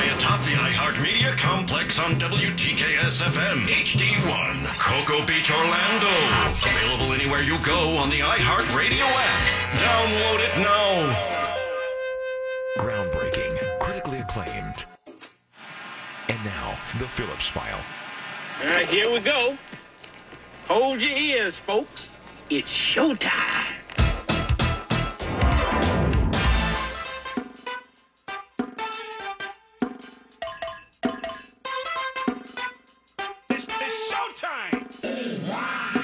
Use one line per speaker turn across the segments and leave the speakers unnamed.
From the iHeartMedia complex on WTKS FM HD1, Cocoa Beach, Orlando. Available anywhere you go on the iHeartRadio app. Download it now.
Groundbreaking, critically acclaimed. And now, the Phillips File.
All right, here we go. Hold your ears, folks. It's showtime.
It's, it's showtime!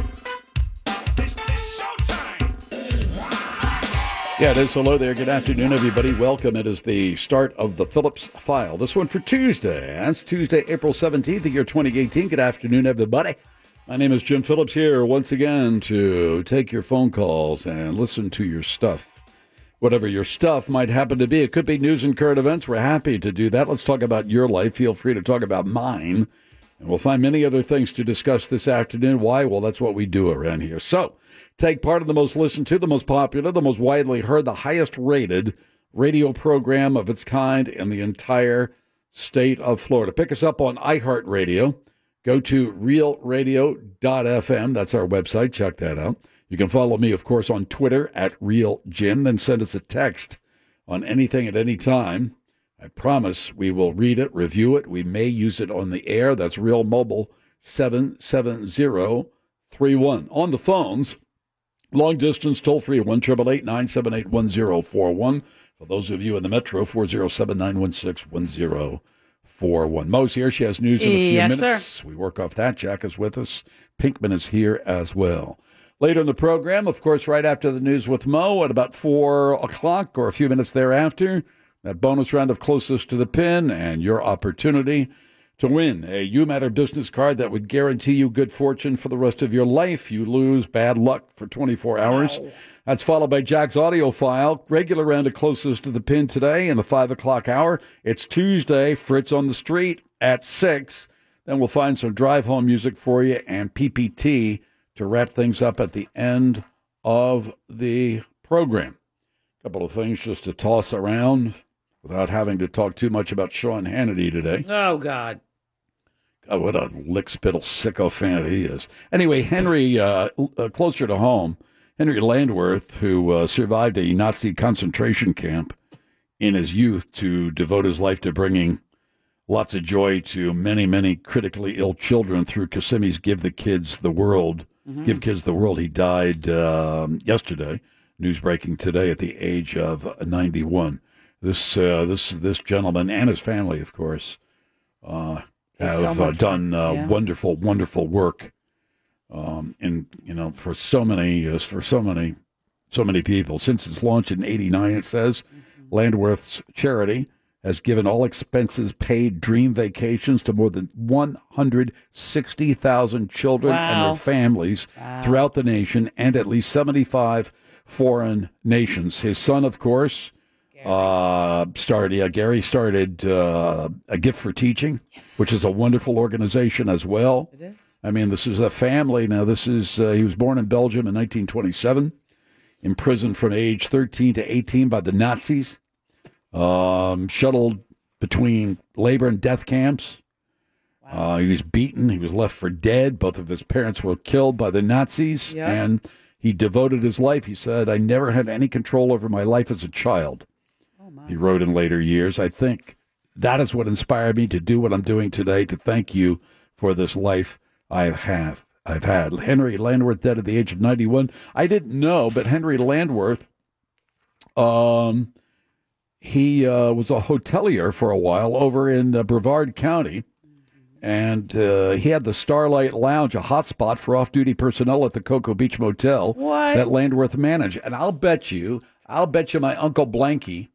It's, it's showtime!
Yeah, it is. Hello there. Good afternoon, everybody. Welcome. It is the start of the Phillips File. This one for Tuesday. That's Tuesday, April 17th, the year 2018. Good afternoon, everybody. My name is Jim Phillips here once again to take your phone calls and listen to your stuff. Whatever your stuff might happen to be, it could be news and current events. We're happy to do that. Let's talk about your life. Feel free to talk about mine. And we'll find many other things to discuss this afternoon. Why? Well, that's what we do around here. So, take part in the most listened to, the most popular, the most widely heard, the highest rated radio program of its kind in the entire state of Florida. Pick us up on iHeartRadio. Go to realradio.fm. That's our website. Check that out. You can follow me, of course, on Twitter at RealJim. Then send us a text on anything at any time. I promise we will read it, review it. We may use it on the air. That's Real Mobile 77031. On the phones, long distance toll free 1 978 1041. For those of you in the metro, 407 916 1041. Mo's here. She has news in a few
Yes,
minutes. We work off that. Jack is with us. Pinkman is here as well. Later in the program, of course, right after the news with Mo at about 4 o'clock or a few minutes thereafter, that bonus round of closest to the pin and your opportunity to win a You Matter business card that would guarantee you good fortune for the rest of your life. You lose bad luck for 24 hours. That's followed by Jack's audio file. Regular round of closest to the pin today in the 5 o'clock hour. It's Tuesday. Fritz on the street at 6. Then we'll find some drive home music for you and PPT to wrap things up at the end of the program. A couple of things just to toss around without having to talk too much about Sean Hannity today.
Oh God.
God, what a lick spittle sicko fan he is. Anyway, Henry, uh, l- uh, closer to home, Henry Landworth, who uh, survived a Nazi concentration camp in his youth to devote his life to bringing lots of joy to many, many critically ill children through Kissimmee's Give the Kids the World.
Mm-hmm.
Give Kids the World. He died um, yesterday. News breaking today at the age of 91. This uh, this this gentleman and his family, of course, uh, have
so
uh,
much-
done uh,
yeah.
wonderful, wonderful work. Um, and you know, for so many, uh, for so many, so many people since its launch in '89, it says Landworth's charity has given all expenses paid dream vacations to more than 160,000 children and
Wow.
their families throughout the nation and at least 75 foreign nations. His son, of course, uh, started, yeah, Gary started uh, A Gift for Teaching, which is a wonderful organization as well. It is. I mean, this is a family. Now, this is, uh, he was born in Belgium in 1927, imprisoned from age 13 to 18 by the Nazis um, shuttled between labor and death camps. Uh, he was beaten. He was left for dead. Both of his parents were killed by the Nazis.
Yeah.
And he devoted his life. He said, I never had any control over my life as a child. he wrote in later years. I think that is what inspired me to do what I'm doing today, to thank you for this life I have. I've had Henry Landworth dead at the age of 91. I didn't know, but Henry Landworth um, he uh, was a hotelier for a while over in uh, Brevard County, and uh, he had the Starlight Lounge, a hotspot for off-duty personnel at the Cocoa Beach Motel
What?
that Landworth managed. And I'll bet you, I'll bet you, my uncle Blanky,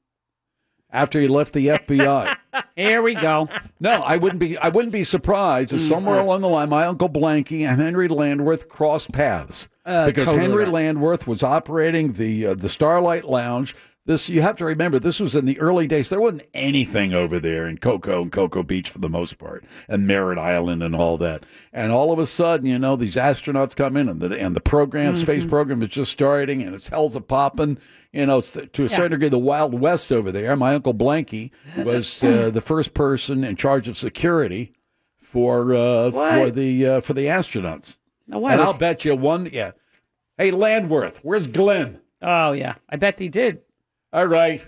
after he left the FBI.
Here we go. Mm.
No, I wouldn't be. I wouldn't be surprised if somewhere along the line, my uncle Blanky and Henry Landworth crossed paths
Uh,
because
totally
Henry
right.
Landworth was operating the uh, the Starlight Lounge This you have to remember. This was in the early days. There wasn't anything over there in Cocoa and Cocoa Beach for the most part, and Merritt Island and all that. And all of a sudden, you know, these astronauts come in, and the and the program,
Mm-hmm.
space program, is just starting, and it's hell's a popping. You know, it's to a certain degree, the Wild West over there. My uncle Blanky was uh, the first person in charge of security for uh, for
What?
the uh, for the astronauts.
Now, why
and
would-
I'll bet you one. Yeah. Hey, Landworth, where's Glenn?
Oh yeah, I bet they did.
All right.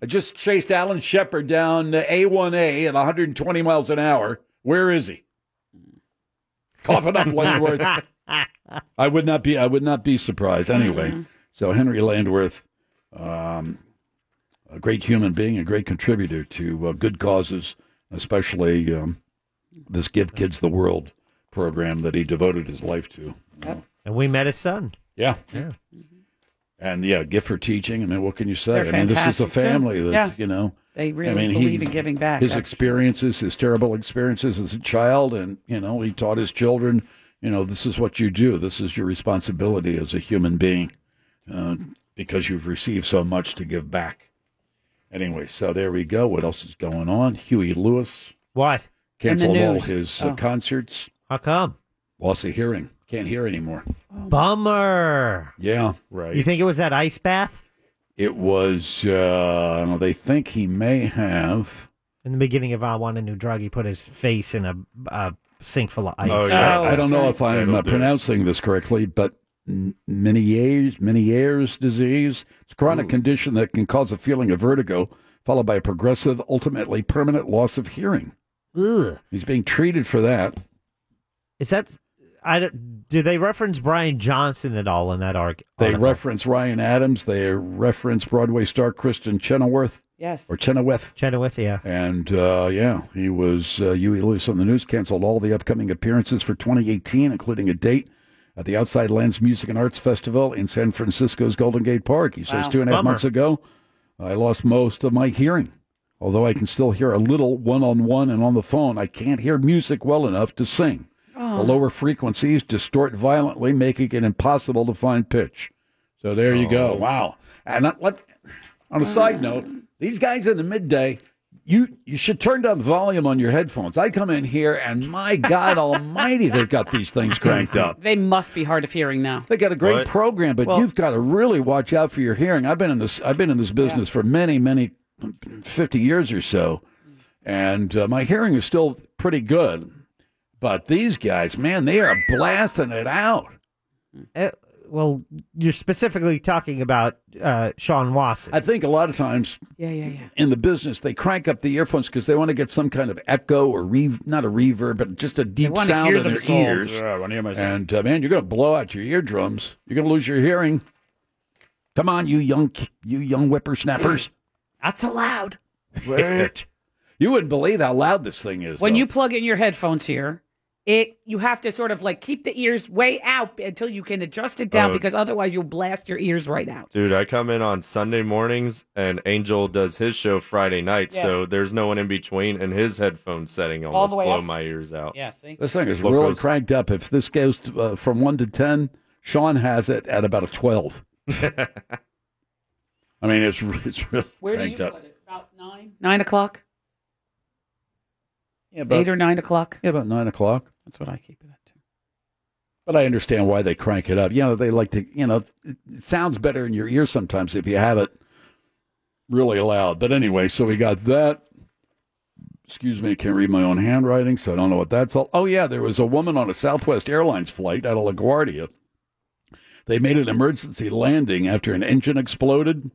I just chased Alan Shepard down uh, A1A at 120 miles an hour. Where is he? Coughing up Landworth. I would not be. I would not be surprised. Anyway, so Henry Landworth, um, a great human being, a great contributor to uh, good causes, especially um, this "Give Kids the World" program that he devoted his life to.
And we met his son.
Yeah.
Yeah.
And yeah, gift for teaching. I mean, what can you say?
They're
I mean, this is
fantastic,
a
Jim.
family that
Yeah.
you know.
They really
I mean, he-
believe in giving back.
His
That's-
experiences, his terrible experiences as a child, and you know, he taught his children. You know, this is what you do. This is your responsibility as a human being, uh, because you've received so much to give back. Anyway, so there we go. What else is going on? Huey Lewis
What?
In the
canceled all
news.
his
Oh.
uh, concerts.
How come?
Lost a hearing. Can't hear anymore.
Bummer.
Yeah, right.
You think it was that ice bath
It was. Uh, they think he may have.
in the beginning of I Want a New Drug? He put his face in a, a sink full of ice.
Oh,
yeah.
I don't know
right.
if I'm uh,
That'll do it.
pronouncing this correctly, but M- Meniere's Meniere's disease. It's a chronic condition that can cause a feeling of vertigo, followed by a progressive, ultimately permanent loss of hearing.
Ugh.
He's being treated for that.
Is that? I don't- do they reference Brian Johnson at all in that arc?
They
article?
reference Ryan Adams. They reference Broadway star Kristen Chenoweth
Yes.
or Chenoweth.
Chenoweth, yeah.
And uh, yeah, he was uh, Huey Lewis on the news canceled all the upcoming appearances for 2018, including a date at the Outside Lands Music and Arts Festival in San Francisco's Golden Gate Park. He says
Wow.
two and a half
Bummer.
months ago, I lost most of my hearing. Although I can still hear a little one on one and on the phone, I can't hear music well enough to sing. The lower frequencies distort violently, making it impossible to find pitch. So there you go. Wow. And I, let, on a side note, these guys in the midday, you you should turn down the volume on your headphones. I come in here and my God Almighty, they've got these things cranked up.
They must be hard of hearing now.
They got a great
What?
program, but you've got to really watch out for your hearing. I've been in this I've been in this business for many many fifty years or so, and uh, my hearing is still pretty good. But these guys, man, they are blasting it out.
Eh, well, you're specifically talking about uh, Sean Wasson.
I think a lot of times
Yeah, yeah, yeah.
in the business, they crank up the earphones because they want to get some kind of echo or re- not a reverb, but just a deep
want to
sound
hear
in their
themselves.
ears.
I want to hear myself.
And uh, man, you're going to blow out your eardrums. You're going to lose your hearing. Come on, you young, ki- you young whippersnappers!
That's so loud.
Wait. you wouldn't believe how loud this thing is.
When
though.
you plug in your headphones here, it you have to sort of like keep the ears way out until you can adjust it down
Oh.
because otherwise you'll blast your ears right out.
Dude, I come in on Sunday mornings and Angel does his show Friday night, so
Yes.
there's no one in between, and his headphone setting
the
almost
way
blow
up?
my ears out.
Yeah, see?
this thing is
Look,
really
those-
cranked up. If this goes to, uh, from one to ten, Sean has it at about a twelve. I mean, it's re- it's really
Where do you
cranked up.
put it? About nine? Nine o'clock?
Yeah,
Eight
about,
or nine o'clock?
yeah, about nine o'clock.
That's what I keep it at.
But I understand why they crank it up. You know, they like to, you know, it it sounds better in your ear sometimes if you have it really loud. But anyway, so we got that. Excuse me, I can't read my own handwriting, so I don't know what that's all. Oh, yeah, there was a woman on a Southwest Airlines flight out of LaGuardia. They made an emergency landing after an engine exploded,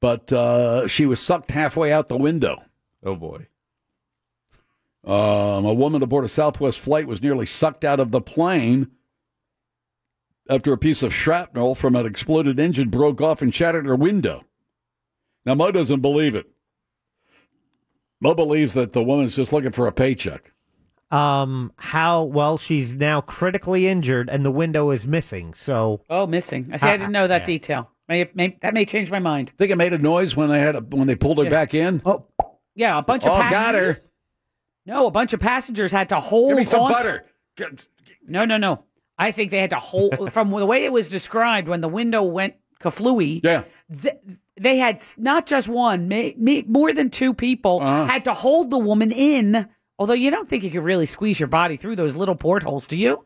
but uh, she was sucked halfway out the window.
Oh boy.
Um, a woman aboard a Southwest flight was nearly sucked out of the plane after a piece of shrapnel from an exploded engine broke off and shattered her window. Now, Mo doesn't believe it. Mo believes that the woman's just looking for a paycheck. Oh.
Um, how well she's now critically injured and the window is missing. So
Oh, missing. I see. I didn't know
Ah,
that detail. May, may, that may change my mind.
Think it made a noise when they had a, when they pulled her back in. Oh,
Yeah, a bunch of
oh,
passengers.
got her.
No, a bunch of passengers had to hold
Give me some
on. to-
butter. Get-
No, no, no. I think they had to hold from the way it was described when the window went kaflooey.
Yeah,
th- they had s- not just one, may, may, more than two people
Uh-huh.
had to hold the woman in. Although you don't think you could really squeeze your body through those little portholes, do you?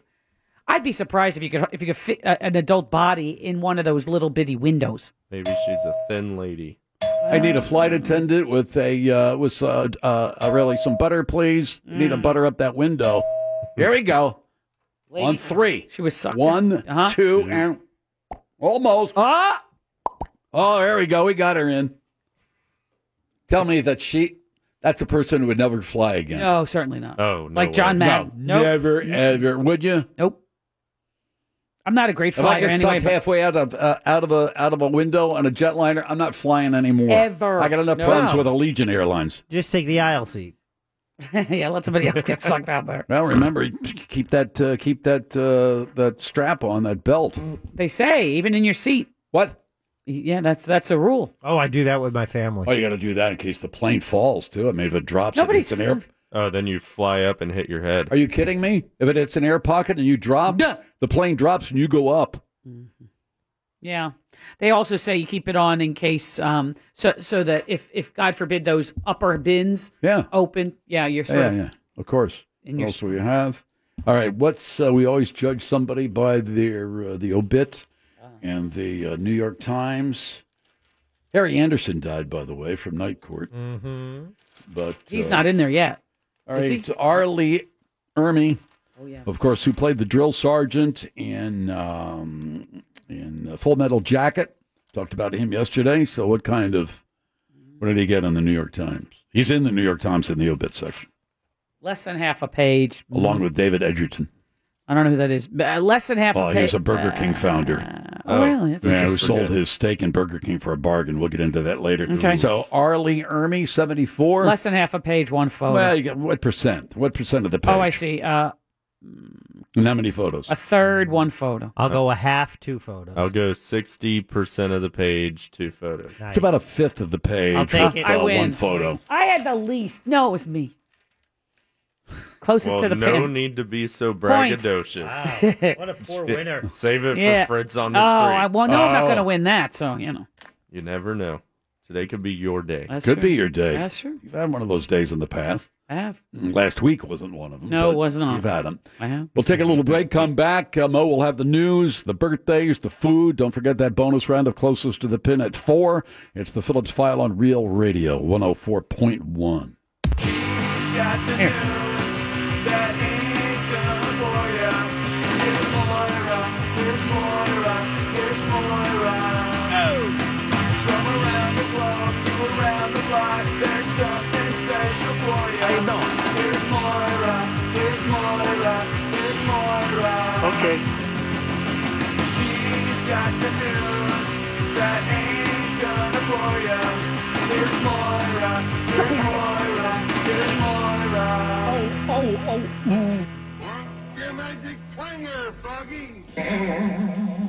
I'd be surprised if you could if you could fit a, an adult body in one of those little bitty windows.
Maybe she's a thin lady.
I need a flight attendant with a uh, with uh, uh, uh, really some butter, please. Need to
Mm.
butter up that window. Here we go. On three.
She was sucked. in.
One,
Uh-huh.
two, and almost.
Ah!
Oh, here we go. We got her in. Tell me that she that's a person who would never fly again.
Uh, No, certainly not.
Oh, no
like John
way.
Madden.
No,
Nope.
never ever. Would you?
Nope. I'm not a great
If I
flyer
get
anyway.
sucked
but-
halfway out of uh, out of a out of a window on a jetliner, I'm not flying anymore.
Ever.
I got enough
No.
problems with Allegiant Airlines.
Just take the aisle seat.
yeah, let somebody else get sucked out there.
Well, remember, keep that uh, keep that uh, that strap on that belt.
Mm.
They say even in your seat.
What?
Yeah, that's that's a rule.
Oh, I do that with my family.
Oh, you got to do that in case the plane falls too. I mean, if it drops,
Nobody's
it hits an air.
Oh, then you fly up and hit your head.
Are you kidding me? If it hits an air pocket and you drop,
Duh.
the plane drops and you go up.
Yeah. They also say you keep it on in case um so so that if if God forbid those upper bins
Yeah.
open, yeah, you're sort
yeah,
of
yeah, of course.
in
What
your
else do we have? All right, what's uh, we always judge somebody by their uh, the obit
Ah.
and the uh, New York Times. Harry Anderson died, by the way, from night court. Mm-hmm. But
He's
uh,
not in there yet.
All
Is
right,
he?
Arlie Ermy,
Oh yeah.
of course, who played the drill sergeant in um, in uh, Full Metal Jacket. Talked about him yesterday. So, what kind of what did he get in the New York Times? He's in the New York Times in the obit section,
Less than half a page.
along with David Edgerton.
I don't know who that is. But, uh, less than half a
Oh,
page.
he was a Burger King founder.
Oh,
Oh.
really? That's
Yeah, who
interesting.
sold his steak and Burger King for a bargain. We'll get into that later.
Okay.
So, Arlie Ermy, seventy-four.
Less than half a page, one photo.
well, you got, what percent? What percent of the page?
oh, I see. Uh,
And how many photos?
a third, one photo.
I'll go a half two photos.
I'll go 60% of the page, two photos.
Nice.
It's about a fifth of the page.
I'll take
with,
it.
uh,
I
One
win.
photo.
I had the least. No, it was me. Closest
Well,
to the
no
pin.
need to be so
Points.
braggadocious.
what a poor winner.
Save it
Yeah.
for Fritz on
Oh,
the street.
I, well, no, I'm
Oh.
not going to win that. So you know,
you never know. Today could be your day.
that's
Could
true.
be your day.
That's true.
You've had one of those days in the past.
I have.
Last week wasn't one of them.
No, it
but
was not.
You've had them.
I have.
We'll take a little break, come back. Uh, Mo will have the news, the birthdays, the food. Don't forget that bonus round of Closest to the Pin at 4. It's the Phillips File on Real Radio 104.1.
He's got the
Here.
news that ain't gonna bore ya. Here's Moira, here's Moira, here's Moira. Oh. From around the globe to around the block, there's something special for ya. How you doing? Here's Moira, here's Moira, here's Moira. Okay. She's got the news that ain't gonna bore ya. Here's Moira, here's Moira, here's Moira. oh,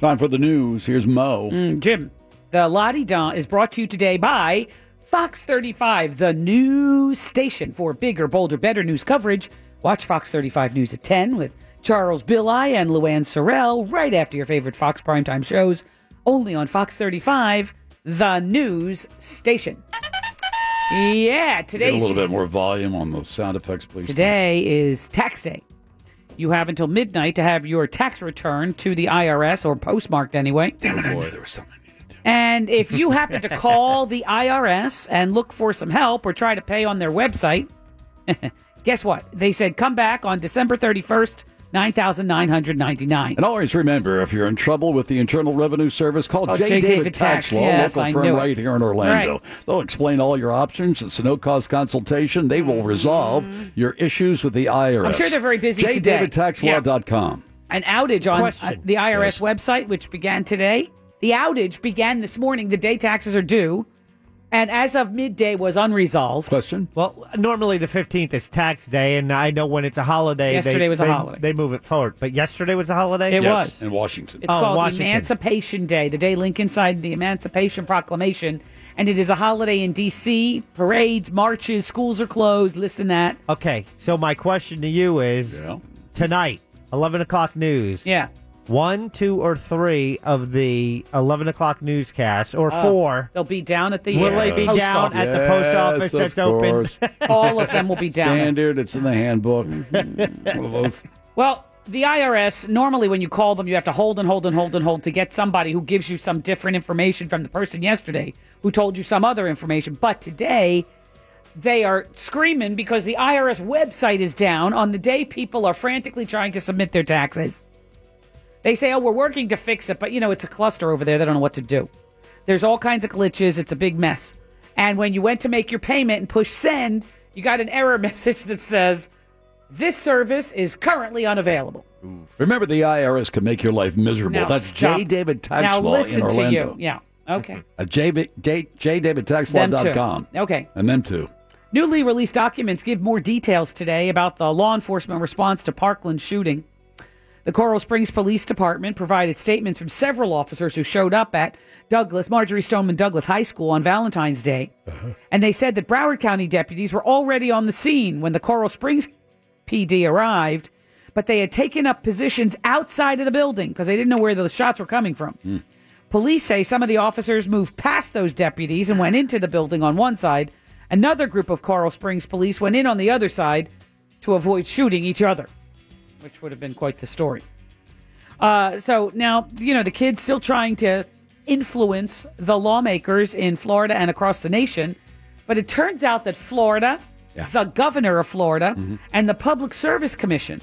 Time for the news. Here's Mo.
Mm, Jim, the Lottie Don is brought to you today by Fox 35, the new station for bigger, bolder, better news coverage. Watch Fox 35 News at 10 with Charles Billi and Luann Sorrell right after your favorite Fox primetime shows, only on Fox 35, the news station. Yeah,
Get a
today's
little bit more volume on the sound effects, please.
Today is tax day. You have until midnight to have your tax return to the IRS or postmarked anyway.
Damn it, I knew there was something I needed to do.
And if you happen to call the IRS and look for some help or try to pay on their website, guess what? They said come back on December 31st, 9999.
And always remember, if you're in trouble with the Internal Revenue Service, call
Oh,
J.
J.
David,
David
Tax
Tax.
Law,
Yes,
local
I
firm
knew it.
right here in Orlando.
Right.
They'll explain all your options. It's a no-cost consultation. They will resolve your issues with the IRS.
Mm-hmm. I'm sure they're very busy today.
jdavidtaxlaw.com.
An outage on uh,
Question.
the IRS website, which began today. The outage began this morning, the day taxes are due, and as of midday was unresolved.
Question?
Well, normally the 15th is tax day, and I know when it's a holiday.
Yesterday
they,
was a
they-
holiday.
They move it forward. But yesterday was a holiday?
It
yes,
was.
in Washington.
It's
Oh,
called
Washington.
the Emancipation Day, the day Lincoln signed the Emancipation Proclamation. And it is a holiday in D.C. Parades, marches, schools are closed, this and that.
Okay, so my question to you is
Yeah.
tonight, 11 o'clock news,
Yeah.
one, two, or three of the 11 o'clock newscasts, or
Oh,
four.
They'll be down at the
Will they
uh,
be
post
down
office.
at the post office
Yes, of
that's open?
course.
All of them will be down.
Standard. It's in the handbook. One of those.
Well, the IRS, normally when you call them, you have to hold and hold and hold and hold to get somebody who gives you some different information from the person yesterday who told you some other information. But today, they are screaming because the IRS website is down on the day people are frantically trying to submit their taxes. They say, oh, we're working to fix it, but you know, it's a cluster over there. They don't know what to do. There's all kinds of glitches. It's a big mess. And when you went to make your payment and push send, you got an error message that says, this service is currently unavailable.
Remember, the IRS can make your life miserable.
Now
That's
stop.
J. David Tax
Now
Law
listen
in Orlando.
to you. Yeah. Okay.
At J. J. J. David Tax Law
Them
dot
too.
com.
Okay.
And them too.
Newly released documents give more details today about the law enforcement response to Parkland shooting. The Coral Springs Police Department provided statements from several officers who showed up at Douglas, Marjorie Stoneman Douglas High School on Valentine's Day.
Uh-huh.
And they said that Broward County deputies were already on the scene when the Coral Springs PD arrived, but they had taken up positions outside of the building because they didn't know where the shots were coming from.
Hmm.
Police say some of the officers moved past those deputies and went into the building on one side. Another group of Coral Springs police went in on the other side to avoid shooting each other, which would have been quite the story. Uh, so now, you know, the kids still trying to influence the lawmakers in Florida and across the nation. But it turns out that Florida, the governor of Florida, and the Public Service Commission,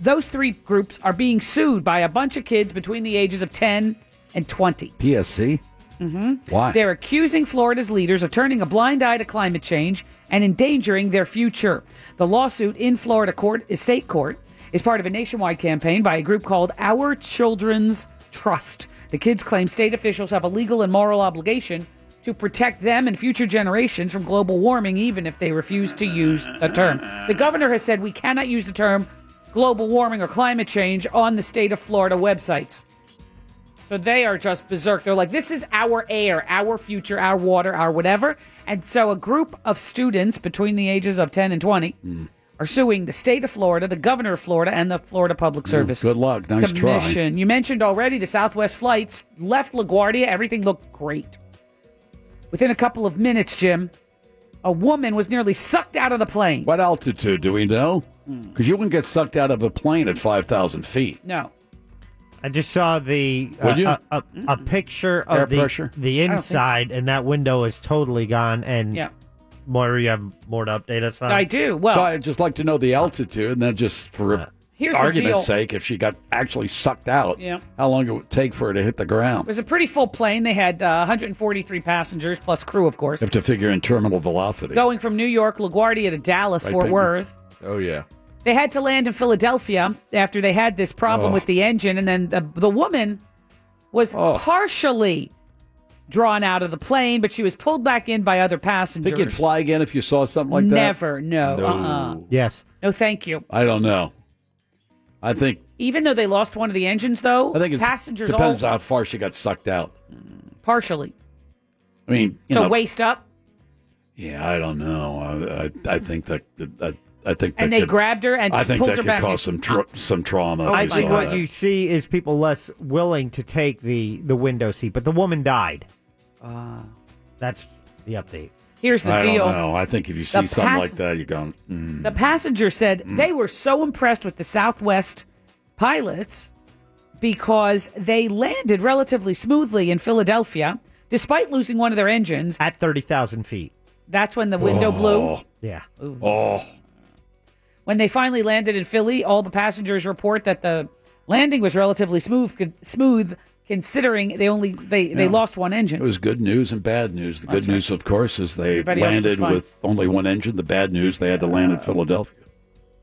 those three groups are being sued by a bunch of kids between the ages of 10 and 20.
PSC.
Mm-hmm.
Why?
They're accusing Florida's leaders of turning a blind eye to climate change and endangering their future. The lawsuit in Florida court, eh, state court, is part of a nationwide campaign by a group called Our Children's Trust. The kids claim state officials have a legal and moral obligation to protect them and future generations from global warming, even if they refuse to use the term. The governor has said we cannot use the term global warming or climate change on the state of Florida websites. So they are just berserk. They're like, this is our air, our future, our water, our whatever. And so a group of students between the ages of 10 and 20 are suing the state of Florida, the governor of Florida, and the Florida Public Service.
Good luck. Mm, Nice try.
Commission. You mentioned already the Southwest flights left LaGuardia. Everything looked great. Within a couple of minutes, Jim, a woman was nearly sucked out of the plane. Hmm.
What altitude do we know? Because you wouldn't get sucked out of a plane at 5,000 feet.
No.
I just saw the uh,
Would you?
a, a, a picture
Air
of the,
pressure?
the
I don't think so.
inside, and that window is totally gone. And
Yeah.
Moira, you have more to update us on.
so I'd just like to know the altitude, and then just for
Here's the deal.
argument's sake, if she got actually sucked out,
Yeah.
how long it would take for her to hit the
It
ground.
was a pretty full plane. They had uh, 143 passengers plus crew, of course.
You have to figure in terminal velocity.
Going from New York, LaGuardia to Dallas,
Right,
Fort
Peyton?
Worth.
Oh, yeah.
They had to land in Philadelphia after they had this problem
Oh.
with the engine, and then the, the woman was partially drawn out of the plane, but she was pulled back in by other passengers.
Think you'd fly again if you saw something like that?
Never, no, No. uh-uh.
Yes.
No, thank you.
I don't know. I think
Even though they lost one of the engines, though,
I think it
passengers
depends
all
how far she got sucked out.
partially.
I mean, you
So
know,
waist up,
Yeah, I don't know. I I, I think that I, I think
And
that
they
could-
grabbed her and
I
just
think
pulled
that
her
could
back
cause
in.
some tr- some trauma. if
I
you
think
saw
what
that.
you see is people less willing to take the the window seat, but the woman died. Uh, That's the update.
Here's the
I
deal.
Don't know. I think if you
The
see something
pass-
like that, you're going. Mm.
The passenger said they were so impressed with the Southwest pilots because they landed relatively smoothly in Philadelphia despite losing one of their engines.
At 30,000 feet.
That's when the window blew.
Yeah.
Oh.
When they finally landed in Philly, all the passengers report that the landing was relatively smooth con- smooth considering they only they, they
Yeah.
lost one engine.
It was good news and bad news. The good
That's right.
news, of course, is they
Everybody else was
landed
fine. Uh,
with only one engine. The bad news, they had to land in Philadelphia.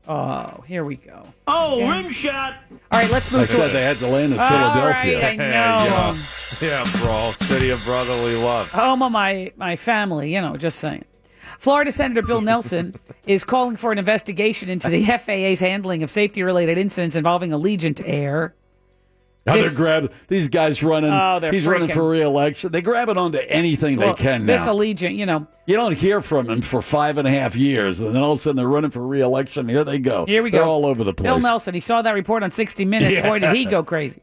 Oh, here we go.
Oh, rim shot.
All right, let's
I
move
said
to
they had to land in
All
Oh,
Philadelphia.
right, I know.
yeah, bro. City of brotherly love.
home of my, my family, you know, just saying. Florida Senator Bill Nelson is calling for an investigation into the FAA's handling of safety related incidents involving Allegiant Air.
Now
This-
they're grabbing these guys running.
Oh, they're
he's running
freaking-
for re-election. They grab it onto anything
Well,
they can
This
now.
Allegiant, you know,
you don't hear from him for five and a half years, and then all of a sudden they're running for re-election. Here they go.
Here we
They're
go.
all over the place.
Bill Nelson, he saw that report on 60 Minutes. Boy, did he
Yeah.
go crazy.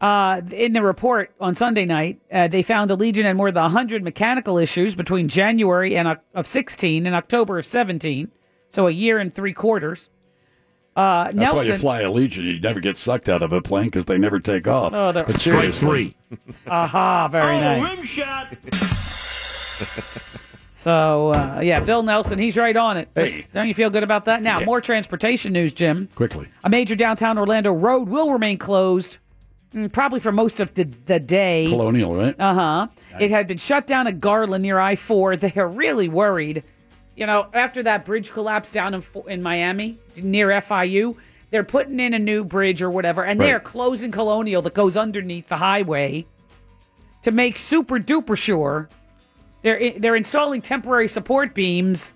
Uh, in the report on Sunday night, uh, they found Allegiant had more than 100 mechanical issues between January and Oc- of 16 and October of 17, so a year and three quarters. Uh,
That's
Nelson,
why you fly a Legion. You never get sucked out of a plane because they never take off.
Oh, they're-
but
Strike
seriously.
Aha, very
Oh,
nice.
shot.
So, uh, yeah, Bill Nelson, he's right on it. Just- don't you feel good about that? Now, more transportation news, Jim.
Quickly.
A major downtown Orlando road will remain closed mm, probably for most of the, the day.
Colonial, right?
Uh huh. It had been shut down at Garland near I 4. They are really worried. You know, after that bridge collapse down in, Fo- in Miami near FIU, they're putting in a new bridge or whatever, and they're
Right.
closing Colonial that goes underneath the highway to make super duper sure. They're, they're installing temporary support beams.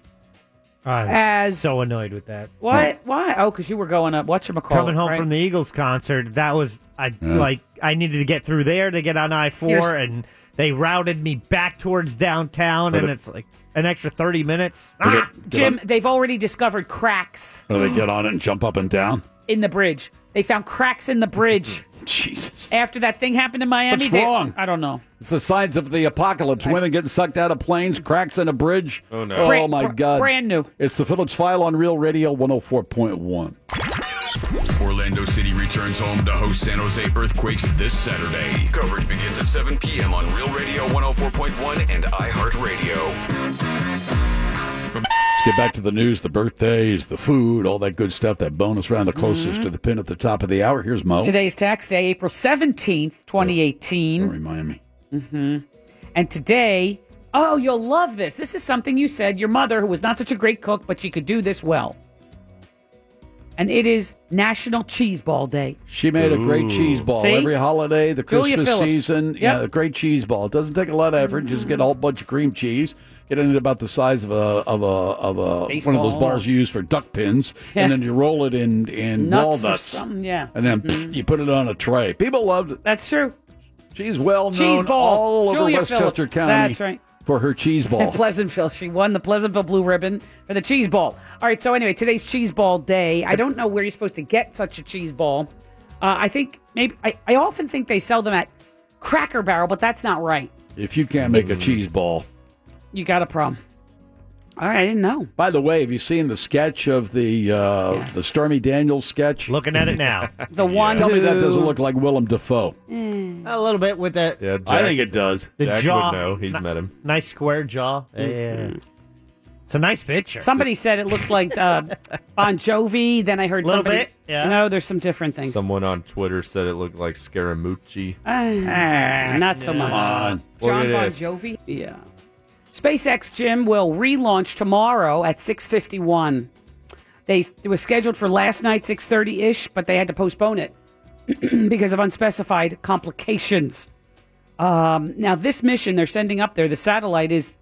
I'm
As-
so annoyed with that.
What? Why? Oh, because you were going up. What's your McCall?
Coming home from the Eagles concert, that was I like I needed to get through there to get on I
You're s-
four, and they routed me back towards downtown,
But
and
it-
it's like an extra thirty minutes.
Ah,
Jim, they've already discovered cracks
Or they get on it and jump up and down.
in the bridge. They found cracks in the bridge.
Jesus.
After that thing happened in Miami,
What's
they-
wrong?
I don't know.
It's the signs of the apocalypse. Women getting sucked out of planes, cracks in a bridge. Oh,
no. Brand-
my
br-
God.
brand new.
It's the Phillips File on Real Radio 104.1.
Orlando City returns home to host San Jose Earthquakes this Saturday. Coverage begins at 7 p.m. on Real Radio 104.1 and iHeartRadio.
Let's get back to the news, the birthdays, the food, all that good stuff, that bonus round, the closest
Mhm.
to the pin at the top of the hour. Here's Mo.
Today's tax day, April 17th, 2018. Don't
remind me.
hmm And today, oh, you'll love this. This is something you said your mother, who was not such a great cook, but she could do this well. And it is National Cheese Ball Day.
She made a great
Ooh.
cheese ball
See?
every holiday, the
Julia
Christmas
Phillips.
season. Yeah, a great cheese ball. It doesn't take a lot of effort. Just get a whole bunch of cream cheese. Get it about the size of a of a of a one of
Baseball
those balls
or-
you use for duck pins, and then
Yes.
you roll it in in
Nuts or
walnuts,
something, yeah.
and then you put it on a tray. People loved it.
That's true.
She's well known
Cheese ball.
all over
Julia
Westchester
Phillips.
County
That's right.
for her cheese
At
ball.
Pleasantville. She won the Pleasantville Blue Ribbon for the cheese ball. All right, so anyway, today's cheese ball day. I don't know where you're supposed to get such a cheese ball. Uh, I think maybe I, I often think they sell them at Cracker Barrel, but that's not right.
If you can't make a
It's-
cheese ball,
You got a problem. All right, I didn't know.
By the way, have you seen the sketch of the uh, the Stormy Daniels sketch?
Looking at it now.
The one
Tell me that
who-
doesn't look like Willem Dafoe.
Eh.
A little bit with that.
Yeah, Jack,
I think it does.
The
Jack would
jaw.
know. He's met him. Mm.
Nice square jaw. Yeah. It's a nice picture.
Somebody said it looked like uh, Bon Jovi. Then I heard
Little
somebody.
bit, yeah.
No, there's some different things.
Someone on Twitter said it looked like Scaramucci.
Ah, not so
Come
much.
on.
John
Look at
Bon
this.
Jovi. Yeah. SpaceX Jim will relaunch tomorrow at 6:51. They it was scheduled for last night 6:30 ish, but they had to postpone it because of unspecified complications. Um, now this mission they're sending up there, the satellite is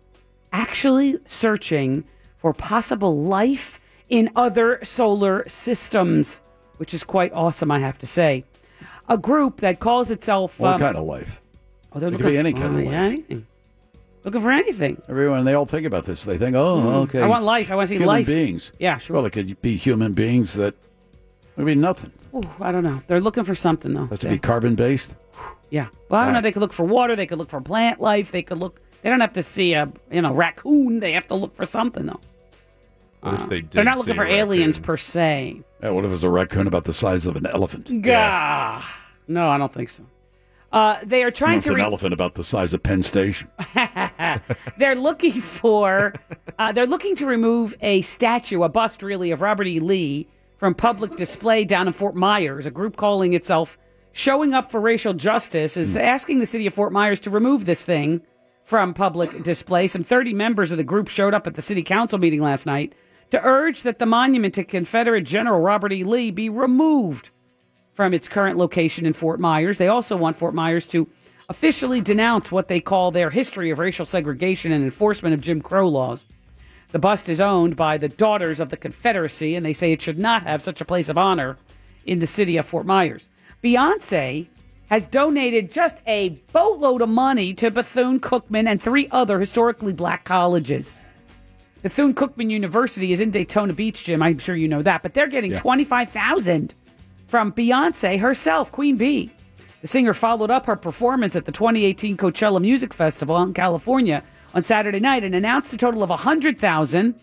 actually searching for possible life in other solar systems, which is quite awesome, I have to say. A group that calls itself
What
um,
kind of life?
Oh, they're
it could
looking
be
for-
any kind
oh,
of life.
yeah, anything. Looking for anything.
Everyone, they all think about this. They think, oh,
Mm.
okay.
I want life. I want to see
human
life.
beings.
Yeah, sure.
Well, it could be human beings that maybe nothing.
Ooh, I don't know. They're looking for something though.
Has to be carbon based.
Yeah. Well, I don't
All
know.
right.
They could look for water. They could look for plant life. They could look. They don't have to see a you know raccoon. They have to look for something though.
What if they did
Uh, They're not looking
see
for
a raccoon?
aliens per se.
Yeah, what if it's a raccoon about the size of an elephant?
Gah. Ah! No, I don't think so. Uh, they are
What
trying
if it's
to.
an
Re-
elephant about the size of Penn Station.
they're looking for. Uh, they're looking to remove a statue, a bust, really, of Robert E. Lee from public display down in Fort Myers. A group calling itself "Showing Up for Racial Justice" is asking the city of Fort Myers to remove this thing from public display. Some 30 members of the group showed up at the city council meeting last night to urge that the monument to Confederate General Robert E. Lee be removed from its current location in Fort Myers. They also want Fort Myers to officially denounce what they call their history of racial segregation and enforcement of Jim Crow laws. The bust is owned by the Daughters of the Confederacy, and they say it should not have such a place of honor in the city of Fort Myers. Beyonce has donated just a boatload of money to Bethune Cookman and three other historically black colleges. Bethune Cookman University is in Daytona Beach, Jim. I'm sure you know that, but they're getting
Yeah.
twenty five thousand from Beyonce herself, Queen Bee. The singer followed up her performance at the 2018 Coachella Music Festival in California on Saturday night and announced a total of 100,000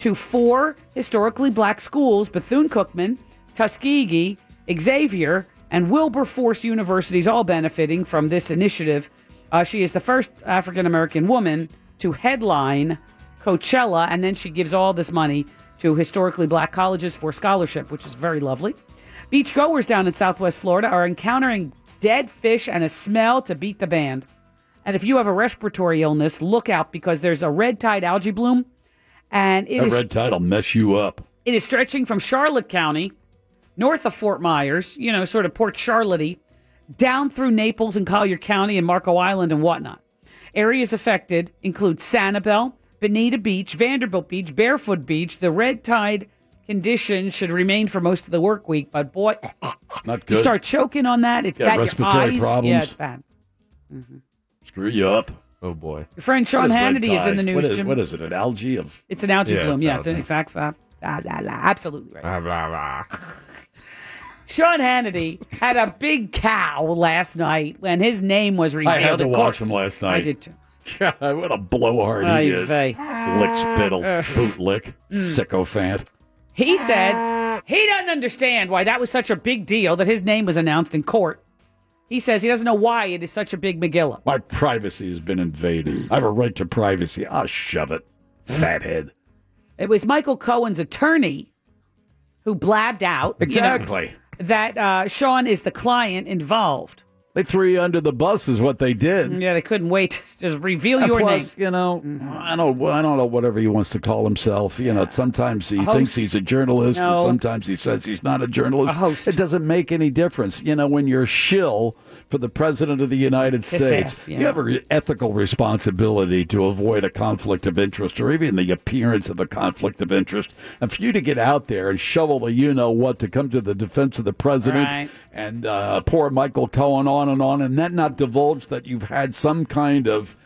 to four historically black schools, Bethune-Cookman, Tuskegee, Xavier, and Wilberforce universities all benefiting from this initiative. Uh, she is the first African American woman to headline Coachella, and then she gives all this money to historically black colleges for scholarship, which is very lovely. Beachgoers down in Southwest Florida are encountering dead fish and a smell to beat the band. And if you have a respiratory illness, look out because there's a red tide algae bloom, and it
that
is
red tide will mess you up.
it is stretching from Charlotte County, north of Fort Myers, you know, sort of Port Charlotte, down through Naples and Collier County and Marco Island and whatnot. Areas affected include Sanibel, Bonita Beach, Vanderbilt Beach, Barefoot Beach. The red tide condition should remain for most of the work week, but boy,
Not Oh, good.
you start choking on that, it's
Yeah,
bad.
respiratory
Your eyes, yeah,
problems.
it's bad.
Screw you up.
Oh boy.
Your friend Sean
What red
Hannity is in
tide?
the news,
What is,
Jim.
what is it? An algae of
It's an algae
Yeah,
bloom.
it's
yeah, it's an
algae.
exact. ah, ah, ah, ah, absolutely right.
Ah, blah, blah.
Sean Hannity had a big cow last night when his name was revealed.
I had to
at
watch
court.
him last night.
I did too.
God, what a blowhard
Ay
he is.
vey. Mm.
Lick spittle, bootlick, sycophant.
He said he doesn't understand why that was such a big deal that his name was announced in court. He says he doesn't know why it is such a big megilla.
My privacy has been invaded. I have a right to privacy. I'll shove it, fathead.
It was Michael Cohen's attorney who blabbed out you know,
Exactly.
that uh, Sean is the client involved.
They threw you under the bus, is what they did.
Yeah, they couldn't wait. Just reveal
And
your
plus,
name. Mm-hmm.
you know, I don't, I don't know whatever he wants to call himself. You know, sometimes he
host.
thinks he's a journalist,
No.
or sometimes he says he's not a journalist.
A host.
It doesn't make any difference. You know, when you're a shill for the president of the United
Kiss
States,
ass, yeah.
you have a re- ethical responsibility to avoid a conflict of interest or even the appearance of a conflict of interest. And for you to get out there and shovel the you know what to come to the defense of the president
Right.
and uh, poor Michael Cohen on and on, and that not divulge that you've had some kind of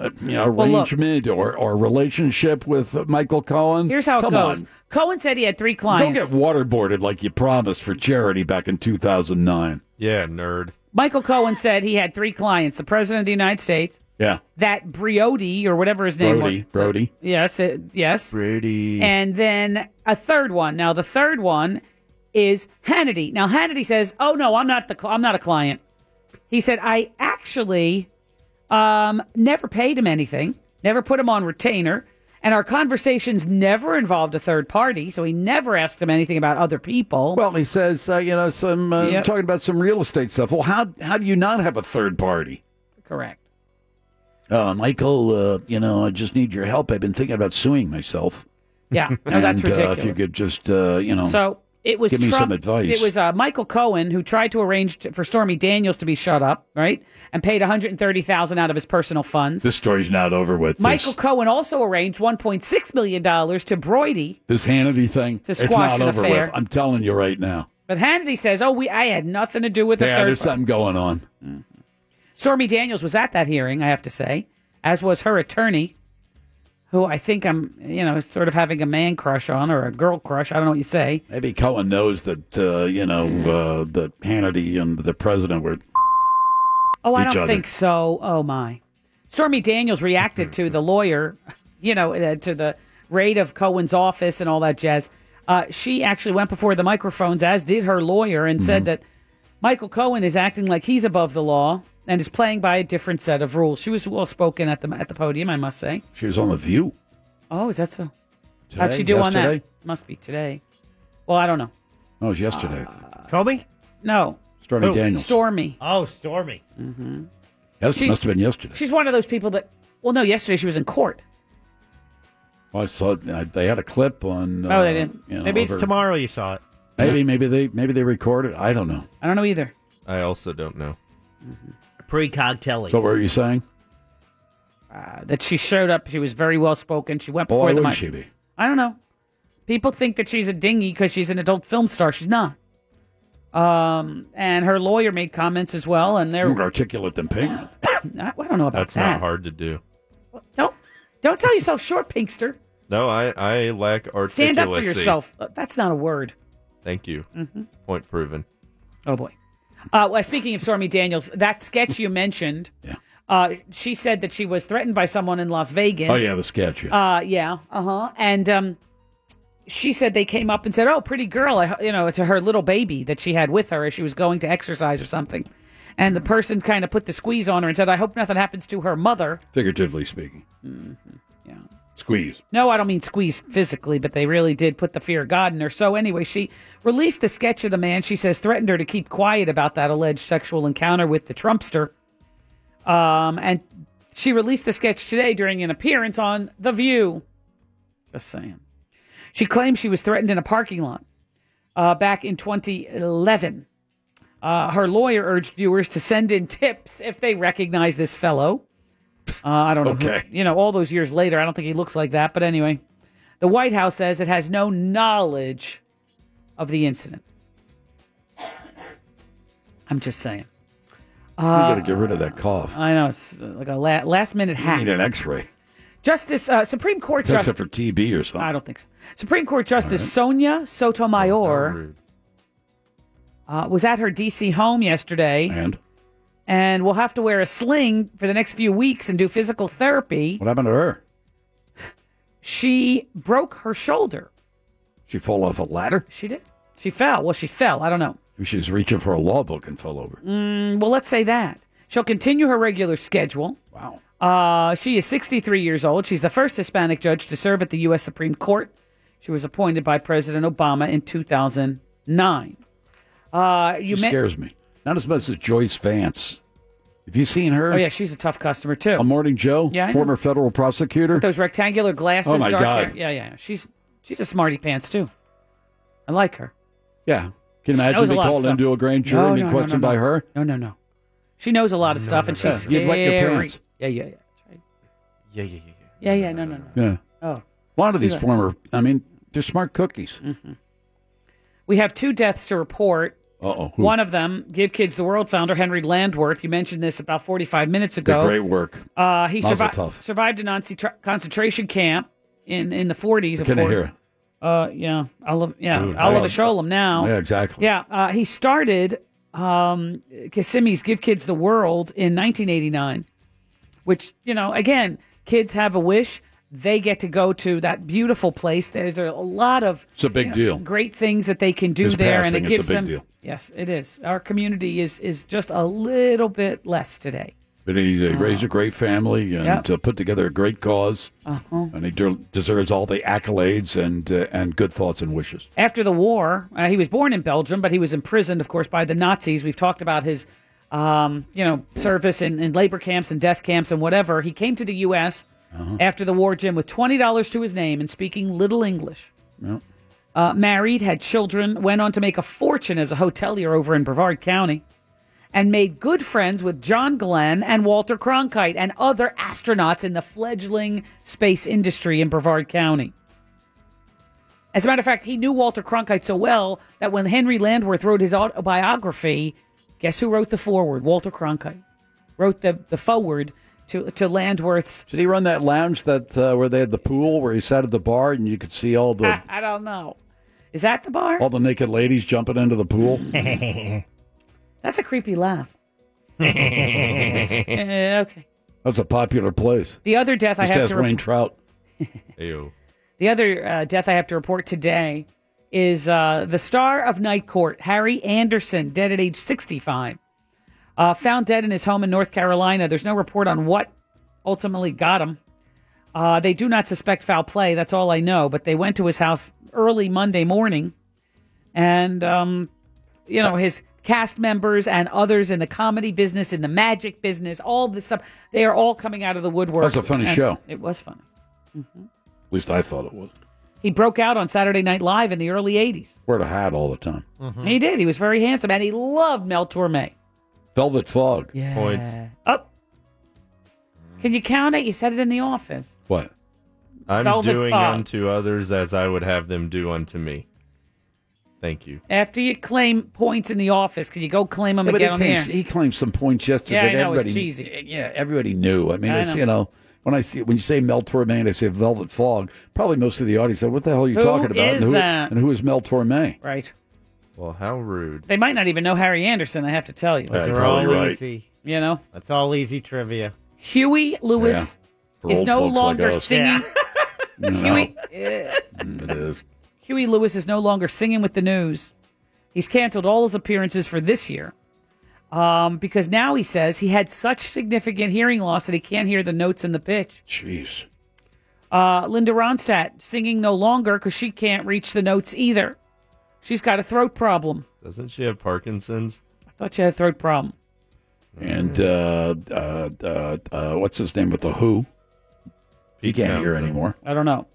uh, you know,
Well, look.
arrangement or, or relationship with uh, Michael Cohen.
Here's how it
Come
goes.
on.
Cohen said he had three
Don't
clients.
get waterboarded like you promised for charity back in 2009.
Yeah, nerd.
Michael Cohen said he had three clients: the president of the United States,
Yeah,
that Briody or whatever his name
Brody,
was.
Brody.
Yes, it, yes.
Mm.
Pretty.
And then a third one. Now the third one is Hannity. Now Hannity says, "Oh no, I'm not the cl- I'm not a client." He said, "I actually um, never paid him anything, never put him on retainer, and our conversations never involved a third party, so he never asked him anything about other people."
Well, he says, uh, you know, some uh,
Yep.
talking about some real estate stuff. Well, how how do you not have a third party?
Correct.
Uh, Michael, uh, you know, I just need your help. I've been thinking about suing myself.
Yeah. No, that's
and,
ridiculous.
Uh, if you could just, uh, you know,
So it was
Give me
Trump-
some advice.
It was uh, Michael Cohen who tried to arrange t- for Stormy Daniels to be shut up, right, and paid one hundred and thirty thousand out of his personal funds.
this story's not over with.
Michael
this,
Cohen also arranged one point six million dollars to Broidy,
this Hannity thing,
To
it's
squash
not
an
over
affair.
with. I'm telling you right now.
but Hannity says, "Oh, we I had nothing to do with the
Yeah,
third." Mm.
there's something going on.
Stormy Daniels was at that hearing, I have to say, as was her attorney, who I think I'm, you know, sort of having a man crush on or a girl crush. I don't know what you say.
Maybe Cohen knows that uh, you
Mm.
know uh, that Hannity and the president were.
Oh, I
each
don't
other.
think so. Oh my. Stormy Daniels reacted to the lawyer, you know, uh, to the raid of Cohen's office and all that jazz. Uh, she actually went before the microphones, as did her lawyer, and
Mm-hmm.
said that Michael Cohen is acting like he's above the law and is playing by a different set of rules. She was well spoken at the at the podium, I must say.
She was on the View.
Oh, is that so?
Today,
How'd she do
yesterday?
on that? Must be today. Well, I don't know.
No, Oh, it was yesterday.
Ah.
Toby?
No,
Stormy
who?
Daniels.
Stormy. Mm-hmm.
Oh, Stormy.
yes,
she's-
must have been yesterday.
She's one of those people that. Well, no, yesterday she was in court.
I saw uh, they had a clip on. Uh,
Oh, they didn't.
you know,
Maybe
over-
it's tomorrow you saw it.
Maybe maybe they maybe they recorded. I don't know.
I don't know either.
I also don't know.
So
Pre-cogtelli.
what were you saying?
Uh, that she showed up. She was very well spoken. She went
Well,
before
why
the
wouldn't
mic.
she be?
I don't know. People think that she's a dinghy because she's an adult film star. She's not. Um, and her lawyer made comments as well, and they're
More articulate than Pinkman.
I, I don't know about
That's
that.
not hard to do.
Don't don't sell yourself short, Pinkster.
No, I, I lack articulacy.
Stand up for yourself. Uh, That's not a word.
Thank you.
Mhm.
Point proven.
Oh boy. Uh, well, speaking of Stormy Daniels, that sketch you mentioned, uh, she said that she was threatened by someone in Las Vegas.
Oh, yeah, the sketch. yeah.
Uh, yeah. Uh huh. And um, she said they came up and said, "Oh, pretty girl," I- you know, to her little baby that she had with her as she was going to exercise or something. And the person kind of put the squeeze on her and said, "I hope nothing happens to her mother."
Figuratively speaking.
Mm-hmm. Yeah.
Squeeze.
No, I don't mean squeeze physically, but they really did put the fear of God in her. So anyway, she released the sketch of the man. She says threatened her to keep quiet about that alleged sexual encounter with the Trumpster. Um, and she released the sketch today during an appearance on The View. Just saying. She claimed she was threatened in a parking lot uh, back in 2011. Uh, her lawyer urged viewers to send in tips if they recognize this fellow. Uh, I don't know. who-
Okay.
you know, all those years later, I don't think he looks like that. But anyway, the White House says it has no knowledge of the incident. I'm just saying.
you got
Uh,
to get rid of that cough.
I know it's uh, like a la- last minute
You
hack.
need an x ray.
Justice uh, Supreme Court
Test
Justice.
it for TB or something.
I don't think so. Supreme Court Justice Sonia Sotomayor uh, was at her D.C. home yesterday,
and
and will have to wear a sling for the next few weeks and do physical therapy.
What happened to her?
She broke her shoulder.
She fall off a ladder?
She did. She fell. Well, she fell. I don't know.
She was reaching for a law book and fell over.
Mm, well, let's say that. She'll continue her regular schedule.
Wow.
Uh, she is 63 years old. She's the first Hispanic judge to serve at the U.S. Supreme Court. She was appointed by President Obama in 2009. Uh, you
she
men-
scares me. Not as much as Joyce Vance. Have you seen her?
Oh, yeah, she's a tough customer, too.
A Morning Joe,
Yeah, I know.
former federal prosecutor.
Those rectangular glasses,
Oh, my
dark
God.
hair. Yeah, yeah. yeah. She's she's a smarty pants, too. I like her.
Yeah. Can you
She
imagine
knows a
they
lot of
called
stuff.
into a grand jury
No,
and be
no, no, no,
questioned
no.
by her?
No, no, no. She knows a lot of stuff, and
no,
she's
no.
scary.
You'd wet your pants.
Yeah, yeah, yeah.
Yeah, yeah, yeah.
Yeah, yeah, no, no, no.
Yeah.
Oh.
A lot of these
Yeah.
former, I mean, they're smart cookies.
Mm-hmm. We have two deaths to report.
Uh-oh. Who-
One of them, Give Kids the World founder Henry Landworth. You mentioned this about 45 minutes
Did
ago.
great work.
Uh, he
Mazel
survived
tov.
survived a Nazi tr concentration camp in, in the 40s. Of
Can I
course.
hear it?
Uh, yeah, Oliver, yeah,
Dude,
Oliver
I-
Sholem now.
Yeah, exactly.
Yeah, uh, he started um, Kissimmee's Give Kids the World in 1989, which, you know, again, kids have a wish. They get to go to that beautiful place. There's a lot of
It's a big
you know,
deal.
great things that they can do
His
there,
passing
and it
is a
gives
big
them.
deal.
Yes, it is. Our community is is just a little bit less today.
But he uh, raised a great family and
Oh. Yep.
uh, put together a great because
Uh-huh.
And he der- deserves all the accolades and uh, and good thoughts and wishes.
After the war, uh, he was born in Belgium, but he was imprisoned, of course, by the Nazis. We've talked about his, um, you know, service in, in labor camps and death camps and whatever. He came to the U.S.
Uh-huh.
Mm-hmm.
after the war, Jim, with twenty dollars to his name and speaking little English.
Yep.
Uh, married, had children, went on to make a fortune as a hotelier over in Brevard County, and made good friends with John Glenn and Walter Cronkite and other astronauts in the fledgling space industry in Brevard County. As a matter of fact, he knew Walter Cronkite so well that when Henry Landworth wrote his autobiography, guess who wrote the foreword? Walter Cronkite wrote the, the foreword to, to Landworth's.
Did he run that lounge that uh, where they had the pool where he sat at the bar and you could see all the
I, I don't know. Is that the bar?
all the naked ladies jumping into the pool?
That's a creepy laugh. Uh,
That's
okay.
a popular place.
The other death I
Just
have
ask
to
Wayne
report.
Trout.
The other uh, death I have to report today is uh, the star of Night Court, Harry Anderson, dead at age 65. Uh, found dead in his home in North Carolina. There's no report on what ultimately got him. Uh, they do not suspect foul play. That's all I know. But they went to his house early Monday morning, and um, you know his cast members and others in the comedy business, in the magic business, all this stuff. They are all coming out of the woodwork.
That's a funny
And
show.
It was funny.
At least I thought it was.
He broke out on Saturday Night Live in the early 80s.
Wear a hat all the time.
Mm-hmm.
He did. He was very handsome and he loved Mel Torme.
Velvet fog.
Yeah.
Points.
Up. Can you count it? You said it in the office.
What?
I'm
Velvet
doing
fog.
unto others as I would have them do unto me. Thank you.
After you claim points in the office, can you go claim them
Yeah,
and
but he
get on
claims,
there?
he claims some points yesterday.
Yeah, I
that
know, it's
everybody,
cheesy.
Yeah, everybody knew. I mean,
I
it's
know.
you know when I see when you say Mel Torme, and I say Velvet Fog. Probably most of the audience said, "What the hell are you
Who
talking about?"
is
and, who,
that?
and who is Mel Torme?
Right.
Well, how rude.
They might not even know Harry Anderson, I have to tell you.
Yeah, you're
They're all
probably right.
easy.
You know?
That's all easy trivia.
Huey Lewis
For
is
old
no
folks like
longer
us.
singing.
You know,
Huey, eh,
it is.
Huey Lewis is no longer singing with the news. He's canceled all his appearances for this year um, because now he says he had such significant hearing loss that he can't hear the notes in the pitch.
Jeez.
Uh, Linda Ronstadt singing no longer because she can't reach the notes either. She's got a throat problem.
Doesn't she have Parkinson's?
I thought she had a throat problem.
And uh, uh, uh, uh, what's his name with the Who? He can't hear
Townsend.
anymore.
I don't know.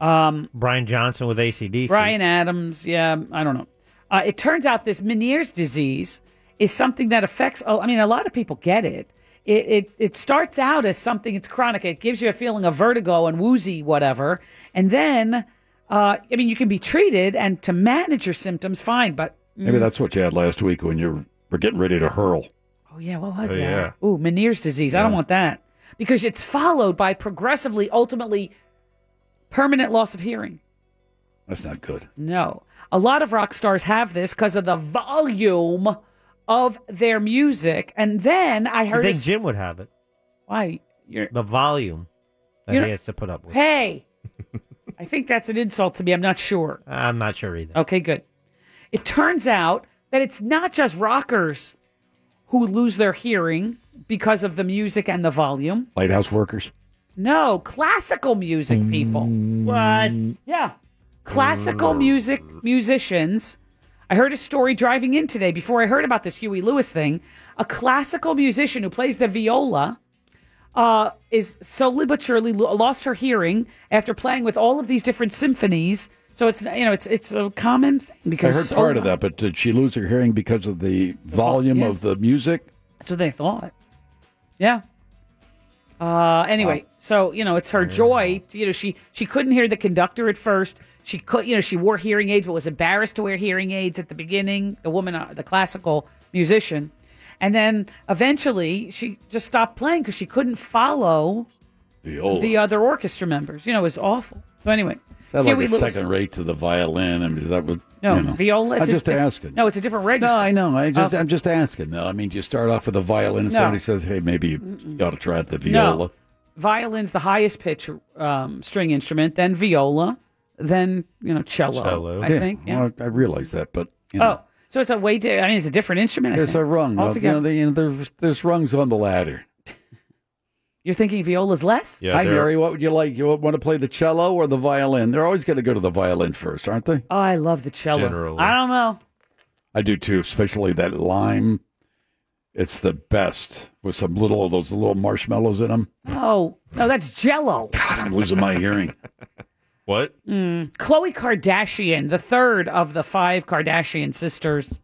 Um,
Brian Johnson with ACDC.
Brian Adams. Yeah, I don't know. Uh, it turns out this Meniere's disease is something that affects. Oh, I mean, a lot of people get it. It, it. it starts out as something. It's chronic. It gives you a feeling of vertigo and woozy, whatever. And then, uh, I mean, you can be treated and to manage your symptoms, fine. But mm,
Maybe that's what you had last week when you were getting ready to hurl.
oh yeah, what was
Oh,
that?
yeah.
Ooh, Meniere's disease. I don't want that because it's followed by progressively, ultimately, permanent loss of hearing.
That's not good.
No. A lot of rock stars have this because of the volume of their music. And then I
I
heard
think
a-
Jim would have it.
why you're
The volume that
You know-
he has to put up with.
hey. I think that's an insult to me. I'm not sure.
I'm not sure either.
Okay, good. It turns out that it's not just rockers who lose their hearing because of the music and the volume.
Lighthouse workers.
No, classical music people.
What?
Yeah. Classical music musicians. I heard a story driving in today before I heard about this Huey Lewis thing. A classical musician who plays the viola uh, is slowly but surely lo- lost her hearing after playing with all of these different symphonies. So it's you know it's it's a common thing
I
because
heard
so
part of
mu-
that, but did she lose her hearing because of the volume
yes.
of the music?
That's what they thought. Yeah. Uh, anyway, so you know, it's her joy. to- you know, she she couldn't hear the conductor at first. She could, you know, she wore hearing aids, but was embarrassed to wear hearing aids at the beginning. The woman, uh, the classical musician, and then eventually she just stopped playing because she couldn't follow
The old.
the other orchestra members. You know, it was awful. So anyway,
That's like
Huey
a
Lewis-
second rate to the violin. I mean, that would
No,
you know.
viola.
I'm
it's a
just
diff-
asking.
No, it's a different register.
no, I know. I just,
Oh.
I'm just asking. though. I mean, do you start off with a violin, and
No.
somebody says, "Hey, maybe you, ought to try the viola."
No. Violin's the highest pitch um, string instrument, then viola, then you know cello.
Cello.
I
Yeah,
think. Yeah.
well, I realize that, but you
oh,
know,
so it's a way. Di- I mean, it's a different instrument. I
there's
think,
a rung. Of, you
altogether.
know, the, you know, there's, there's rungs on the ladder.
You're thinking viola's less.
Yeah,
Hi,
they're-
Mary. What would you like? You want to play the cello or the violin? They're always going to go to the violin first, aren't they?
Oh, I love the cello.
Generally.
I don't know.
I do too, especially that lime. It's the best with some little of those little marshmallows in them.
No, no, that's Jello.
God, I'm losing my hearing.
What?
Chloe Kardashian, the third of the five Kardashian sisters,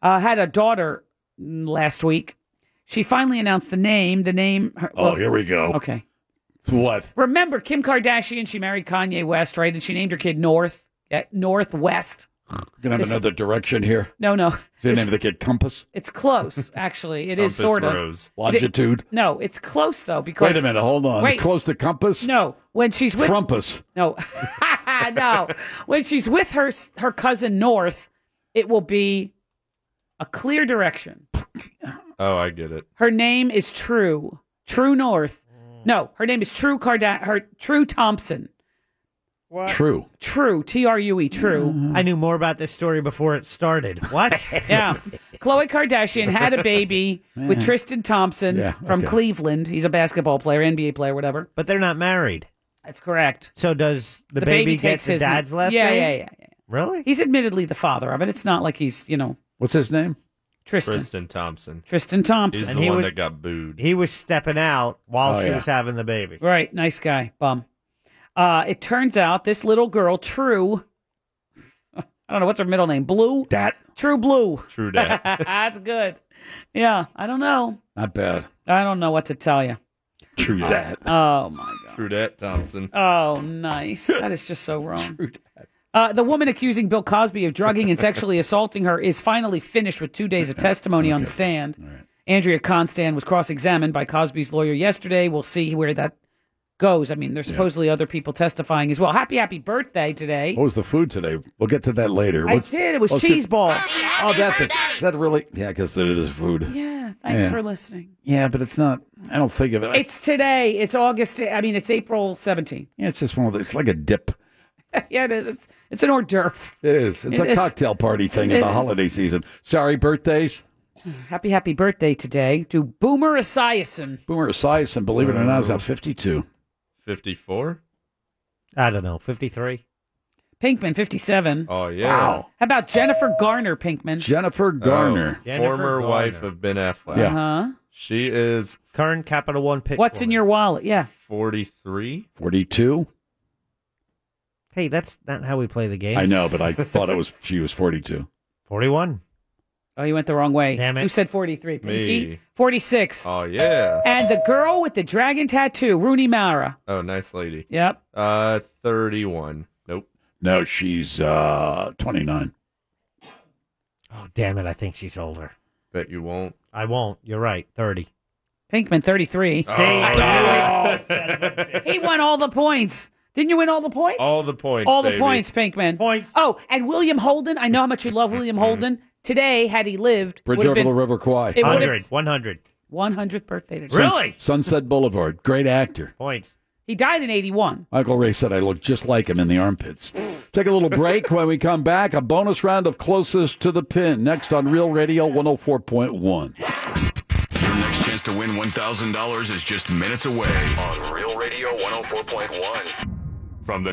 uh, had a daughter mm, last week. She finally announced the name. The name. Her,
Oh,
well,
here we go.
okay.
What?
Remember Kim Kardashian? She married Kanye West, right? And she named her kid North, yeah, Northwest.
Gonna have
This-
another direction here.
No, no,
Is the name
it's,
of the kid Compass?
it's close. Actually, it is
Compass
sort of.
Rose.
Longitude.
No, it's close though because
Wait a minute. Hold on.
Wait.
Close to Compass.
no, when she's with
Trumpus.
no, no, when she's with her her cousin North, it will be a clear direction.
Oh, I get it.
Her name is True, True North. No, her name is True Carda- her True Thompson,
True.
True T R U E, True.
I knew more about this story before it started. What?
Yeah. Khloe Kardashian had a baby with Tristan Thompson
Yeah,
from
okay.
Cleveland. He's a basketball player, NBA player, whatever.
but they're not married.
That's correct.
So does the,
The
baby,
baby
get
takes
the
his
dad's
name.
last
yeah,
name?
Yeah, yeah, yeah.
Really?
He's admittedly the father of it. It's not like he's, you know,
What's his name?
Tristan. Tristan,
Kristen Thompson. He's
Thompson.
the
And he
one
was-
that got booed.
He was stepping out while
Oh,
she
yeah.
was having the baby.
Right. Nice guy. Bum. Uh, it turns out this little girl, True, I don't know what's her middle name. Blue?
Dat.
True Blue.
True dat.
That's good. Yeah. I don't know.
Not bad.
I don't know what to tell you.
True that.
Oh, my God.
True dat Thompson.
Oh, nice. That is just so wrong. Uh, the woman accusing Bill Cosby of drugging and sexually assaulting her is finally finished with two days of testimony on the stand. Andrea Constan was cross examined by Cosby's lawyer yesterday. We'll see where that goes. I mean, there's supposedly other people testifying as well. Happy, happy birthday today.
What was the food today? We'll get to that later.
I did. It was
let's
cheese balls.
Oh, that thing. Is that really? Yeah, because it is food.
Yeah. Thanks
Yeah.
for listening.
Yeah, but it's not. I don't think of it.
It's today. It's August. I mean, it's April 17th.
yeah, it's just one of those. It's like a dip.
yeah, it is. It's it's an hors d'oeuvre.
It is. It's
It
a
is.
cocktail party thing in
It
the
is.
holiday season. Sorry, birthdays.
Happy, happy birthday today to Boomer Esiason.
Boomer Esiason, believe it or not, is now 52.
54?
I don't know. 53?
Pinkman, 57.
Oh, yeah. Wow.
How about Jennifer Garner Pinkman?
Jennifer
Garner.
Jennifer
Oh, former
Garner.
wife of Ben Affleck.
Yeah. Uh-huh.
She is
current Capital One pitch.
What's in your wallet? Yeah.
43.
42?
Hey, that's not how we play the game.
I know, but I thought it was she was 42.
41.
Oh, you went the wrong way.
Damn it.
Who said 43? Pinky?
Me.
46.
Oh, yeah.
And the girl with the dragon tattoo, Rooney Mara.
Oh, nice lady.
Yep.
Uh, 31. Nope.
No, she's uh, 29.
Oh, damn it. I think she's older.
Bet you won't.
I won't. You're right. 30.
Pinkman, 33.
Oh,
See? I knew it.
He won all the points. Didn't you win all the points?
All the points.
All the
baby.
points, Pinkman.
Points.
Oh, and William Holden. I know how much you love William Holden. Today, had he lived,
Bridge
would have
over
been
the River Kwai.
It would
100.
have
100.
100th birthday today.
Suns-
Really?
Sunset Boulevard. Great actor.
Points.
He died in 81.
Michael Ray said I look just like him in the armpits. Take a little break. when we come back, a bonus round of closest to the pin next on Real Radio 104.1.
Your next chance to win $1,000 is just minutes away on Real Radio 104.1. From the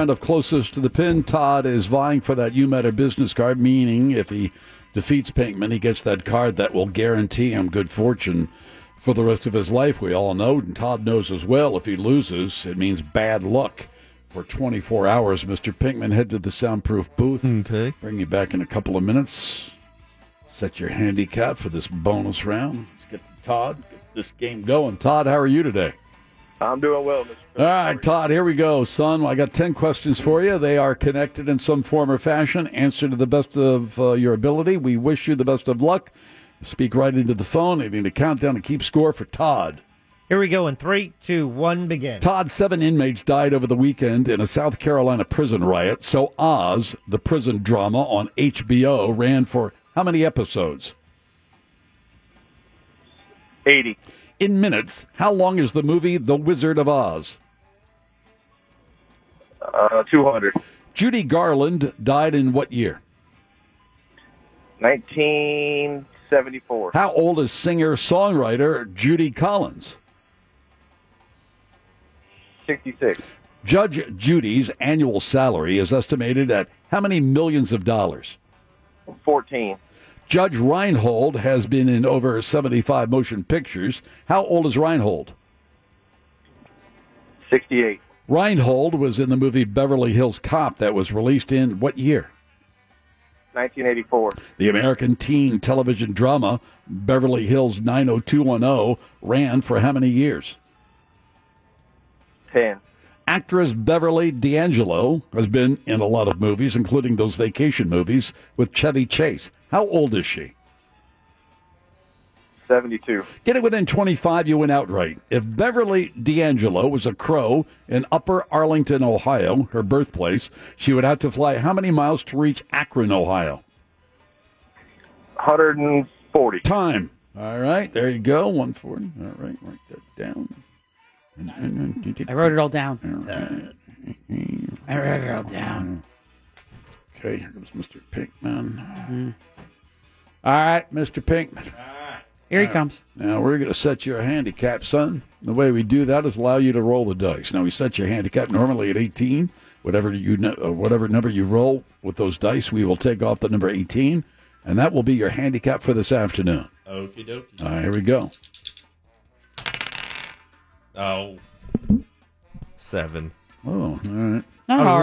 of closest to the pin. Todd is vying for that You Matter business card, meaning if he defeats Pinkman, he gets that card that will guarantee him good fortune for the rest of his life. We all know, and Todd knows as well. If he loses, it means bad luck for 24 hours. Mr. Pinkman, head to the soundproof booth.
Okay.
Bring you back in a couple of minutes. Set your handicap for this bonus round. Let's get to Todd. Get this game going. Todd, how are you today?
I'm doing well, Mr.
All right, Todd, here we go, son. I got 10 questions for you. They are connected in some form or fashion. Answer to the best of uh, your ability. We wish you the best of luck. Speak right into the phone. I need a countdown to keep score for Todd.
Here we go in three, two, one, begin.
Todd, seven inmates died over the weekend in a South Carolina prison riot. So Oz, the prison drama on HBO, ran for how many episodes?
80.
In minutes, how long is the movie The Wizard of Oz?
Uh, 200.
Judy Garland died in what year?
1974.
How old is singer songwriter Judy Collins?
66.
Judge Judy's annual salary is estimated at how many millions of dollars?
14.
Judge Reinhold has been in over 75 motion pictures. How old is Reinhold?
68.
Reinhold was in the movie Beverly Hills Cop that was released in what year?
1984.
The American teen television drama Beverly Hills 90210 ran for how many years?
10.
Actress Beverly D'Angelo has been in a lot of movies, including those vacation movies with Chevy Chase. How old is she?
72.
Get it within 25, you win outright. If Beverly D'Angelo was a crow in Upper Arlington, Ohio, her birthplace, she would have to fly how many miles to reach Akron, Ohio?
140.
Time. All right, there you go. 140. All right, write that down.
I wrote it all down. I wrote it all down.
Okay, here comes Mr. Pinkman.
Mm-hmm.
All right, Mr. Pinkman.
Here he comes.
Now we're going to set your handicap, son. The way we do that is allow you to roll the dice. Now we set your handicap normally at 18. Whatever you kn- uh, whatever number you roll with those dice, we will take off the number 18, and that will be your handicap for this afternoon.
Okie dokie.
All right, here we go.
Oh.
Seven.
Oh, all right.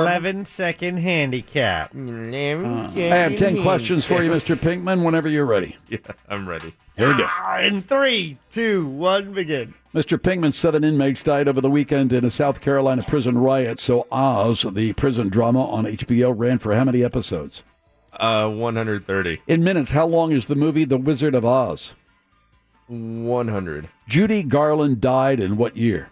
Eleven second handicap.
Uh,
I have 10 questions for you, Mr. Pinkman, whenever you're ready.
Yeah, I'm ready.
Here we go.
Ah, In three, two, one, begin.
Mr. Pinkman, seven inmates died over the weekend in a South Carolina prison riot, so Oz, the prison drama on HBO, ran for how many episodes?
Uh, 130.
In minutes, how long is the movie The Wizard of Oz?
100.
Judy Garland died in what year?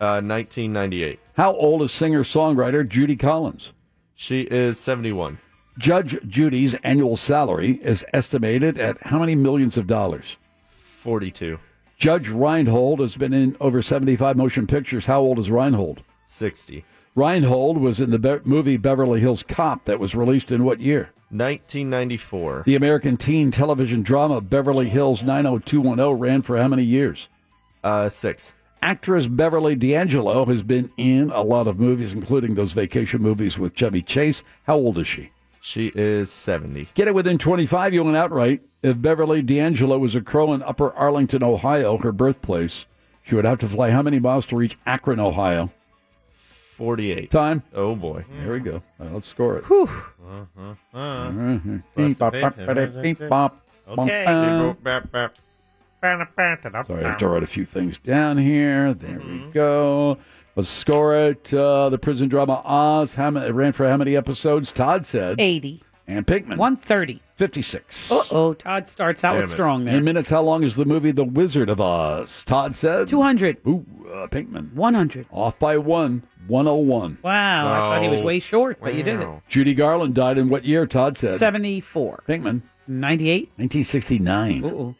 Uh, 1998.
How old is singer songwriter Judy Collins?
She is 71.
Judge Judy's annual salary is estimated at how many millions of dollars?
42.
Judge Reinhold has been in over 75 motion pictures. How old is Reinhold?
60.
Reinhold was in the be- movie Beverly Hills Cop that was released in what year?
1994.
The American teen television drama Beverly Hills 90210 ran for how many years?
Uh, six.
Actress Beverly D'Angelo has been in a lot of movies, including those vacation movies with Chevy Chase. How old is she?
She is 70.
Get it within 25, you went outright. If Beverly D'Angelo was a crow in Upper Arlington, Ohio, her birthplace, she would have to fly how many miles to reach Akron, Ohio?
48.
Time?
Oh, boy.
There we go. Uh, let's score it.
Uh-huh.
Mm-hmm.
Okay. Sorry, I have to write a few things down here. There we go. Let's score it. Uh, the prison drama Oz. How many, it ran for how many episodes? Todd said
80.
And Pinkman.
130.
56.
Uh oh. Todd starts out
Damn
with
it.
strong there.
In minutes, how long is the movie The Wizard of Oz? Todd said
200.
Ooh, uh, Pinkman.
100.
Off by one. 101.
Wow. I thought he was
Wow.
way short, but you did it.
Judy Garland died in what year? Todd said
74.
Pinkman.
98.
1969.
Uh-oh.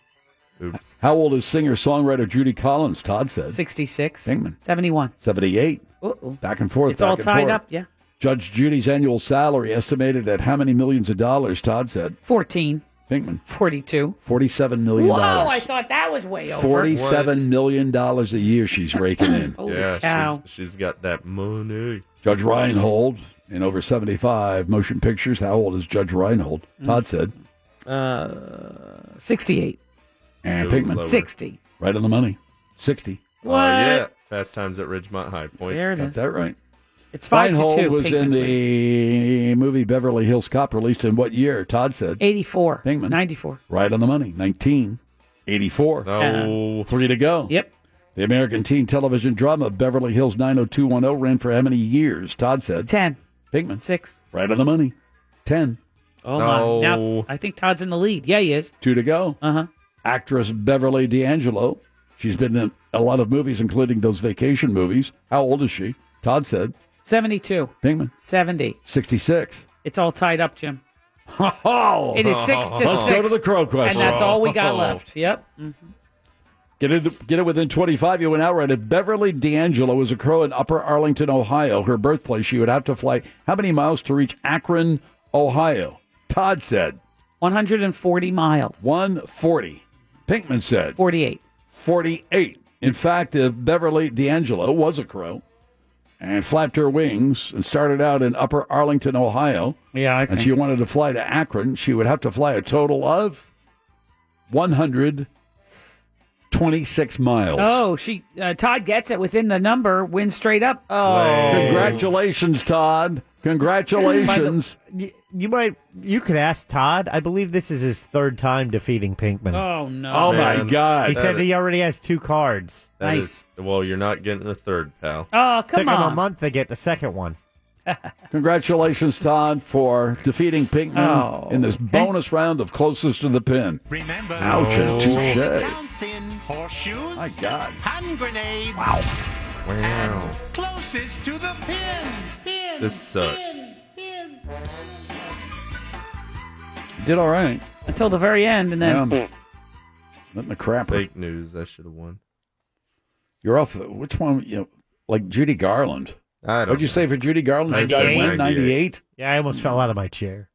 Oops.
How old is singer songwriter Judy Collins? Todd said
66.
Pinkman.
71.
78.
Uh-oh.
Back and forth.
It's all
back and
tied
forth.
up. Yeah.
Judge Judy's annual salary estimated at how many millions of dollars? Todd said
14.
Pinkman
42.
47 million
Whoa.
dollars.
I thought that was way over.
Forty-seven million dollars a year she's raking in.
yeah,
cow.
She's, she's got that money.
Judge Reinhold in over seventy-five motion pictures. How old is Judge Reinhold?
Mm.
Todd said
Uh, 68.
and Pinkman
60.
right on the money. Sixty.
Oh,
What?
yeah. Fast Times at Ridgemont High Points.
There it
Got
is.
that right.
It's 5
Reinhold
to 2.
was in
Pinkman's right.
the movie Beverly Hills Cop, released in what year? Todd said
84.
Pinkman.
94.
Right on the money. 1984.
Oh.
Three to go.
Yep.
The American teen television drama Beverly Hills 90210 ran for how many years? Todd said
10.
Pinkman.
6.
Right on the money. 10.
Oh, my. Now, I think Todd's in the lead. Yeah, he is.
Two to go.
Uh huh.
Actress Beverly D'Angelo. She's been in a lot of movies, including those vacation movies. How old is she? Todd said
72.
Pinkman.
70.
66.
It's all tied up, Jim.
Oh,
It is 6 to 6.
Let's go to the crow question.
And that's all we got left. Yep.
Get it, get it within 25. You went outright. If Beverly D'Angelo was a crow in Upper Arlington, Ohio, her birthplace, she would have to fly how many miles to reach Akron, Ohio? Todd said
140 miles.
140. Pinkman said
48.
48. In fact, if Beverly D'Angelo was a crow and flapped her wings and started out in Upper Arlington, Ohio,
Yeah, I
and she wanted to fly to Akron, she would have to fly a total of 126 miles.
Oh, she uh, Todd gets it within the number, wins straight up.
Oh.
Congratulations, Todd. Congratulations.
You, you might. You could ask Todd. I believe this is his third time defeating Pinkman.
Oh no.
Oh, my
Man,
God.
He said
that-
he already has two cards.
that is- well, you're not getting a third, pal.
Oh,
Took
come
him a
on.
month to get the second one.
Congratulations, Todd, for defeating Pinkman
Oh,
in this bonus round of closest to the pin.
Remember,
Ouch and touche.
counts in horseshoes,
My God.
hand grenades,
Wow.
closest to the pin. Pin.
This sucks.
Pin.
Did all right.
Until the very end, and then
Yeah, I'm letting the crapper.
Fake news. I should have won.
You're off. Which one? You know, like Judy Garland.
I don't
What'd you
know.
say for Judy Garland?
I
She got
said
win 98.
Yeah, I almost fell out of my chair.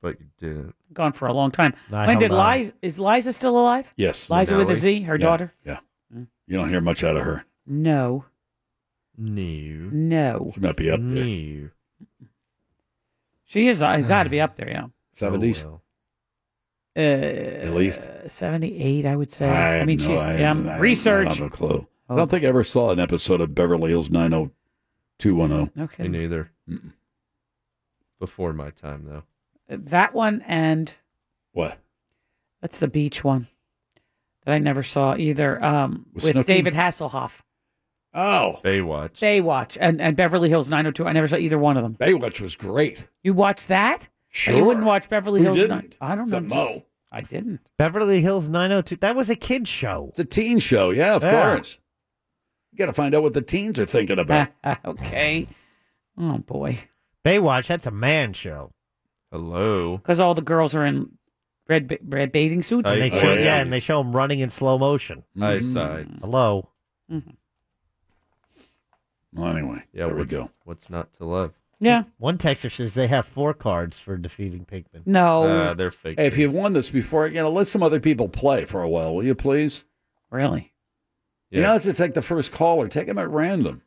But you didn't.
gone for a long time.
I
when did
held on.
Liza is Liza still alive?
Yes.
Liza with a
Minnelli.
Z, her
Yeah,
daughter?
Yeah. You don't hear much out of her.
No.
No.
No.
She might be up there.
She is. I got to be up there. Yeah.
70s.
Uh, At
least.
seventy-eight. I would say.
I
I,
have
mean,
no
she's
idea.
yeah,
I have- I
research.
don't have a clue. I
Oh.
don't think I ever saw an episode of Beverly Hills 90210.
Okay. Me
neither.
Before my time, though.
That one and
What?
That's the beach one that I never saw either. Um,
With
with
Snooki?
David Hasselhoff.
Oh.
Baywatch.
Baywatch and, and Beverly Hills 902. I never saw either one of them.
Baywatch was great.
You watched that? Or
Sure.
You wouldn't watch Beverly
Who
Hills
didn't?
902. I don't
Except
know.
Mo.
I didn't.
Beverly Hills 902. That was a kid's show.
It's a teen show. Yeah, of
Yeah.
course. You got to find out what the teens are thinking about.
Ah. okay. Oh, boy.
Baywatch, that's a man show.
Hello.
Because all the girls are in red ba- red bathing suits.
And they show, yeah, and they show him running in slow motion.
Mm-hmm.
I
Mm-hmm.
side.
Hello.
Well, anyway,
yeah,
there we
what's,
go.
What's not to love?
Yeah.
One texter says they have four cards for defeating Pikmin.
No.
Uh, they're fake.
Hey, if you've won this before, you know, let some other people play for a while, will you please?
Really?
You don't have to take the first caller. Take them at random.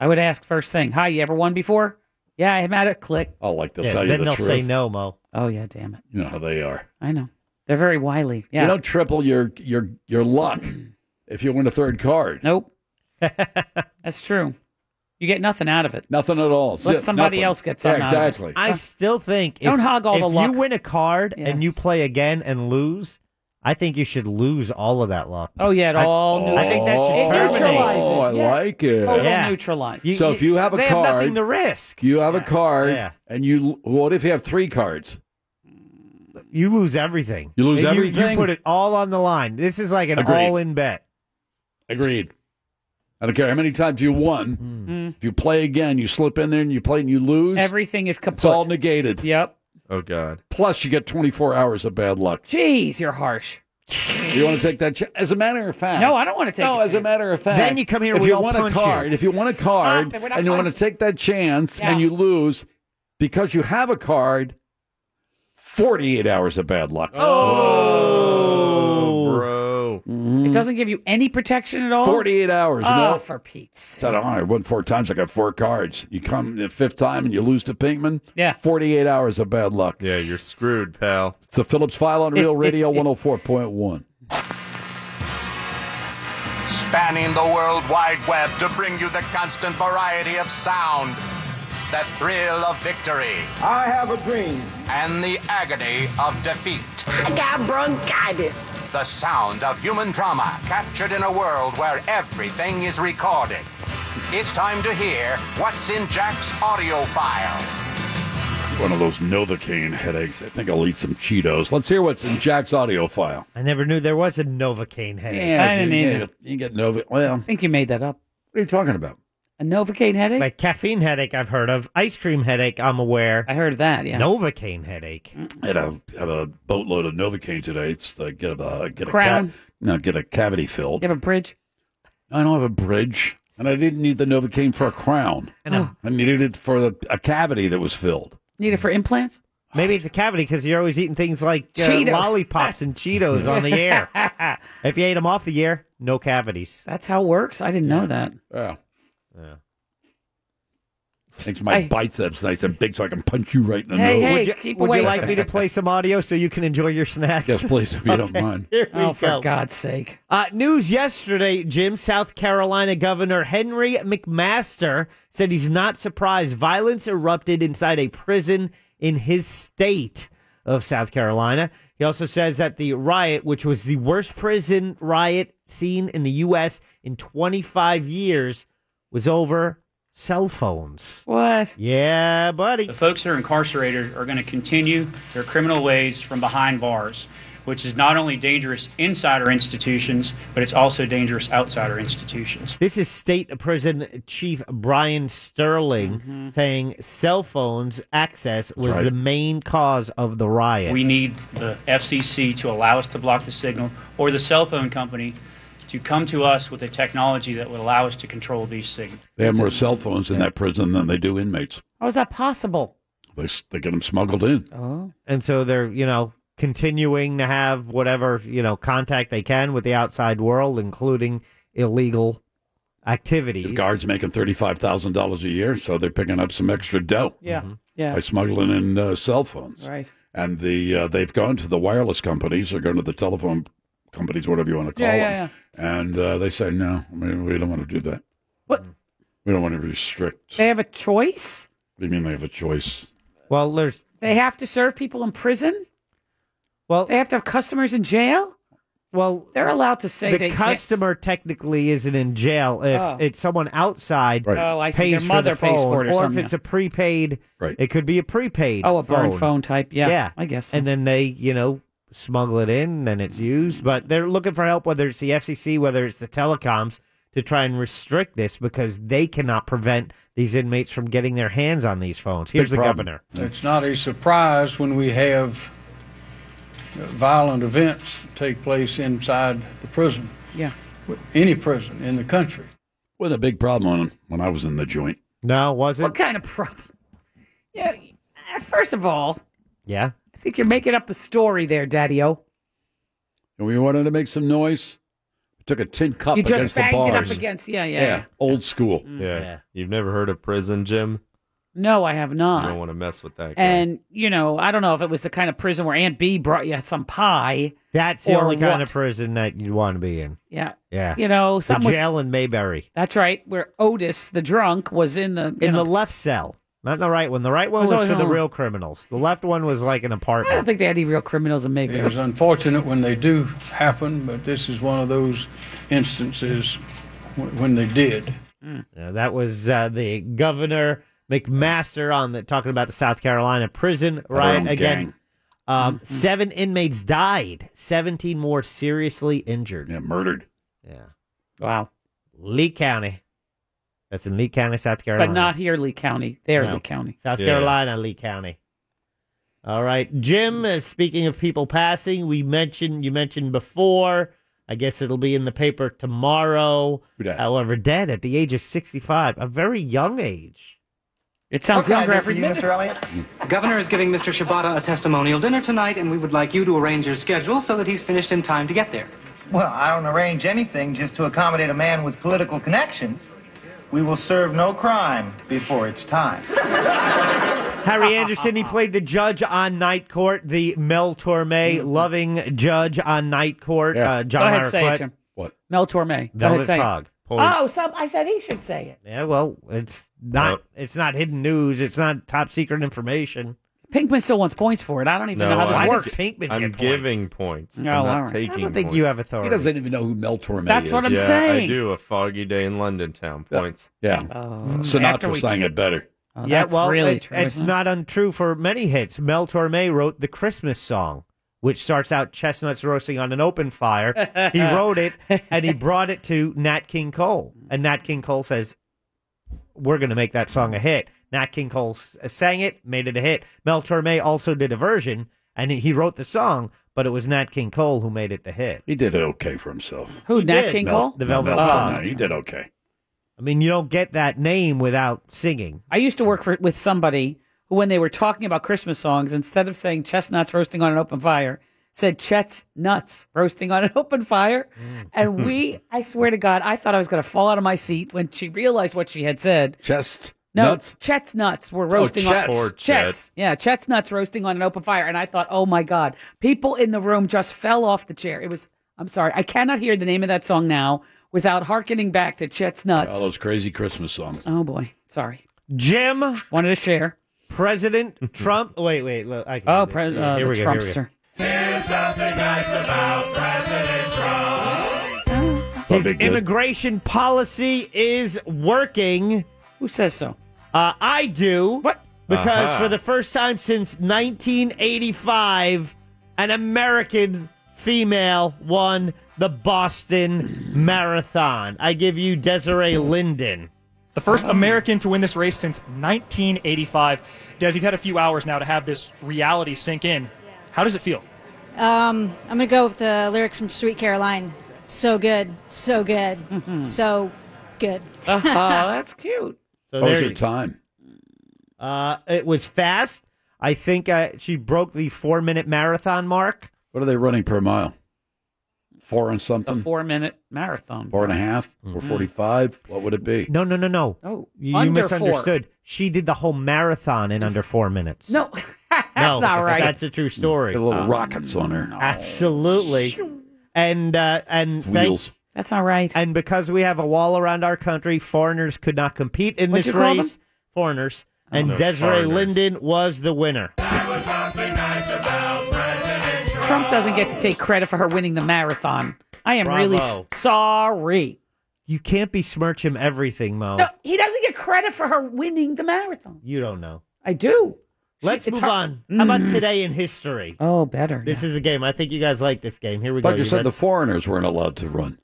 I would ask first thing, hi, you ever won before? Yeah, I'm at it. Click.
Oh, like they'll
Yeah,
tell you
then
the
they'll
truth.
say
no, Mo.
Oh, yeah, damn it.
You know how they are.
I know. They're very wily. Yeah.
You don't triple your your your luck if you win a third card.
Nope. That's true. You get nothing out of it.
Nothing at all.
Let
Zip,
somebody
nothing.
else get
Yeah,
something out of it.
exactly.
I still think if,
Don't hog all
if
the
you
luck.
win a card and you play again and lose, I think you should lose all of that luck.
Oh yeah, it
I-
all
I think that should
it
terminate.
neutralizes.
Oh, I
yeah.
like it.
Total
Yeah.
neutralized.
so if you have a card, You have a card,
Yeah.
and you. What if you have three cards?
You lose everything.
You lose
You- You,
everything?
put it all on the line. This is like an
Agreed.
all-in bet.
Agreed. I don't care how many times you won. If you play again, you slip in there and you play and you lose.
Mm-hmm. Everything is
It's all negated.
Yep.
Oh God.
Plus, you get 24 hours of bad luck.
Jeez, you're harsh.
You want to take that? Ch- as a matter of fact,
No, I don't want to take.
No,
it
as a matter of fact,
Then you come here,
If
we
you
all
want
punch
a
you.
card, if you want a
Stop
card,
it, we're not
and you want to take that chance and
Yeah.
you lose because you have a card, forty-eight hours of bad luck.
Oh, bro.
It doesn't give you any protection at all.
48 hours,
Mm-hmm. Oh,
no.
for Pete's sake.
Said, oh, I won four times. I got four cards. You come the fifth time and you lose to Pinkman.
Yeah.
48 hours of bad luck.
Yeah, you're screwed, pal.
It's the Phillips File on Real Radio 104.1.
Spanning the World Wide Web to bring you the constant variety of sound, the thrill of victory. I have a dream. And the agony of defeat. I got bronchitis. The sound of human drama captured in a world where everything is recorded. It's time to hear what's in Jack's audio file.
One of those Novocaine headaches. I think I'll eat some Cheetos. Let's hear what's in Jack's audio file.
I never knew there was a Novocaine headache.
Yeah, I didn't you- either. You get Nova. Well, I
think you made that up.
What are you talking about?
A Novocaine headache?
Like caffeine headache, I've heard of. Ice cream headache, I'm aware.
I heard of that. Yeah.
Novocaine headache.
I had a, had a boatload of Novocaine today. It's uh, get a get a
Crown.
ca- no, get a cavity filled.
You have a bridge.
I don't have a bridge, and I didn't need the Novocaine for a crown. I, needed it for the, a cavity that was filled.
Need it for implants?
Maybe it's a cavity because you're always eating things like uh,
Cheetos.
lollipops and Cheetos on the air. if you ate them off the air, no cavities.
That's how it works. I didn't know that.
Yeah. Yeah. Makes my
I-
biceps nice and big, so I can punch you right in the nose.
would you, would you like me to play some audio so you can enjoy your snacks?
Yes, please, if you don't mind.
here we
Oh, for
go.
God's sake.
Uh, news yesterday, Jim. South Carolina Governor Henry McMaster said he's not surprised violence erupted inside a prison in his state of South Carolina. He also says that the riot, which was the worst prison riot seen in the U.S. in 25 years, was over cell phones.
What?
Yeah, buddy.
The folks that are incarcerated are going to continue their criminal ways from behind bars, which is not only dangerous inside our institutions, but it's also dangerous outside our institutions.
This is State Prison Chief Brian Sterling saying cell phones access was
Mm-hmm. right.
the main cause of the riot.
We need the FCC to allow us to block the signal or the cell phone company to come to us with a technology that would allow us to control these signals.
They have more cell phones in that prison than they do inmates.
How is that possible?
They s- they get them smuggled in.
Oh.
and so they're, you know, continuing to have whatever, you know, contact they can with the outside world, including illegal activities.
The guards making thirty-five thousand dollars a year, so they're picking up some extra dough
Yeah. Yeah.
by smuggling in uh, cell phones.
Right.
And the uh, they've gone to the wireless companies or gone to the telephone companies, whatever you want to call
Yeah,
them.
yeah,
And uh, they say no, I mean, we don't want to do that.
What?
We don't want to restrict.
They have a choice.
What do you mean they have a choice?
Well, there's
They have to serve people in prison.
Well,
they have to have customers in jail.
Well,
they're allowed to say
the
they can't-
customer technically isn't in jail if
Oh.
it's someone outside
Right. Oh, I see. Their
pays
mother
for the phone,
pays for it or
or if
something,
it's a prepaid. Right. It could be a prepaid.
Oh, a burned phone type, yeah,
yeah,
I guess.
And then they, you know, smuggle it in, then it's used. But they're looking for help, whether it's the FCC, whether it's the telecoms, to try and restrict this because they cannot prevent these inmates from getting their hands on these phones. Here's the governor.
It's not a surprise when we have violent events take place inside the prison,
Yeah.
any prison in the country.
Wasn't a big problem when, when I was in the joint.
No, was it?
What kind of problem? Yeah. uh, First of all,
Yeah.
I think you're making up a story there, Daddy O.
And we wanted to make some noise. Took a tin cup
You just
against the
banged it up
bars.
against. Yeah, yeah.
Yeah,
yeah.
old school.
Mm.
Yeah. You've never heard of prison, Jim?
No, I have
You
not.
don't want to mess with that guy.
And you know, I don't know if it was the kind of prison where Aunt B brought you some pie.
That's the
or
only kind
what.
of prison that you'd want to be in.
Yeah.
Yeah.
You know,
The
something with-
jail in Mayberry.
That's right. Where Otis, the drunk, was in the you
in
know,
the left cell, not the right one. The right one
It was
was,
always
for the
on-
real criminals. The left one was like an
I don't
apartment.
think they had any real criminals in
It
Mayberry.
is unfortunate when they do happen, but this is one of those instances wh- when they did.
Hmm.
Yeah, that was uh, the governor McMaster on the talking about the South Carolina prison riot
own
again.
gang.
Um,
Mm-hmm.
Seven inmates died. Seventeen more seriously injured.
Yeah, murdered.
Yeah.
Wow.
Lee County. That's in Lee County, South Carolina.
But not here, Lee County. There,
No.
Lee County.
South Carolina, Lee County. All right, Jim. uh, Speaking of people passing, we mentioned you mentioned before. I guess it'll be in the paper tomorrow. However, dead at the age of sixty-five, a very young age.
It
Okay, good for you, Mr. Elliott. Governor is giving Mr. Shibata a testimonial dinner tonight, and we would like you to arrange your schedule so that he's finished in time to get there.
Well, I don't arrange anything just to accommodate a man with political connections. We will serve no crime before it's time.
Harry Anderson, he played the judge on Night Court, the Mel Torme loving judge on Night Court. Uh, John
Go ahead, say it,
Marquette.
Jim. Mel Torme. Go
Velvet
ahead, say it.
Fog.
Oh, some, I said he should say it.
Yeah, well, it's not it's not hidden news. It's not top secret information.
Pinkman still wants points for it. I don't even know how this
I'm-
works.
I'm giving points.
No,
I'm not
Oh, all right.
taking
I don't
think
points.
you have authority.
He doesn't even know who Mel Torme
That's
is.
what I'm
yeah, I
saying. Oh.
do. A foggy day in London town. Points.
Yeah.
After
Sinatra
we-
sang it better.
yeah, well,
really
it-
true,
it's
isn't it?
not untrue for many hits. Mel Torme wrote the Christmas song, which starts out chestnuts roasting on an open fire. he wrote it and he brought it to Nat King Cole, and Nat King Cole says, "We're going to make that song a hit." Nat King Cole s- uh, sang it, made it a hit. Mel Torme also did a version, and he- he wrote the song, but it was Nat King Cole who made it the hit.
He did it okay for himself.
Who, Nat King
Mel-
Cole?
The
no,
Velvet
Mel
Fog.
Torme. He did okay.
I mean, you don't get that name without singing.
I used to work for, with somebody who, when they were talking about Christmas songs, instead of saying chestnuts roasting on an open fire, said Chet's nuts roasting on an open fire.
Mm.
And we, I swear to God, I thought I was going to fall out of my seat when she realized what she had said.
Chest
no,
nuts?
Chet's nuts
Oh,
were roasting
Chet's.
on
Poor
Chet's. Yeah, Chet's nuts roasting on an open fire. And I thought, oh my God, people in the room just fell off the chair. It was, I'm sorry, I cannot hear the name of that song now without hearkening back to Chet's nuts.
All Oh, those crazy Christmas songs.
Oh boy, sorry.
Jim
wanted to share.
President Trump. Wait, wait. Look, I can
Oh,
do this.
pres- uh,
Here we
the
go, here we go.
Trumpster.
Here's something nice about President Trump.
His immigration policy is working.
Who says so?
Uh, I do.
What?
Because
Uh-huh.
for the first time since 1985, an American female won the Boston Marathon. I give you Desiree Linden.
The first American to win this race since 1985. Des, you've had a few hours now to have this reality sink in. How does it feel?
Um, I'm gonna go with the lyrics from Sweet Caroline. So good, so good,
Mm-hmm.
so good.
Oh, that's cute.
So
How was
there
your
you-
time?
Uh, it was fast. I think uh, she broke the four minute marathon mark.
What are they running per mile? four
a
and something,
four minute marathon.
four and a half, or
Mm-hmm.
Mhm.
forty-five. What would it be?
No, no, no, no.
Oh,
you, you
under four.
misunderstood. She did the whole marathon in under four minutes.
No, that's
no,
not right.
That's a true story. Uh,
Got little rockets on her.
Absolutely. And uh, and thank-
Wheels.
That's not right.
And because we have a wall around our country, foreigners could not compete in
What'd
this
you call
race.
them?
Foreigners. And
no,
Desiree
foreigners.
Linden was the winner.
Trump doesn't get to take credit for her winning the marathon. I am really s-
Bravo.
sorry.
You can't besmirch him everything, Mo.
No, he doesn't get credit for her winning the marathon.
You don't know.
I do.
Let's
She- it's
move
her-
on. How about
Mm.
today in history?
Oh, better.
This is a game. I think you guys like this game. Here we
I thought
go.
you
You
said
ready?
the foreigners weren't allowed to run.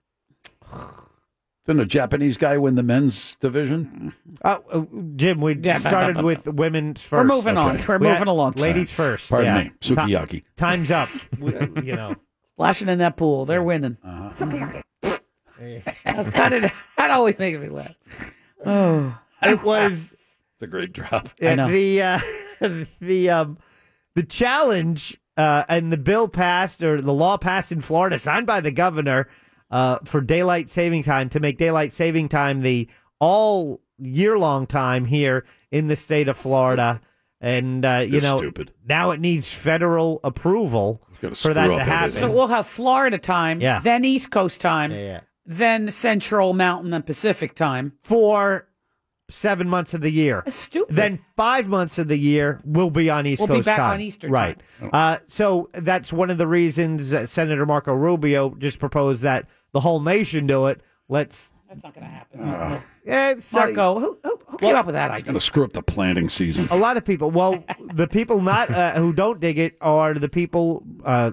Didn't a Japanese guy win the men's division?
Uh, uh, Jim, we
Yeah,
started
but-
with women's first.
We're moving on. We're
We had
moving along.
Ladies first.
Pardon
yeah.
me. Sukiyaki.
Ti- time's up. We- you know.
Splashing in that pool. They're winning. I've got it. That always makes me laugh. Oh.
It was
It's a great drop.
uh, the uh, the um, the challenge uh, and the bill passed or the law passed in Florida, signed by the governor uh, for daylight saving time to make daylight saving time the all year long time here in the state of Florida. And uh, you
You're
know,
stupid.
now it needs federal approval
gonna
for that
screw
to
up
happen.
So we'll have Florida time,
Yeah.
then East Coast time,
yeah.
then Central Mountain and Pacific time.
for seven months of the year.
stupid.
Then five months of the year will be on East
We'll be
Coast
back
time.
on Eastern
right.
time.
Uh, so that's one of the reasons that Senator Marco Rubio just proposed that the whole nation do it. Let's.
That's not going to happen.
Yeah,
Marco, who, who, who came up with that idea?
Going to screw up the planting season.
A lot of people. Well, the people not uh, who don't dig it are the people uh,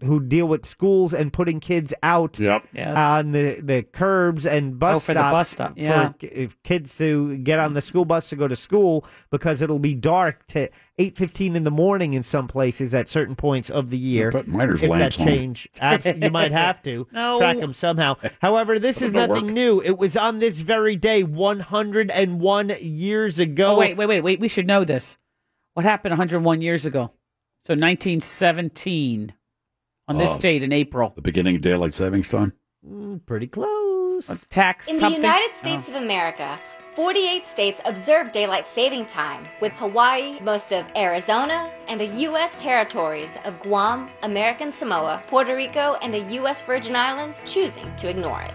who deal with schools and putting kids out
Yes.
on the, the curbs and bus
Oh, for the
stops
bus stop, yeah.
for ki- if kids to get on the school bus to go to school because it'll be dark to eight fifteen in the morning in some places at certain points of the year.
Put miners'
if that
lamps on.
change, abs- you might have to
No.
track them somehow. However, this is
That'll
nothing new. It was on this very day one hundred and one years ago.
Oh, wait, wait, wait, wait. We should know this. What happened 101 years ago? So 1917 on this
Oh.
date in April.
The beginning of daylight savings time.
Pretty close.
Tax
In the
something- Oh.
United States of America, 48 states observe daylight saving time, with Hawaii, most of Arizona, and the U.S. territories of Guam, American Samoa, Puerto Rico, and the U.S. Virgin Islands choosing to ignore it.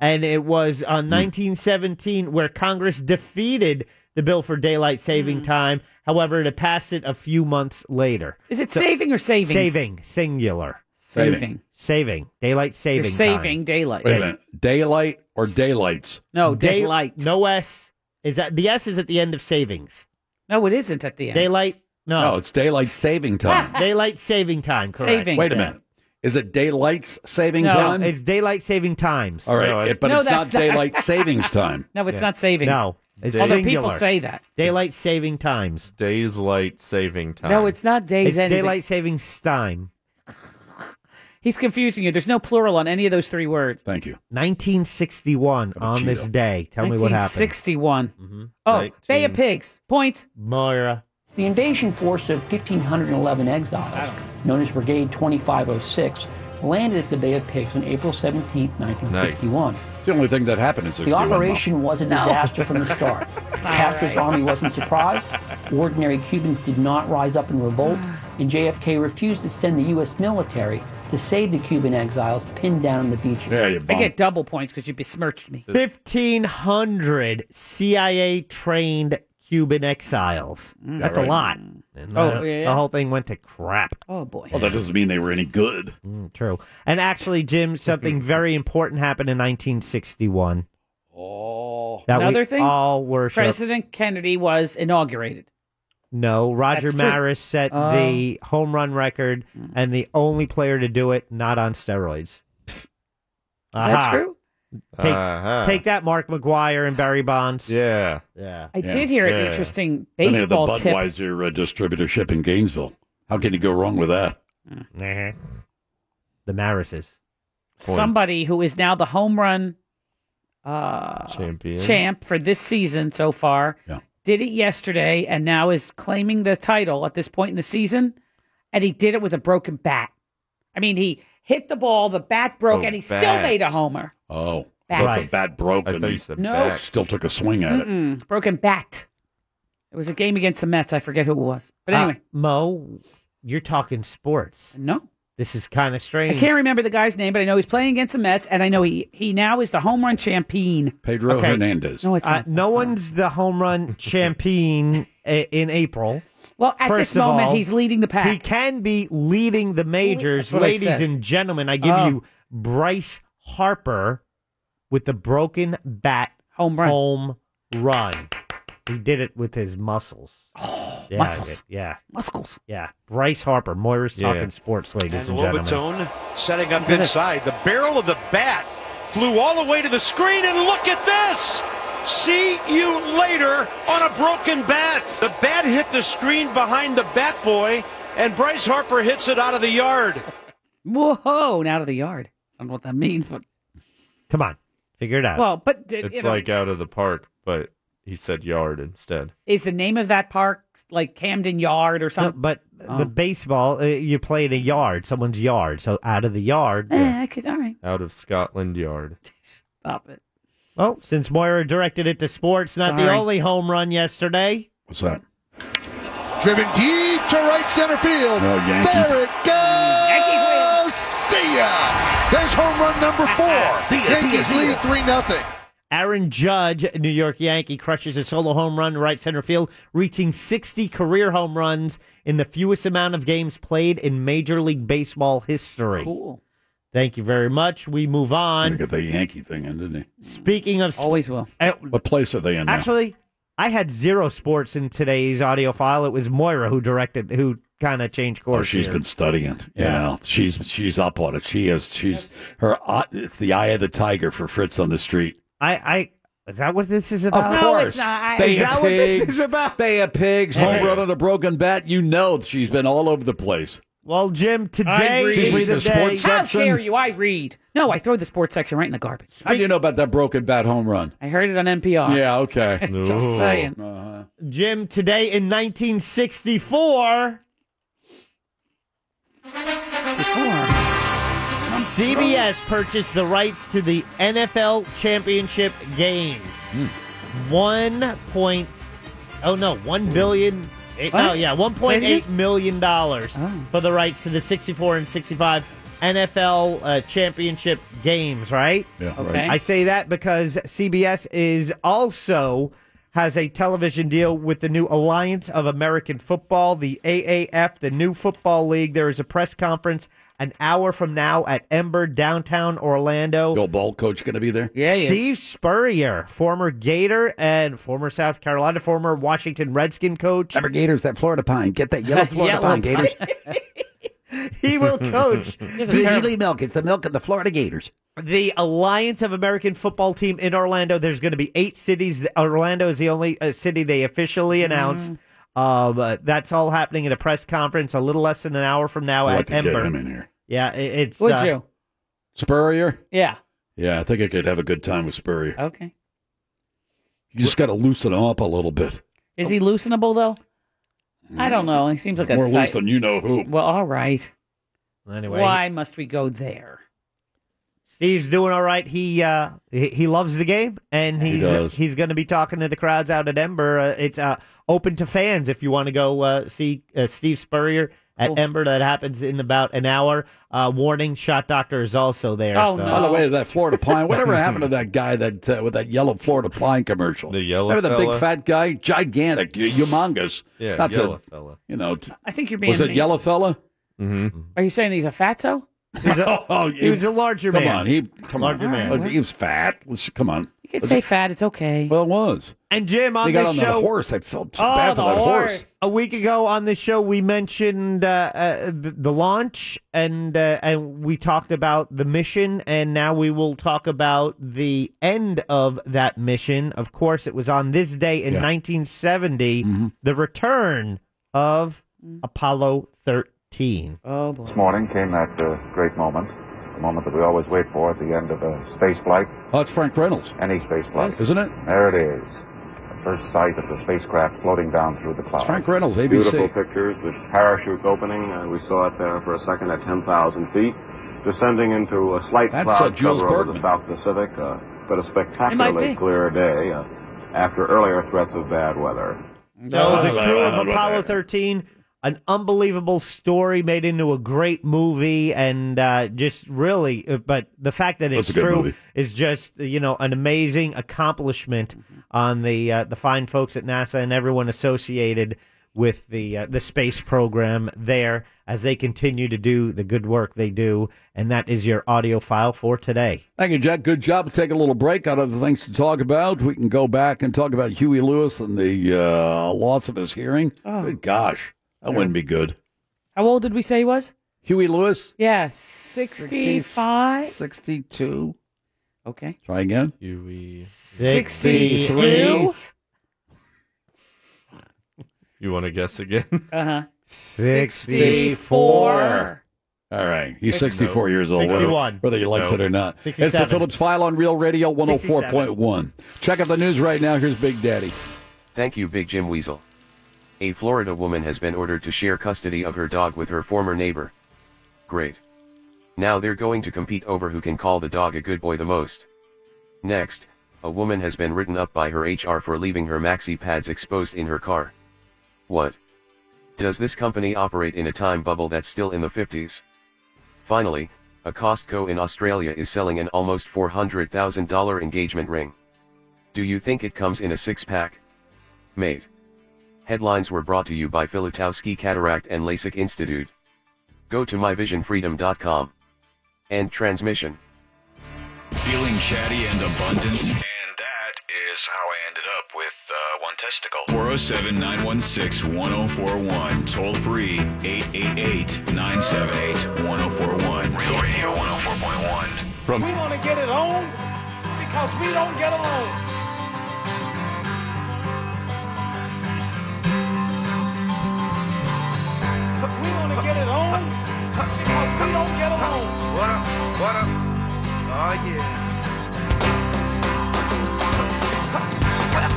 and it was
Hmm.
on 1917 where Congress defeated the bill for daylight saving
Hmm.
time. However, it passed it a few months later.
Is it saving or savings?
Saving, singular.
Saving.
saving, daylight saving.
You're saving
time.
daylight.
Wait a minute. Daylight or daylights?
No,
Day-
daylight.
No s is that the s is at the end of savings.
No, it isn't at the end.
Daylight. No,
No, it's daylight saving time.
daylight saving time. Correct.
Saving.
Wait a minute. Is it daylights saving
No,
time?
it's daylight saving times.
All right, it- but
No,
it's not
that's not-
daylight savings time.
No, it's
Yeah.
not savings.
No, it's
Although people
singular.
say that.
Daylight saving times.
Days light saving time.
No, it's not days.
It's
anything.
daylight savings time.
Oh. He's confusing you. There's no plural on any of those three words.
Thank you.
1961 on this day. Tell me what happened.
1961.
Mm-hmm.
Oh, Bay of Pigs. Points.
Moira.
The invasion force of 1,511 exiles, known as Brigade 2506, landed at the Bay of Pigs on April 17, 1961.
It's the only thing that happened in 61.
The operation was a
No.
disaster from the start. Castro's army wasn't surprised. Ordinary Cubans did not rise up in revolt, and JFK refused to send the U.S. military to save the Cuban exiles pinned down on the beaches.
Yeah, you
I get double points because you besmirched me.
1,500 CIA trained Cuban exiles. That's
Mm. right.
a lot. And uh,
Oh,
the,
yeah.
the whole thing went to crap. Mm,
Oh, boy.
Well, that doesn't mean they were any good.
true. And actually, Jim, something very important happened in 1961.
Oh.
That
Another
we
thing?
all worship.
President Kennedy was inaugurated.
No, Roger
That's true. Oh. Mm.
Maris set the home run record and the only player to do it not on steroids. Is
that true?
Take,
Uh-huh.
take that, Mark McGuire and Barry Bonds.
Yeah.
Yeah.
I did hear an interesting baseball
Then they
tip.
have the Budweiser uh, distributorship in Gainesville. How can you go wrong with that?
Mm. The Marises.
Somebody who is now the home run uh,
Champion.
champ for this season so far did it yesterday and now is claiming the title at this point in the season. And he did it with a broken bat. I mean, he hit the ball, the bat broke,
Oh,
and he still
bat.
made a homer.
Oh,
Bat.
but the bat broke
I
and
thought
he
you said
No. bat.
still took a swing at it.
Mm-mm, broken bat. It was a game against the Mets. I forget who it was, but
Uh,
anyway,
Mo, you're talking sports.
No.
This is kind of
I
strange.
can't remember the guy's name, but I know he's playing against the Mets, and I know he he now is the home run champion.
Pedro
Okay.
Hernandez.
No, it's
Uh,
not.
no one's the home run champion i- in April.
Well, at
First
this
of
moment,
all,
he's leading the pack.
He can be leading the majors,
That's what I
ladies
said.
and gentlemen. I give
Oh.
you Bryce Harper with the broken bat
home run.
Home run. He did it with his muscles. Oh,
muscles.
Yeah,
muscles.
Yeah, Bryce Harper. Moira's
Yeah.
talking sports, ladies
and
and, gentlemen.
Lobatone setting
Look
up
at this.
inside. The barrel of the bat flew all the way to the screen, and look at this! See you later on a broken bat. The bat hit the screen behind the bat boy, and Bryce Harper hits it out of the yard.
Whoa, and out of the yard. I don't know what that means, but
Come on, figure it out.
Well, but d- you
it's
know-
like out of the park, but he said yard instead.
is the name of that park like Camden Yard or
No,
something?
but the
Um.
baseball, uh, you play in a yard, someone's yard. So out of the yard.
Eh, I could, all right.
Out of Scotland Yard.
Stop it.
Oh, since Moira directed it to sports, not the
Sorry.
only home run yesterday.
What's that?
Driven deep to right center field.
Oh, Yankees.
there it goes. See ya. There's home run number four.
See ya, see ya,
Yankees
see ya.
lead 3 0.
Aaron Judge, New York Yankee, crushes a solo home run to right center field, reaching 60 career home runs in the fewest amount of games played in Major League Baseball history.
Cool.
Thank you very much. We move on.
Got the Yankee thing in, didn't he?
Speaking of
always will.
What place are they in? now?
Actually, I had zero sports in today's audio file. It was Moira who directed, who kind of changed course.
Oh, she's
here.
been studying. You
Yeah.
know, she's she's up on it. She is. She's her. eye- It's the eye of the tiger for Fritz on the street.
I, I is that what this is about?
Of course, Bay of Pigs.
about?
Bay of Pigs.
Yeah.
Home run on a broken bat. You know, she's been all over the place.
Well, Jim, today
She's
is
reading
the
the sports
day.
section.
How dare you? I read. No, I throw the sports section right in the garbage.
How do you know about that broken bat home run?
I heard it on NPR.
Yeah. Okay.
Oh.
Oh.
Just saying.
Uh-huh.
Jim, today in 1964, CBS purchased the rights to the NFL Championship games. One point, oh no, one billion. Eight,
What?
no, yeah, one point
Say it Oh.
eight million dollars for the rights to the '64 and '65 NFL uh, Championship games. Right?
Yeah. right. Okay.
I say that because CBS is also has a television deal with the new Alliance of American Football, the AAF, the new football league. There is a press conference an hour from now at Ember, downtown Orlando.
Bill Ball coach going to be there?
Steve Spurrier, former Gator and former South Carolina, former Washington Redskin coach.
Remember Gators, that Florida pine. Get that yellow Florida pine, Gators.
he will coach.
This
the-
milk. It's the milk of the Florida Gators.
the Alliance of American Football team in Orlando. There's going to be eight cities. Orlando is the only uh, city they officially
Mm.
announced. Um, uh, that's all happening at a press conference a little less than an hour from now
We'll
at
have to get
Ember.
him in here.
Yeah, i- it's.
Would
uh,
you?
Spurrier.
Yeah.
Yeah, I think I could have a good time with Spurrier.
Okay.
You just got to loosen him up a little bit.
Is he loosenable though? I don't know. He seems like a
More loose
tight.
than you know who.
Well, all right.
Anyway,
Why must we go there?
Steve's doing all right. He uh, he, he loves the game, and
He
he's
does.
he's going to be talking to the crowds out at Ember. Uh, it's uh, open to fans if you want to go uh, see uh, Steve Spurrier at
Cool.
Ember. That happens in about an hour. Uh, warning: Shot Doctor is also there.
Oh,
so.
By the way, that Florida pine. Whatever happened to that guy that uh, with that yellow Florida pine commercial? The
yellow
Remember the
fella?
big fat guy, gigantic, y- humongous.
Yeah,
Not to-
yellow fella.
You know, t-
I think you're being.
was it
mean.
yellow fella?
Mm-hmm.
Are you saying he's a fatso?
oh,
he was a larger
come
man.
On, he come
Larger
on,
man.
Let's- He was fat. Let's, come on.
You could say fat. It's okay.
Well, it was.
And Jim on
they got
this
on
show,
that horse. I felt so
Oh,
bad for
the
that horse.
A week ago on the show, we mentioned uh, uh, the, the launch, and uh, and we talked about the mission, and now we will talk about the end of that mission. Of course, it was on this day in 1970, the return of Apollo 13.
Oh boy!
This morning came that uh, great moment, the moment that we always wait for at the end of a space flight.
Oh, it's Frank Reynolds.
Any space flight.
Isn't it?
There it is. The first sight of the spacecraft floating down through the clouds.
Frank Reynolds, ABC.
Beautiful pictures with parachutes opening. Uh, we saw it there for a second at 10,000 feet.
descending into a slight
That's, uh,
cloud
Jules
cover over the
Bergman.
South Pacific, uh, but a
be.
spectacularly clear day uh, after earlier threats of bad weather.
No, the crew of Apollo 13, an unbelievable story made into a great movie, and uh, just really, uh, but the fact that
That's
it's
a good
true
movie.
is just you know an amazing accomplishment on the uh, the fine folks at NASA and everyone associated with the uh, the space program there as they continue to do the good work they do, and that is your audio file for today.
Thank you, Jack. Good job. We'll take a little break out of the things to talk about. We can go back and talk about Huey Lewis and the uh, loss of his hearing.
Oh.
Good gosh, that wouldn't be good.
How old did we say he was?
Huey Lewis.
Yeah, 65?
62. Okay.
Try again.
Huey.
63.
You want to guess again?
Uh huh.
64.
All right. He's 64 years old, whether-
61.
whether you likes
No.
it or not. It's the
67.
Phillips File on Real Radio 104.1. Check out the news right now. Here's Big Daddy.
Thank you, Big Jim Weasel. A Florida woman has been ordered to share custody of her dog with her former neighbor. Great. Now they're going to compete over who can call the dog a good boy the most. Next, a woman has been written up by her HR for leaving her maxi pads exposed in her car. What? Does this company operate in a time bubble that's still in the 50s? Finally, a Costco in Australia is selling an almost $400,000 engagement ring. Do you think it comes in a six pack? Mate. Headlines were brought to you by Filatowski Cataract and LASIK Institute. Go to myvisionfreedom.com. End transmission.
Feeling chatty and abundant?
And that is how I ended up with uh, one testicle.
407 916 1041. Toll free 888 978 1041. Real Radio 104.1. From
We want to get it on because we don't get along. We want to get it on because we don't get along. What up? What up? Oh yeah.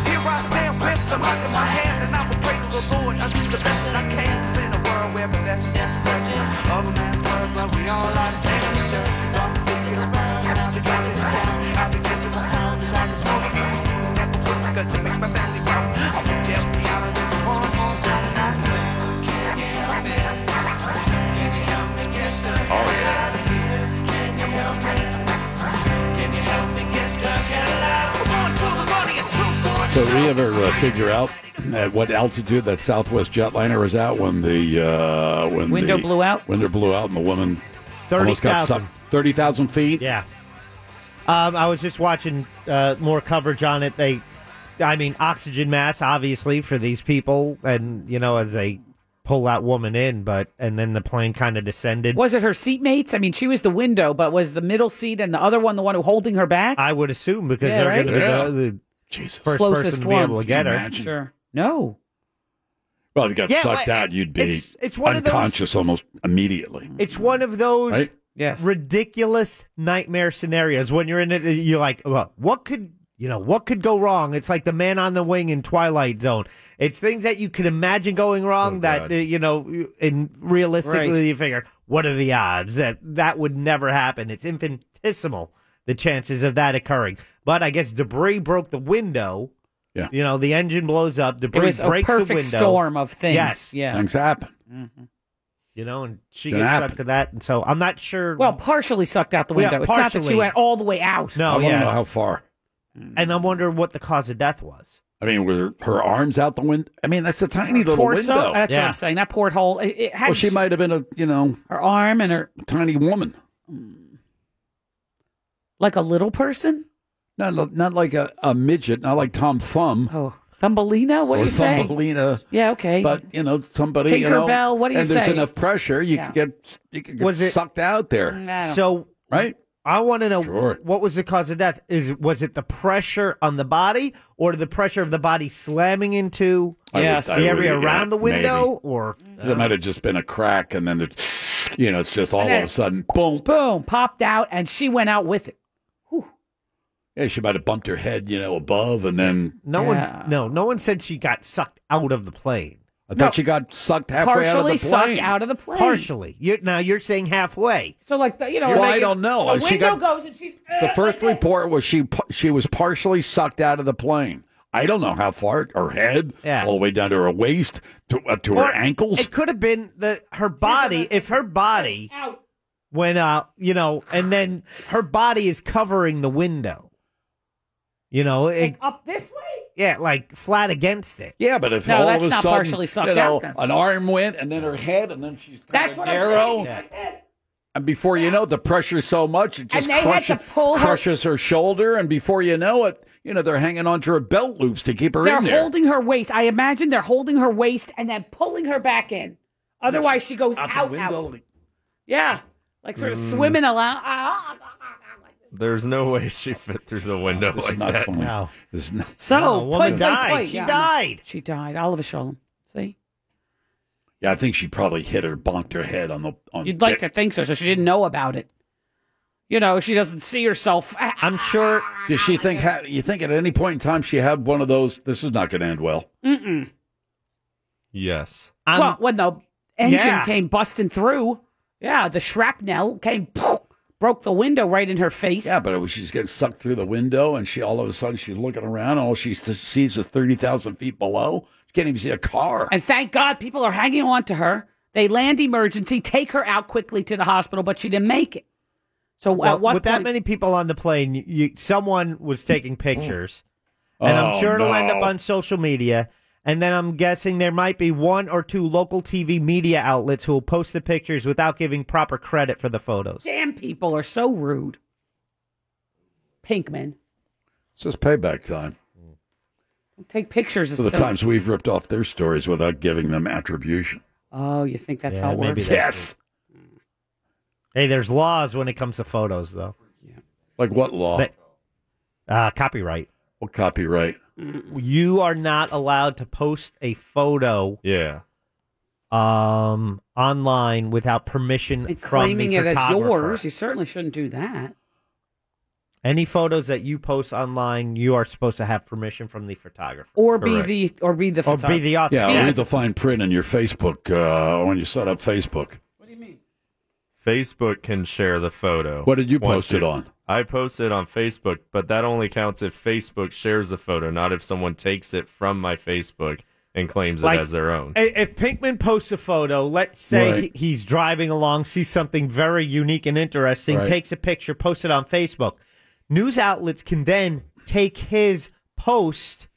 Here I stand with the mic in my hand and I will pray to the Lord. I do the best that I can 'cause in a world where possession is a question of a man's worth, but we all are the same. Just as long as they get around, I'll be counting it down. I'll be getting my sound just like it's moving. Never would because it makes my family proud. I won't get me out of this one more time. And I say, can you help me? Can you help me get the hell out of here? Can you help me? Can you help me get the hell out? One for the money and two for
So, did we ever uh, figure out at what altitude that Southwest jetliner was at when the uh, when
Window
the
blew out?
Window blew out, and the woman almost
30,000.
got sucked. Thirty thousand feet.
Yeah. Um, I was just watching uh, more coverage on it. They, I mean, oxygen mass, obviously, for these people, and you know, as they pull that woman in, but and then the plane kind of descended.
Was it her seatmates? I mean, she was the window, but was the middle seat and the other one the one who holding her back?
I would assume because
Yeah,
they're
right?
going to be
Yeah.
the, the first person
Closest
to be
one.
able to get her.
Sure. No.
Well, if you got
Yeah,
sucked
well,
out, you'd be
it's- it's one of those-
unconscious almost immediately.
It's one of those
Right?
ridiculous nightmare scenarios when you're in it. You're like, well, what could you know? What could go wrong? It's like the man on the wing in Twilight Zone. It's things that you can imagine going
Oh,
wrong that
God.
uh, you know, and realistically,
Right.
you figure, what are the odds that that would never happen? It's infinitesimal the chances of that occurring. But I guess debris broke the window.
Yeah.
You know, the engine blows up. Debris
It was a
breaks the
perfect
window.
storm of things.
Yes.
Yeah. Mm-hmm.
Things happen.
You know, and she
Gonna
gets
happen.
sucked to that, and so I'm not sure.
Well, partially sucked out the
Yeah,
window. it's not that she
partially.
went oh. all the way out.
No, I wanna yeah. know
How far?
And I'm wondering what the cause of death was.
I mean, were her arms out the window? I mean, that's a tiny little
Torso.
window.
That's what I'm saying. That porthole. It, it had
Well, she might have been a you know
her arm and her
tiny woman.
like a little person.
Not li- not like a, a midget, not like Tom Thumb.
Oh, Thumbelina. What
or
are you saying?
Thumbelina.
Yeah. Okay.
But you know, somebody. you
Tinker
know,
Bell, what do you
And there's
say?
enough pressure, you
Yeah.
could get you could get
Was it-
sucked out there.
Mm,
So
right,
I want to know
Sure.
what was the cause of death. Is was it the pressure on the body, or the pressure of the body slamming into
I would- I
the
would-
area
yeah,
around the window,
maybe.
or
Mm.
'Cause it might have just been a crack, and then there's, you know, it's just all of a sudden, boom.
Boom. Popped out, and she went out with it.
Yeah, she might have bumped her head, you know, above, and then
Uh.
no one's no no one said she got sucked out of the plane.
I thought you got sucked halfway out of the plane.
Partially sucked out of the plane.
Partially. You, now you're saying halfway.
So like the, you know,
Well,
like
I don't know.
A
She
window
got-
goes and she's eh,
The first report was she pa- she was partially sucked out of the plane. I don't know how far her head, all the way down to her waist, to up to her
Or
ankles.
It could have been that her body, if her body
Out.
went out, you know, and then her body is covering the window. You know, it,
up this way.
yeah, like flat against it.
Yeah, but if
No,
all
that's
of a
not
sudden,
partially sucked
you know,
out then.
an arm went and then her head and then she's
That's what
narrow.
I'm saying.
and before you know it, the pressure's so much it just
And they had
crushes,
to pull her-
crushes her shoulder, and before you know it, you know they're hanging onto her belt loops to keep her
They're
in there.
holding her waist. I imagine they're holding her waist and then pulling her back in. Otherwise, she goes Oh, out, out, Yeah, like sort of
Mm.
swimming along. Ah,
There's no way she fit through the window like
not
that.
funny. This is not
So
No, a
toy,
woman
toy,
died.
toy,
She
yeah.
died.
She died. Oliver Sholem. See,
Yeah, I think she probably hit her, bonked her head on the. On
you'd like to think so, so she didn't know about it. You know, she doesn't see herself.
I'm sure.
Does she think? ha- You think at any point in time she had one of those? This is not going to end well.
Mm-mm.
Yes.
well, when the engine
Yeah.
came busting through, yeah, the shrapnel came, poof, broke the window right in her face.
Yeah, but it was, she's getting sucked through the window, and she all of a sudden she's looking around. All she s- sees is thirty thousand feet below. She can't even see a car.
And thank God people are hanging on to her. They land emergency, take her out quickly to the hospital, but she didn't make it. So
Well,
at what
with that
point?
many people on the plane, you, you, someone was taking pictures, and
Oh,
I'm sure it'll end up
no.
on social media. And then I'm guessing there might be one or two local TV media outlets who will post the pictures without giving proper credit for the photos.
Damn people are so rude. Pinkman,
It's just payback time
take pictures of
for the
stuff.
times we've ripped off their stories without giving them attribution.
Oh, you think that's
Yeah,
how it
maybe
works?
that's Yes. Hey, there's laws when it comes to photos, though.
Like what law?
That- uh, copyright.
What copyright?
You are not allowed to post a photo.
Yeah.
Um, online without permission
And
from
claiming
the
it as
photographer.
yours, you certainly shouldn't do that.
Any photos that you post online, you are supposed to have permission from the photographer,
Or be the or be the
or be the author.
Yeah, read the fine print in your Facebook uh, when you set up Facebook.
Facebook can share the photo.
What did you
Once
post it on?
I posted on Facebook, but that only counts if Facebook shares the photo, not if someone takes it from my Facebook and claims
Like-
it as their own.
I- If Pinkman posts a photo, let's say
Right.
he- he's driving along, sees something very unique and interesting,
Right.
takes a picture, posts it on Facebook. News outlets can then take his post,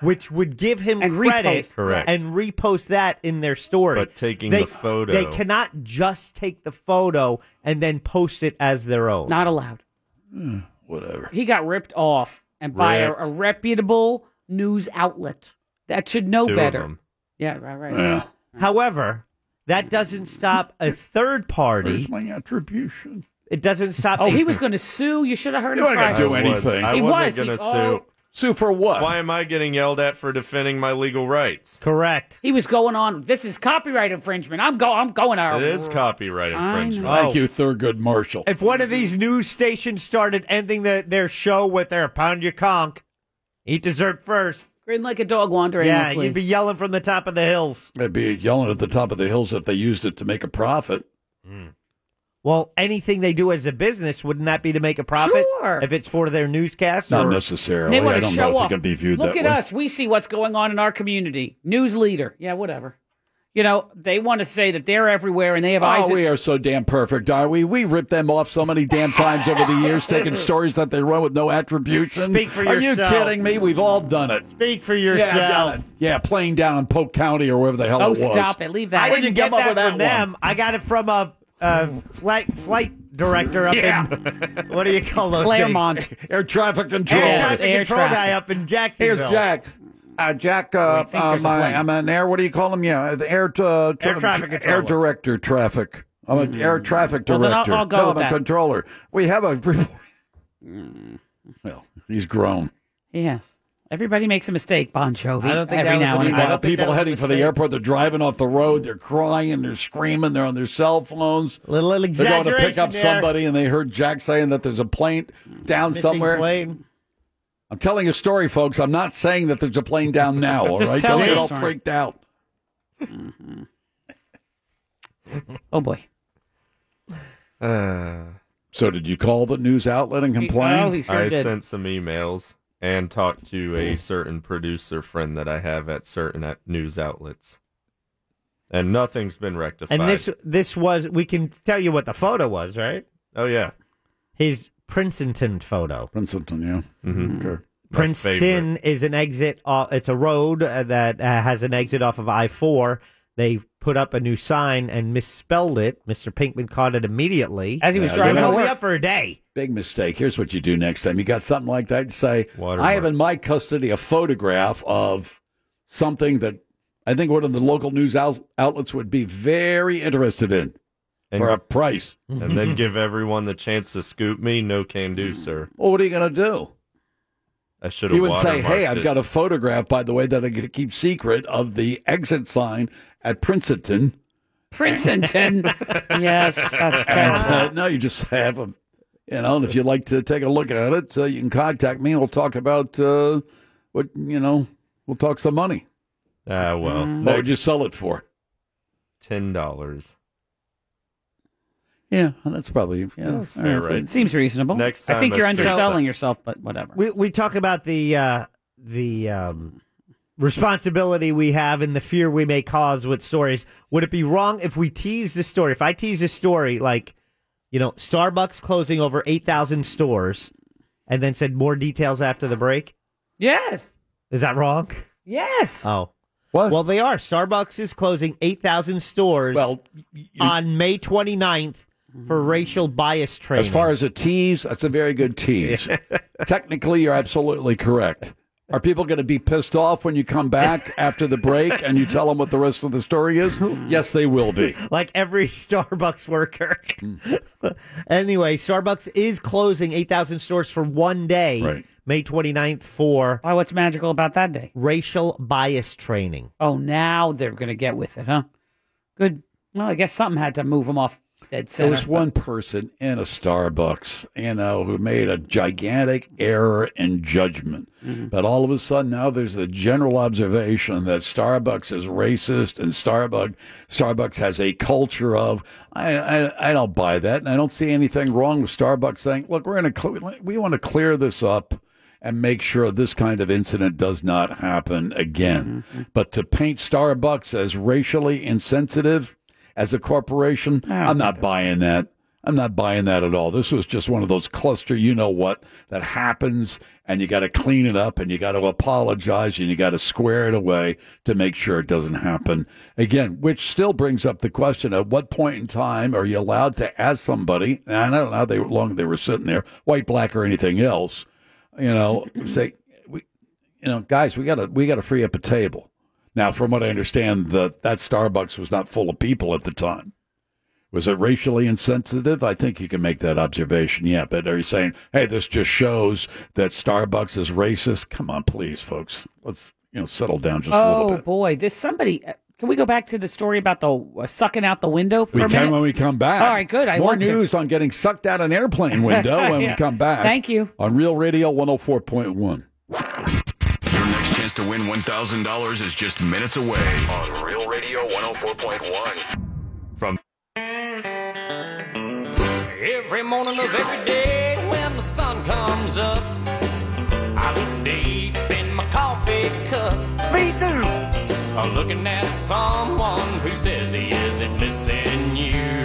which would give him credit,
repost. Correct.
and repost that in their story.
But taking
they,
the photo-
they cannot just take the photo and then post it as their own.
Not allowed.
Hmm,
Whatever.
He got ripped off and by a,
Ripped.
a reputable news outlet that should know
Two of
better.
them.
Yeah, right, right.
However, that doesn't stop a third party.
attribution?
It doesn't stop.
Oh,
a-
he was going to sue. You should have heard
He
him.
wasn't gonna
Friday.
do
I
anything.
wasn't- I
He
wasn't
was, he-
gonna
oh.
sue.
Sue for what?
Why am I getting yelled at for defending my legal rights?
Correct.
He was going on. This is copyright infringement. I'm go. I'm going out.
It is copyright
I know.
infringement.
Thank you, Thurgood Marshall.
If one of these news stations started ending the, their show with their pound your conch, eat dessert first.
Grin like a dog wandering.
Yeah, you'd be yelling from the top of the hills.
I'd be yelling at the top of the hills if they used it to make a profit.
Well, anything they do as a business, wouldn't that be to make a profit?
Sure.
If it's for their newscast?
Not
or-
necessarily.
They want
I
to
don't
show
know if
off.
it can be viewed
Look at
that way.
us. We see what's going on in our community. News leader. Yeah, whatever. You know, they want to say that they're everywhere and they have eyes.
Oh,
at-
we are so damn perfect, are we? We ripped them off so many damn times over the years, taking stories that they run with no attribution.
Speak for
Are
yourself.
you kidding me? We've all done it.
Speak for
Yeah, I've
yourself.
done it. yeah, playing down in Polk County or wherever the hell
Oh,
it was.
stop it. Leave that.
I
Where'd
didn't
you
get
come up
that,
with that
from
one?
them. I got it from a, a flight flight director up in what do you call those
Claremont.
things?
Air traffic control.
Air traffic control guy up in Jacksonville.
Here's Jack. Uh, Jack, uh,
think
uh,
there's a
my,
plane.
I'm an air. What do you call him? Yeah, the air, uh,
Air traffic
air
controller.
director traffic. I'm an air traffic
Mm-hmm. Well, then I'll-
director.
I'll go
no,
with
I'm
that. Mm.
a controller. We have a report. Well, he's grown.
Yes. Everybody makes a mistake, Bon Jovi.
I don't think
every
that was
now and
Meanwhile,
then.
people heading for the airport, they're driving off the road, they're crying, they're screaming, they're on their cell phones.
Little
They're going to pick
exaggeration
up
there.
somebody, and they heard Jack saying that there's a plane down
Missing
somewhere.
plane.
I'm telling a story, folks. I'm not saying that there's a plane down now. All
Just
right,
tell
don't
me
get
a
all
story.
freaked out.
Oh boy.
Uh.
so did you call the news outlet and complain?
Oh,
I sent some emails and talked to a certain producer friend that I have at certain at- news outlets, and nothing's been rectified.
And this this was we can tell you what the photo was, right?
Oh yeah,
his Princeton photo.
Princeton, yeah.
Mm-hmm. Okay.
Princeton is an exit. Off, it's a road uh, that uh, has an exit off of I four. They put up a new sign and misspelled it. Mr. Pinkman caught it immediately
As he was driving to
Held me
work.
up for a day.
Big mistake. Here's what you do next time. You got something like that, say, I have in my custody a photograph of something that I think one of the local news out- outlets would be very interested in for a price.
and then give everyone the chance to scoop me. No can do, sir.
Well, what are you going to do?
I should have.
You would say, hey,
watermarked
I've
it."
got a photograph, by the way, that I'm going to keep secret of the exit sign at Princeton.
Princeton. yes, that's terrible.
And, uh, no, you just have them. You know, and if you'd like to take a look at it, uh, you can contact me. We'll talk about uh, what you know. We'll talk some money.
Ah, well.
What would you sell it for?
Ten dollars.
Yeah, well, that's probably yeah.
That's
all right.
fair, right? It seems reasonable. Next I think time, you're Mr. underselling Sa- yourself, but whatever.
We we talk about the uh, the um, responsibility we have and the fear we may cause with stories. Would it be wrong if we tease the story? If I tease a story like, you know, Starbucks closing over eight thousand stores, and then said more details after the break.
Yes.
Is that wrong?
Yes.
Oh. Well, they are. Starbucks is closing 8,000 stores well, on May 29th for racial bias training.
As far as a tease, that's a very good tease. Technically, you're absolutely correct. Are people going to be pissed off when you come back after the break and you tell them what the rest of the story is? Yes, they will be.
like every Starbucks worker.
Hmm.
anyway, Starbucks is closing 8,000 stores for one day, May 29th, for.
Why, what's magical about that day?
Racial bias training.
Oh, now they're going to get with it, huh? Good. Well, I guess something had to move them off dead
There
center.
was one person in a Starbucks, you know, who made a gigantic error in judgment. But all of a sudden now there's the general observation that Starbucks is racist and Starbucks Starbucks has a culture of I I, I don't buy that and I don't see anything wrong with Starbucks saying, look, we're going to we want to clear this up and make sure this kind of incident does not happen again. But to paint Starbucks as racially insensitive as a corporation, I'm not buying that. I'm not buying that at all. This was just one of those cluster, you know what, that happens, and you got to clean it up, and you got to apologize, and you got to square it away to make sure it doesn't happen again. Which still brings up the question: At what point in time are you allowed to ask somebody? And I don't know how they, long they were sitting there, white, black, or anything else you know, say, we, you know, guys, we gotta we gotta free up a table. Now, from what I understand, the that Starbucks was not full of people at the time. Was it racially insensitive? I think you can make that observation. Yeah, but are you saying, hey, this just shows that Starbucks is racist? Come on, please, folks, let's you know settle down just a little
oh,
bit.
boy. This somebody. uh, Can we go back to the story about the uh, sucking out the window for
We
a
can
minute?
when we come back.
All right, good. I
More
want to.
news on getting sucked out an airplane window when
Yeah.
we come back.
Thank you.
On Real Radio 104.1.
Your next chance to win $1,000 is just minutes away on Real Radio 104.1. From
Every morning of every day when the sun comes up, I look deep in my coffee cup. Me too. I'm looking at someone who says he isn't missing you.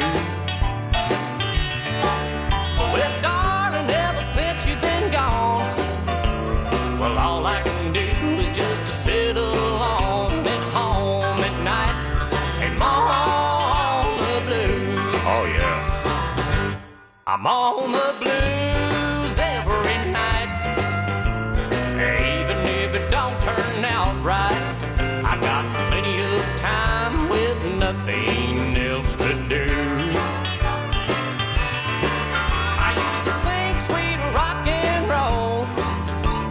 Well, darling, ever since you've been gone, well, all I can do is just to sit alone at home at night and moan all the blues.
Oh yeah.
I'm on the blues every night. Even if it don't turn out right, I've got plenty of time with nothing else to do. I used to sing sweet rock and roll.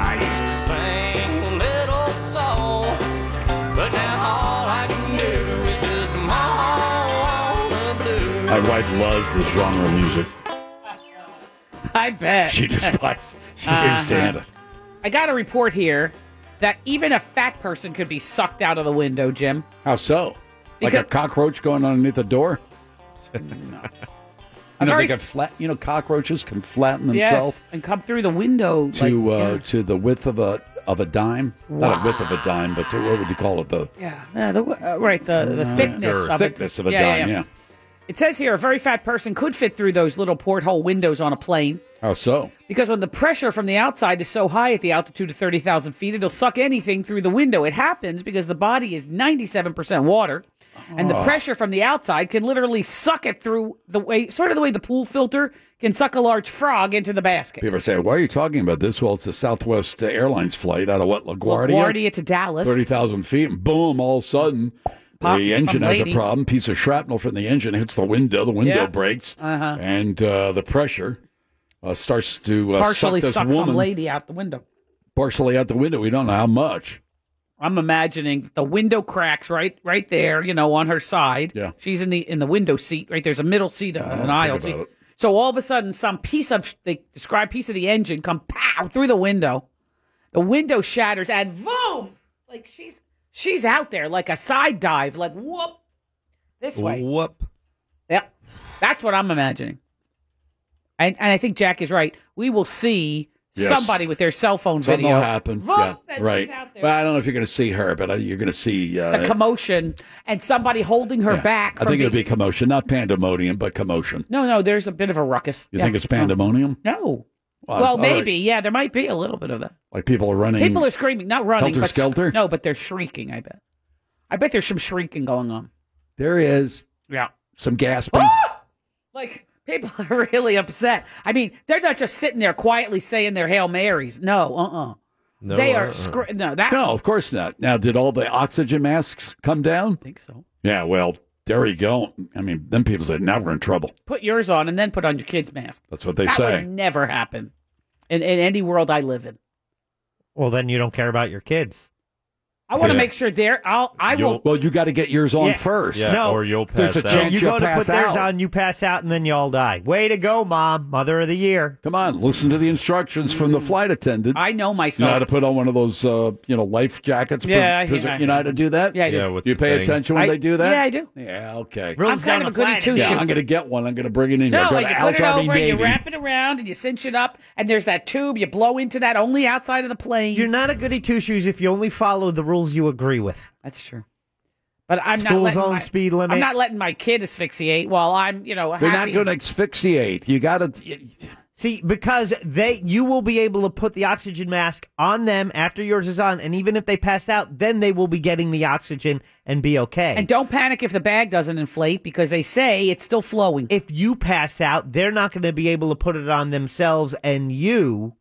I used to sing a little soul. But now all I can do is just moan the blues.
My wife loves this genre of music.
I bet.
She despises. She
Uh-huh.
can't stand it.
I got a report here that even a fat person could be sucked out of the window, Jim.
How so? Like a cockroach going underneath a door? You know, they can flat. You know, cockroaches can flatten themselves
Yes, and come through the window
to
like,
uh,
yeah.
to the width of a of a dime. Not a width of a dime, but to, what would you call it? The
Yeah, yeah, the, uh, right. The, the
Uh,
thickness
or
of
thickness
it.
of a dime. Yeah.
It says here a very fat person could fit through those little porthole windows on a plane
How so?
because when the pressure from the outside is so high at the altitude of 30,000 feet, it'll suck anything through the window. It happens because the body is 97% water and the
Oh.
pressure from the outside can literally suck it through the way, sort of the way the pool filter can suck a large frog into the basket.
People say, "Why are you talking about this?" Well, it's a Southwest Airlines flight out of what LaGuardia,
LaGuardia to Dallas.
thirty thousand feet, and boom! All of a sudden,
Pop
the engine has a
lady.
problem. Piece of shrapnel from the engine hits the window. The window
Yeah.
breaks,
Uh-huh.
and uh, the pressure uh, starts to uh, suck
Partially
this
sucks some
woman
lady out the window.
partially out the window. We don't know how much.
I'm imagining the window cracks right right there, you know, on her side.
Yeah.
She's in the in the window seat, right? There's a middle seat, uh,
don't
an aisle
think
seat.
about it.
So all of a sudden some piece of they describe piece of the engine come pow through the window. The window shatters and boom! Like she's she's out there like a side dive, like whoop this way.
Whoop.
Yep. That's what I'm imagining. And and I think Jack is right. We will see
Yes.
somebody with their cell phone
Something
video.
will happen.
Vote
yeah,
that she's
right.
out there.
Well, I don't know if you're going to see her, but uh, you're going to see uh,
the commotion and somebody holding her
yeah.
back.
I
From
think
being-
it'll be commotion, not pandemonium, but commotion.
No, no, there's a bit of a ruckus.
You
Yeah.
think it's pandemonium?
No.
Well,
well,
all right.
maybe. Yeah, there might be a little bit of that.
Like people are running.
People are screaming, not running,
Helter
but
skelter?
no, but they're shrieking. I bet. I bet there's some shrieking going on.
there is
Yeah. Ah!
some gasping.
Like people are really upset. I mean, they're not just sitting there quietly saying their hail marys. No, uh, uh
No,
they are.
uh-uh.
Scr- no, that.
No, of course not. Now, did all the oxygen masks come down? I
think so.
Yeah, well, there you go. I mean, then people said, now we're in trouble.
Put yours on and then put on your kid's mask.
That's what they
that
say.
would never happen in, in any world I live in.
Well, then you don't care about your kids.
I want to
Yeah.
make sure they're. I'll. I
You'll-
will.
Well, you got to get yours on
Yeah.
first.
Yeah, No. or
you'll
There's a chance
you
you'll
go to
pass
put theirs
out.
on, you pass out, and then you all die. Way to go, mom, mother of the year.
Come on, listen to the instructions from the flight attendant.
I know
You know how
myself.
to put on one of those, uh, you know, life jackets.
Yeah, I-
Pres-
I-
you know how to do that.
Yeah, I do. Yeah, with
you
the
pay
thing.
attention when
I-
they do that.
yeah, I do.
Yeah, okay.
Rules kind down of a the goody planet. two-shoes.
Yeah, I'm going to get one. I'm going to bring it in.
No,
I'll go
and
to
you
Al's
put it
Army
over and
Navy.
you wrap it around and you cinch it up, and there's that tube. You blow into that only outside of the plane.
You're not a goody two shoes if you only follow the rules you agree with.
That's true. But I'm not
School's
letting
own
my,
speed limit.
I'm not letting my kid asphyxiate while I'm, you know,
They're
happy.
not going to asphyxiate. You got to.
See, because they you will be able to put the oxygen mask on them after yours is on, and even if they passed out, then they will be getting the oxygen and be okay.
And don't panic if the bag doesn't inflate because they say it's still flowing.
If you pass out, they're not going to be able to put it on themselves and you,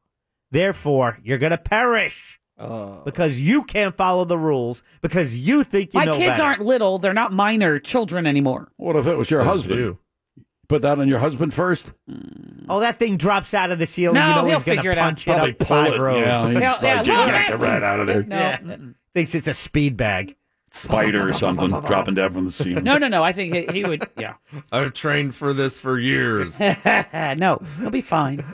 therefore, you're going to perish.
Oh.
because you can't follow the rules because you think you
my
know
kids
better.
aren't little; they're not minor children anymore.
What if it was your
Says
husband? Put that on your husband first.
Hmm.
Oh, that thing drops out of the ceiling.
No,
you know
he'll
he's going
figure
to
it out.
punch
Probably
up
pull
five
it.
rows.
Yeah, he's
Hell, yeah,
like, "Just
look at-
get it right out of there.
No, mm-mm.
Thinks it's a speed bag.
Spider or something dropping down from the ceiling.
no, no, no. I think he, he would. Yeah,
I've trained for this for years.
no, he'll be fine.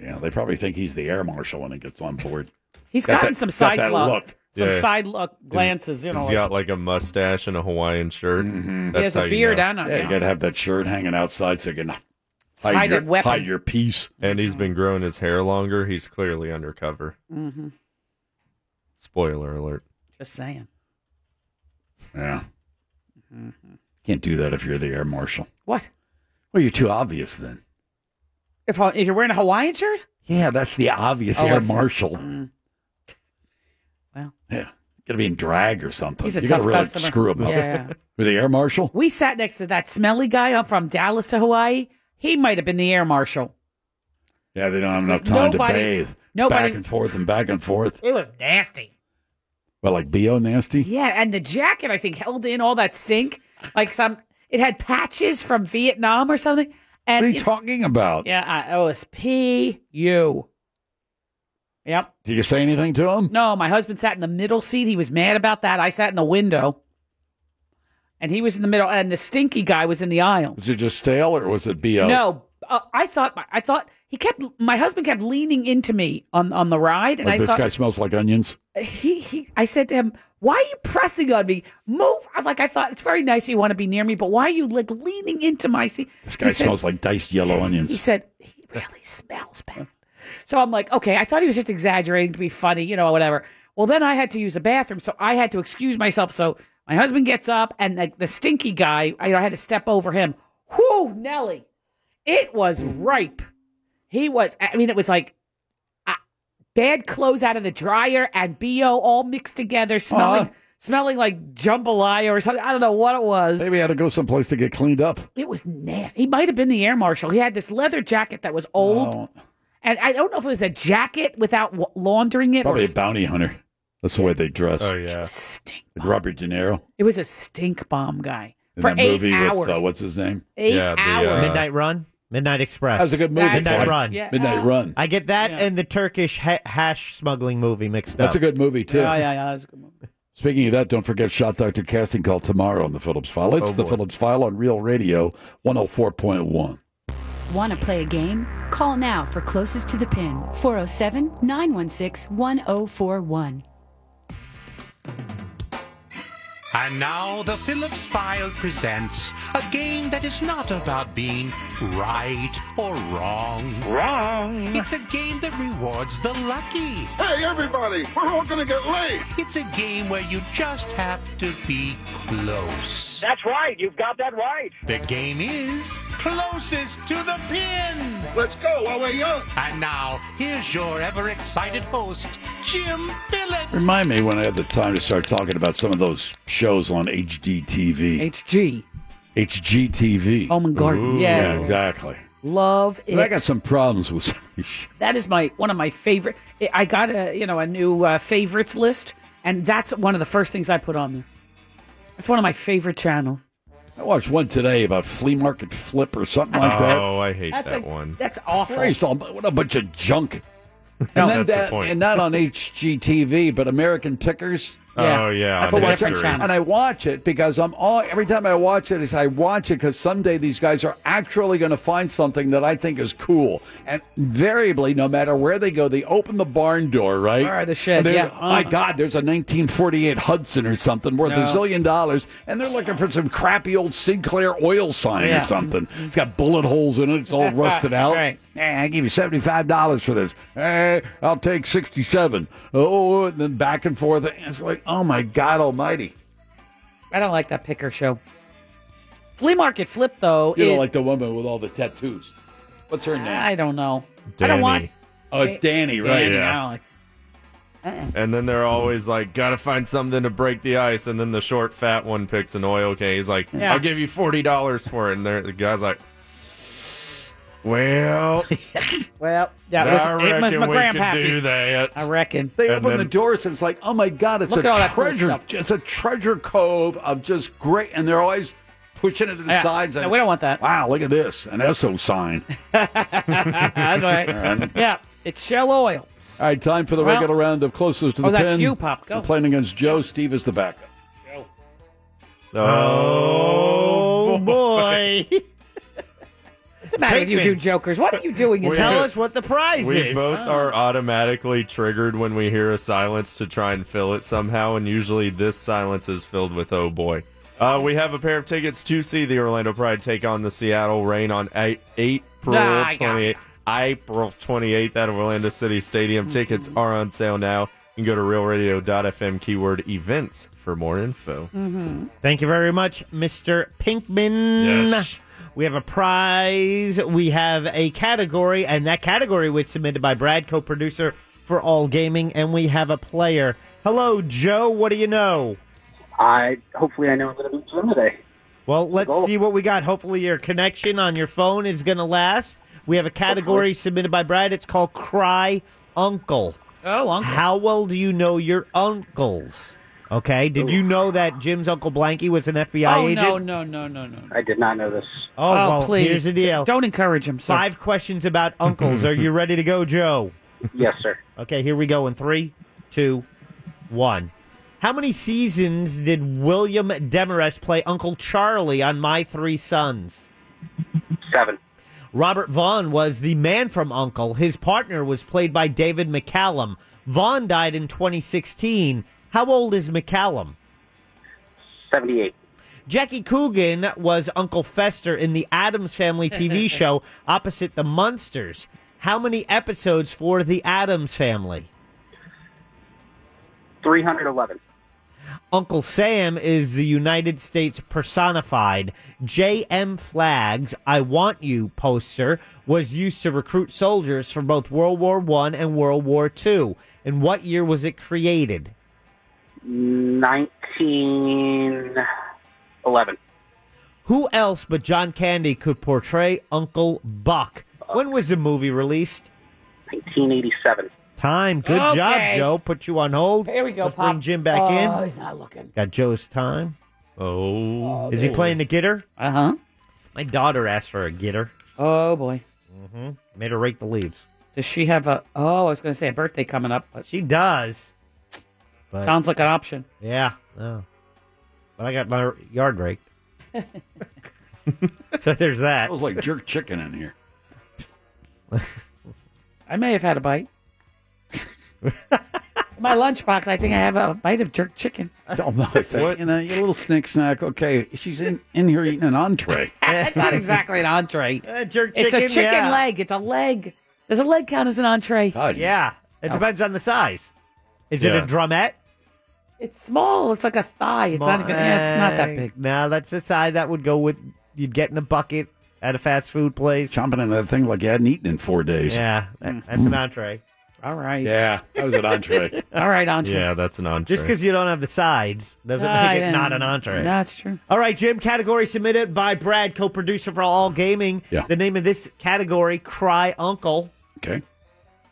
Yeah, they probably think he's the air marshal when he gets on board.
He's
Got
gotten
that-
some
got
side
that
look,
look.
some
Yeah.
side look glances. you know,
He's
like-
got like a mustache and a Hawaiian shirt.
He has a
how you
beard
know.
and a- Yeah, you yeah.
Mm-hmm. You got to have that shirt hanging outside so you can hide,
hide
your,
a weapon. Mm-hmm.
hide your piece.
And he's been growing his hair longer. He's clearly undercover.
Mhm.
Spoiler alert.
Just saying.
Yeah. Can't do that if you're the air marshal.
What?
Well, you're too obvious then.
If, if you're wearing a Hawaiian shirt,
Yeah, that's the obvious
Oh, I
air
see.
marshal.
Mm. Well.
yeah, got to be in drag or something.
He's a
you gotta
tough
really
customer.
Screw him up.
Yeah, yeah.
You're the air marshal.
we sat next to that smelly guy up from Dallas to Hawaii. He might have been the air marshal.
Yeah, they don't have enough time
Nobody-
to bathe.
nobody-
back and forth and back and forth.
It was nasty.
Well, like bo nasty.
Yeah, and the jacket I think held in all that stink. Like some, it had patches from Vietnam or something. And
What are you
it-
talking about?
Yeah, uh, I, OSPU. Yep.
Did you say anything to him?
No, my husband sat in the middle seat. He was mad about that. I sat in the window, and he was in the middle, and the stinky guy was in the aisle.
Was it just stale or was it bo?
No, uh, I thought I thought he kept my husband kept leaning into me on on the ride, and
Like
I
this
thought
guy smells like onions.
he, he I said to him, Why are you pressing on me? Move. I'm like, I thought it's very nice you want to be near me, but why are you like leaning into my seat?
This guy smells like diced yellow onions.
He said, he really smells bad. So I'm like, okay, I thought he was just exaggerating to be funny, you know, whatever. Well, then I had to use a bathroom, so I had to excuse myself. So my husband gets up, and like the stinky guy, I, I had to step over him. Whoo, Nelly, it was ripe. He was. I mean, it was like uh, bad clothes out of the dryer and bo all mixed together, smelling smelling like jambalaya or something. I don't know what it was.
Maybe I had to go someplace to get cleaned up.
It was nasty. He might have been the air marshal. He had this leather jacket that was old.
Oh.
And I don't know if it was a jacket without wa- laundering it.
Probably
or
a bounty hunter. That's the way they dress. Oh
yeah,
stink.
Robert De Niro
It was a stink bomb guy
in
for
that
eight
movie
hours.
with uh, what's his name?
Eight Yeah, the, hours. uh,
Midnight Run, Midnight Express.
That was a good movie. That's
Midnight
right.
Run,
Yeah. Midnight Run.
I get that and the Turkish ha- hash smuggling movie mixed up.
That's a good movie too.
Yeah, yeah, yeah. That was a good movie.
Speaking of that, don't forget Shot Doctor Casting Call tomorrow on the Phillips File. It's
Oh,
the
boy.
Phillips File on Real Radio 104.1.
Want to play a game? Call now for closest to the pin 407 916 1041.
And now the Phillips File presents a game that is not about being right or wrong. Wrong. It's a game that rewards the lucky. Hey, everybody, we're all going to get late. It's a game where you just have to be close. That's right. You've got that right. The game is closest to the pin. Let's go while we're young. And now, here's your ever excited host, Jim Phillips.
Remind me when I have the time to start talking about some of those shows on HGTV.
HG.
HGTV.
Home and Garden.
Ooh,
Yeah.
exactly.
Love it.
But I got some problems with some of these shows.
That is my one of my favorite. I- I got a you know a new uh, favorites list, and that's one of the first things I put on there. It's one of my favorite channels.
I watched one today about flea market flip or something like that.
Oh, I hate
That's
that
a-
one.
That's awful.
Christ, all- what a bunch of junk. And
No,
then
that's the
that-
point.
And not on HGTV, but American Pickers.
Yeah. Oh, yeah, That's on a different History. channel.
And I watch it because I'm all every time I watch it is I watch it because someday these guys are actually going to find something that I think is cool. And invariably, no matter where they go, they open the barn door, right?
Or the shed,
And they're-
yeah.
My God, there's a 1948 Hudson or something worth a
No.
zillion dollars, and they're looking for some crappy old Sinclair oil sign
Yeah.
or something. It's got bullet holes in it. It's all rusted out.
Right.
Eh, I give you seventy five dollars for this. Eh, I'll take sixty seven. Oh, and then back and forth. It's like, oh my God Almighty!
I don't like that picker show. Flea market flip though
You
is
know, like the woman with all the tattoos. What's her name?
I don't know. I don't want.
Oh, it's Danny, right?
Danny,
Yeah.
I don't like.
And then they're always like, gotta find something to break the ice. And then the short, fat one picks an oil can. He's like,
Yeah.
I'll give you forty dollars for it. And there- the guy's like, Well,
Well, that
I
was it. Was
reckon
my
we can
grandpappy's.
do that.
I reckon
They open the doors and it's like, oh my God, it's
Look at all
a
that cool
treasure.
stuff.
it's a treasure cove of just great, and they're always pushing it to the
Yeah.
sides.
No,
and-
we don't want that.
Wow, look at this, an ESO sign.
That's all right.
All right.
Yeah, it's Shell Oil.
All right, time for the
Well-
regular round of closest to the
Oh,
pin.
that's you, Pop. Go.
We're playing against Joe. Steve is the backup. Uh,
Oh boy!
What's the matter with you
Pinkman.
two jokers? What are you doing? in
We-
here?
Tell
us what the prize
We
is. Oh.
both
Oh.
are automatically triggered when we hear a silence to try and fill it somehow, and usually this silence is filled with oh boy. Uh, we have a pair of tickets to see the Orlando Pride take on the Seattle Rain on 8, April
Ah, yeah.
28th. April 28th at Orlando City Stadium. Tickets are on sale now. You can go to realradio.fm keyword events for more info.
Mm-hmm.
Thank you very much, Mr. Pinkman.
Yes.
We have a prize. We have a category, and that category was submitted by Brad, co producer for All Gaming, and we have a player. Hello, Joe. What do you know?
I hopefully I know I'm going to beat Jim today.
Well, let's
Go.
see what we got. Hopefully, your connection on your phone is going to last. We have a category submitted by Brad. It's called Cry Uncle.
Oh, uncle.
How well do you know your uncles? Okay. Did you know that Jim's Uncle Blanky was an
E
FBI
oh
agent?
no, no, no, no, no.
I did not know this.
Oh, well,
please.
here's the deal.
Don't encourage him, sir.
Five questions about uncles. Are you ready to go, Joe?
Yes, sir.
Okay, here we go in three, two, one. How many seasons did William Demarest play Uncle Charlie on My Three Sons?
Seven.
Robert Vaughn was the man from Uncle. His partner was played by David McCallum. Vaughn died in 2016. How old is McCallum?
78.
Jackie Coogan was Uncle Fester in the Adams Family TV show opposite the Munsters. How many episodes for the Adams Family?
311.
Uncle Sam is the United States personified. J.M. Flagg's I Want You poster was used to recruit soldiers for both World War I and World War II. In what year was it created?
1911.
Who else but John Candy could portray Uncle Buck? When was the movie released?
1987.
Time. Good job,
Okay.
Joe. Put you on hold.
Here we go,
Let's
Pop.
bring Jim back
oh,
in.
he's not looking.
Got Joe's time. Oh. Is he
boy.
playing the gitter?
Uh huh.
My daughter asked for a gitter.
Oh boy.
Mm-hmm. Made her rake the leaves.
Does she have a? Oh, I was going to say a birthday coming up, but
she does. But-
Sounds like an option.
Yeah. Oh. But I got my yard raked. so there's that.
It was like jerk chicken in here.
I may have had a bite. In my lunchbox. I think I have a bite of jerk chicken.
Oh, no, it's like,
What?
you know, you little snick snack. Okay, she's in, in here eating an entree.
That's not exactly an entree.
jerk
it's a
chicken,
chicken
yeah.
leg. It's a leg. Does a leg count as an entree?
yeah. It depends on the size. Is it
Yeah.
a drumette?
It's small. It's like a thigh. It's not.
Small-
Even, yeah, it's not that
Uh,
big.
No, that's the size that would go with you'd get in a bucket at a fast food place.
Chomping on that thing like you hadn't eaten in four days. Mm.
Yeah, that- that's an entree.
All right.
Yeah, that was an entree.
All right, entree.
Yeah, that's an entree.
Just because you don't have the sides doesn't
Ah, I
make it
didn't-
not an entree.
That's true.
All right, Jim, category submitted by Brad, co producer for All Gaming.
Yeah.
The name of this category, Cry Uncle.
Okay.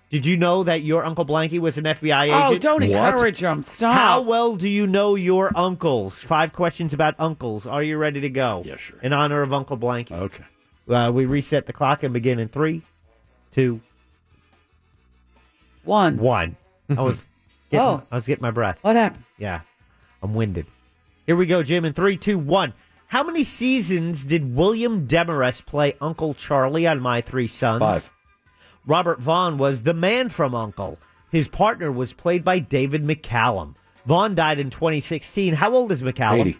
Did you know that your Uncle Blanky was an FBI agent?
Oh, don't encourage them. Stop.
How well do you know your uncles? Five questions about uncles. Are you ready to go? Yeah, sure. In honor of Uncle Blanky.
Okay.
Uh, we reset the clock and begin in three, two,
one.
One. I was getting,
Oh.
I was getting my breath.
What happened?
Yeah. I'm winded. Here we go, Jim, in three, two, one. How many seasons did William Demarest play Uncle Charlie on My Three Sons?
Five.
Robert Vaughn was the man from Uncle. His partner was played by David McCallum. Vaughn died in 2016. How old is McCallum?
80.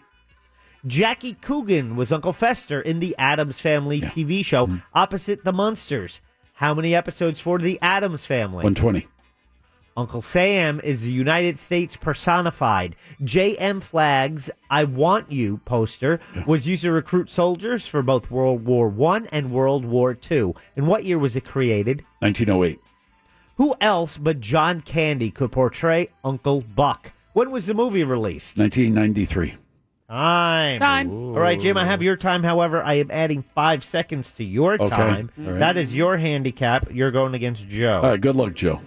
Jackie Coogan was Uncle Fester in the Adams Family TV show opposite the Munsters. How many episodes for the Adams Family?
120.
Uncle Sam is the United States personified. J.M. Flagg's I Want You poster was used to recruit soldiers for both World War I and World War II. In what year was it created?
1908.
Who else but John Candy could portray Uncle Buck? When was the movie released?
1993.
Time.
Time.
All right, Jim, I have your time. However, I am adding five seconds to your
Okay.
time.
All right.
That is your handicap. You're going against Joe.
All right, good luck, Joe.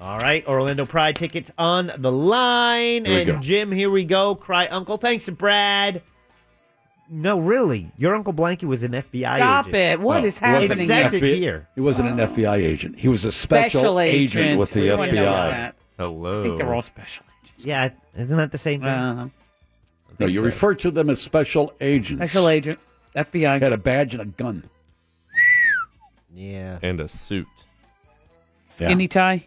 All right, Orlando Pride tickets on the line.
Here we
and
go.
Jim, here we go. Cry Uncle. Thanks, Brad. No, really. Your Uncle Blanky was an FBI
Stop
agent.
it. What
What
Well,
is
is it wasn't happening
It says
An
it
FBI
here.
He wasn't an FBI agent. He was a special,
Oh. Special
agent.
agent.
with the
Everyone knows
FBI.
that.
Hello.
I think they're all special.
Yeah, isn't that the same thing?
Uh,
No, you refer to them as special agents.
Special agent. FBI.
Had a badge and a gun.
Yeah.
And a suit.
Skinny tie.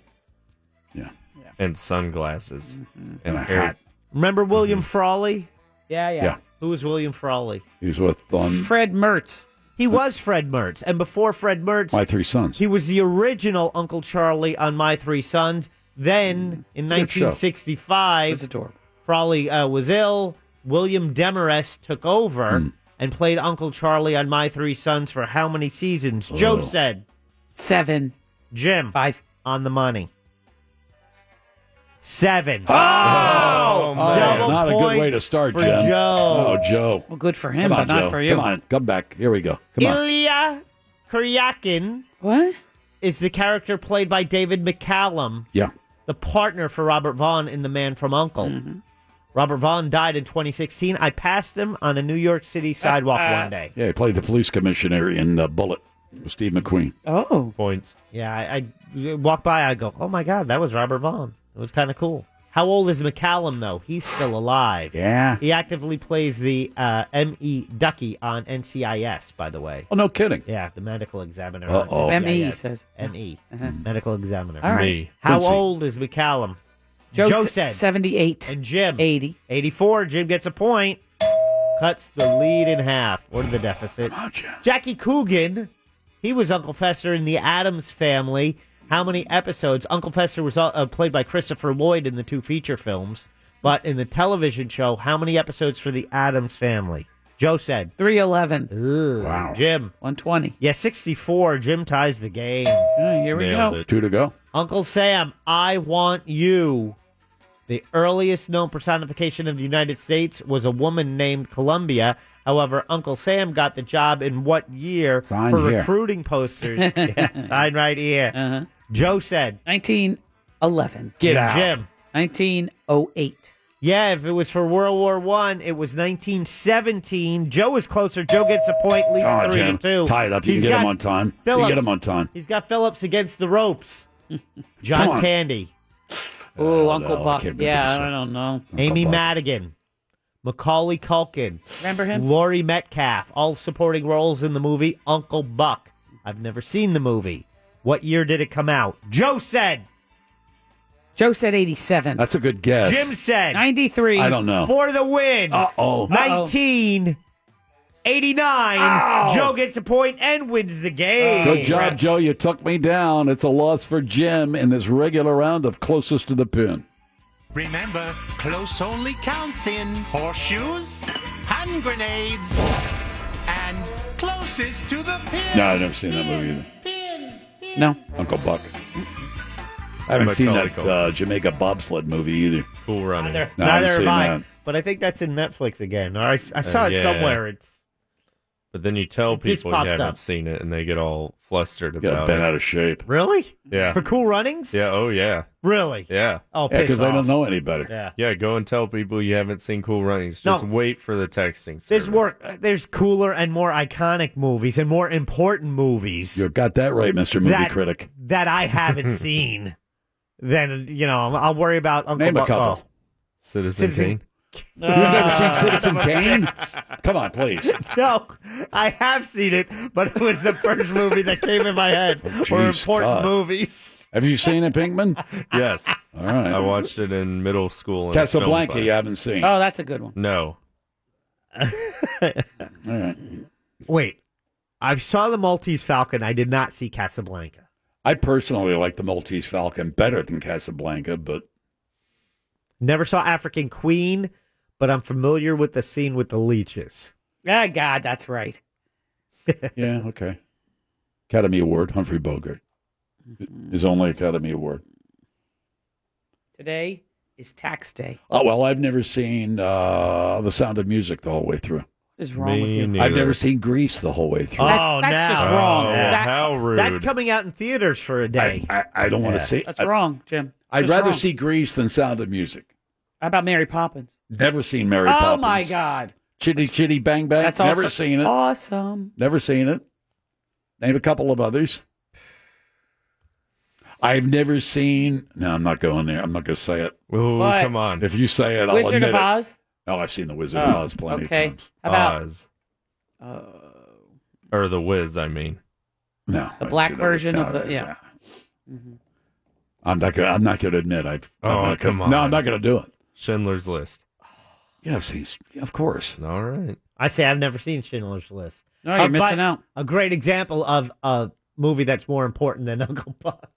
And sunglasses.
And a
hair-
hat.
Remember William Frawley?
Yeah, yeah.
Yeah.
Who was William Frawley?
He was with um,
Fred Mertz.
He was Fred Mertz. And before Fred Mertz,
my three sons.
He was the original Uncle Charlie on My Three Sons. Then in
Mm. Good show.
1965, Frawley uh, was ill. William Demarest took over
Mm.
and played Uncle Charlie on My Three Sons for how many seasons? Joe
Oh.
said
seven.
Jim
five
on the money. Seven. Oh, double
not a good way
points
to start,
for
Jim.
Joe.
Oh, Joe.
Well, good for him,
Come on,
but not
Joe.
for you.
Come on, come back. Here we go. Come on.
Ilya Kuryakin.
What?
Is the character played by David McCallum,
Yeah.
the partner for Robert Vaughn in The Man from U.N.C.L.E.
Mm-hmm.
Robert Vaughn died in 2016. I passed him on a New York City sidewalk one day.
Yeah, he played the police commissioner in uh, Bullet with Steve McQueen.
Oh.
Points.
Yeah, I, I walk by, I go, oh my God, that was Robert Vaughn. It was kind of cool. How old is McCallum, though? He's still alive.
Yeah.
He actively plays the uh, M.E. Ducky on NCIS, by the way.
Oh, no kidding.
Yeah, the medical examiner.
Uh-oh.
on
M.E.
NCIS.
said.
M.E. E, Medical examiner.
Uh-huh. All right. Me.
How
Quincy.
old is McCallum?
Joe,
Joe
s-
said
78.
And Jim. 80. 84. Jim gets a point. Cuts the lead in half. Or the deficit. Jackie Coogan. He was Uncle Fester in the Adams family. How many episodes? Uncle Fester was uh, played by Christopher Lloyd in the two feature films. But in the television show, how many episodes for the Adams family? Joe said
311.
Wow. Jim.
120.
Yeah, 64. Jim ties the game.
here we Nailed go. it.
Two to go.
Uncle Sam, I want you. The earliest known personification of the United States was a woman named Columbia. However, Uncle Sam got the job in what year
Sign
for
here.
recruiting posters? Yeah, sign right here. Joe said
1911.
Get out. Jim.
1908.
Yeah, if it was for World War One, it was 1917. Joe is closer. Joe gets a point, leads
Oh,
three
Jim.
to two.
Tie it up. You
He's
can get him
got
on time. You
Phillips.
can get him on time.
He's got Phillips against the ropes. John
Come on.
Candy.
Oh,
Uncle no, I Buck. can't remember Yeah, this I one.
don't know.
Amy
Buck.
Madigan. Macaulay Culkin.
Remember him?
Laurie Metcalf. All supporting roles in the movie Uncle Buck. I've never seen the movie. What year did it come out? Joe said.
Joe said 87.
That's a good guess.
Jim said.
93.
I don't know.
For the win.
Uh-oh. Uh-oh.
1989. Joe gets a point and wins the game.
Good job, Joe. You took me down. It's a loss for Jim in this regular round of closest to the pin.
Remember, close only counts in horseshoes, hand grenades, and closest to the pin.
No, I've never seen that movie either.
No.
Uncle Buck. I haven't seen
Macaulay
that uh, Jamaica bobsled movie either.
Cool running.
Neither,
No, I haven't
neither have
seen
I.
that.
But I think that's in Netflix again. Or I, I saw
Uh,
it
yeah.
somewhere. It's
But then you tell
just
people you
popped
haven't
up.
seen it, and they get all flustered
Got
about
bent
it.
out of shape.
Really?
Yeah.
For Cool Runnings?
Yeah. Oh yeah.
Really?
Yeah.
Oh, Yeah, 'cause piss they off. don't
know any better.
Yeah.
Yeah. Go and tell people you haven't seen Cool Runnings. Just
No.
wait for the texting.
There's
Service.
more. uh, There's cooler and more iconic movies and more important movies.
You got that right, Mr. Movie
that,
Critic.
That I haven't seen. Then you know I'll worry about Uncle
Name a
Buck-
couple.
oh.
Citizen,
Citizen-
You've never seen Citizen Kane? Come on, please.
Uh. No, I have seen it, but it was the first movie that came in my head. or
Oh, Jeez,
important
God.
movies.
Have you seen it, Pinkman?
Yes.
All right.
I watched it in middle school. in a film
Casablanca,
class.
you haven't seen.
Oh, that's a good one.
No.
All right.
Wait, I saw the Maltese Falcon. I did not see Casablanca.
I personally like the Maltese Falcon better than Casablanca, but
Never saw African Queen, but I'm familiar with the scene with the leeches.
Ah, God, that's right.
yeah, okay. Academy Award, Humphrey Bogart.
Mm-hmm.
His only Academy Award.
Today is tax day.
Oh well, I've never seen uh, The Sound of Music the whole way through.
What is wrong with
Me
you?
neither.
I've never seen Grease the whole way through.
That's- that's just wrong.
Oh,
That-
how rude.
That's coming out in theaters for a day.
I, I don't want
Yeah.
to see.
That's
I,
wrong, Jim.
I'd
Just
rather
wrong.
see Grease than Sound of Music.
How about Mary Poppins?
Never seen Mary
oh,
Poppins.
my God.
Chitty Chitty Bang Bang.
That's
never
also-
seen it.
Awesome.
Never seen it. Name a couple of others. I've never seen. No, I'm not going there. I'm not going to say it.
Oh,
What?
come on.
If you say it, I'll
Wizard
admit
of
it.
Oz?
Oh, I've seen the Wizard of
Oh,
Oz plenty
okay.
of times.
How about Oh.
Oz. Or the Wiz, I mean.
No.
the
I've
black
seen
version
no,
of the. Yeah. Mm-hmm.
I'm not going. I'm not going to admit. I've. I'm
Oh,
not
come
gonna, No,
on.
I'm not going to do it.
Schindler's List.
Yeah, I've seen. yeah, Of course.
All right.
I say I've never seen Schindler's List.
No, you're
Uh, but
missing out.
A great example of a movie that's more important than Uncle Buck.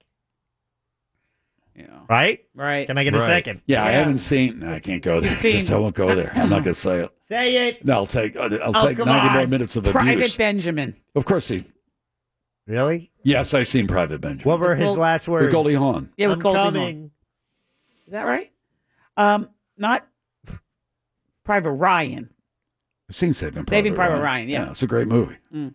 Yeah.
Right?
Oh. Right.
Can I get a
Right.
second?
Yeah, I haven't seen. No, I can't go there.
You've seen-
Just I won't go there. I'm not going to say it.
Say it.
No, I'll take. I'll
Oh,
take
come
90 more
on.
minutes of
Private
abuse.
Benjamin.
of course, he.
Really?
Yes, I've seen Private Benjamin.
What were his
Well-
last words?
With Goldie Hawn.
Yeah, with
I'm
Goldie Hawn.
coming.
Is that right? Um, Not Private Ryan.
I've seen Saving Private
Saving Private
Ryan.
Ryan, yeah.
it's a great movie.
Mm.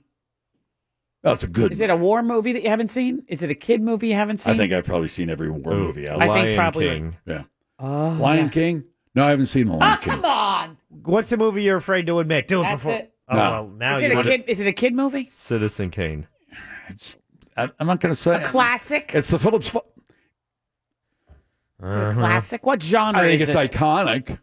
That's a good.
Is it a war movie that you haven't seen? Is it a kid movie you haven't seen?
I think I've probably seen every war
Oh,
Ooh,
movie. out
I
there.
think Lion probably- King.
Yeah.
Oh,
Lion
yeah.
King. No, I haven't seen the Lion
Oh,
King.
come on.
What's the movie you're afraid to admit? Do it
That's
before.
it.
Oh,
No.
well, now
Is
you
it a
want to.
kid? Is it a kid movie?
Citizen Kane.
I, I'm not going to say.
A classic.
It's the Phillips. Fa-
Classic. What genre
Uh-huh.
I think
is
it's
it?
iconic.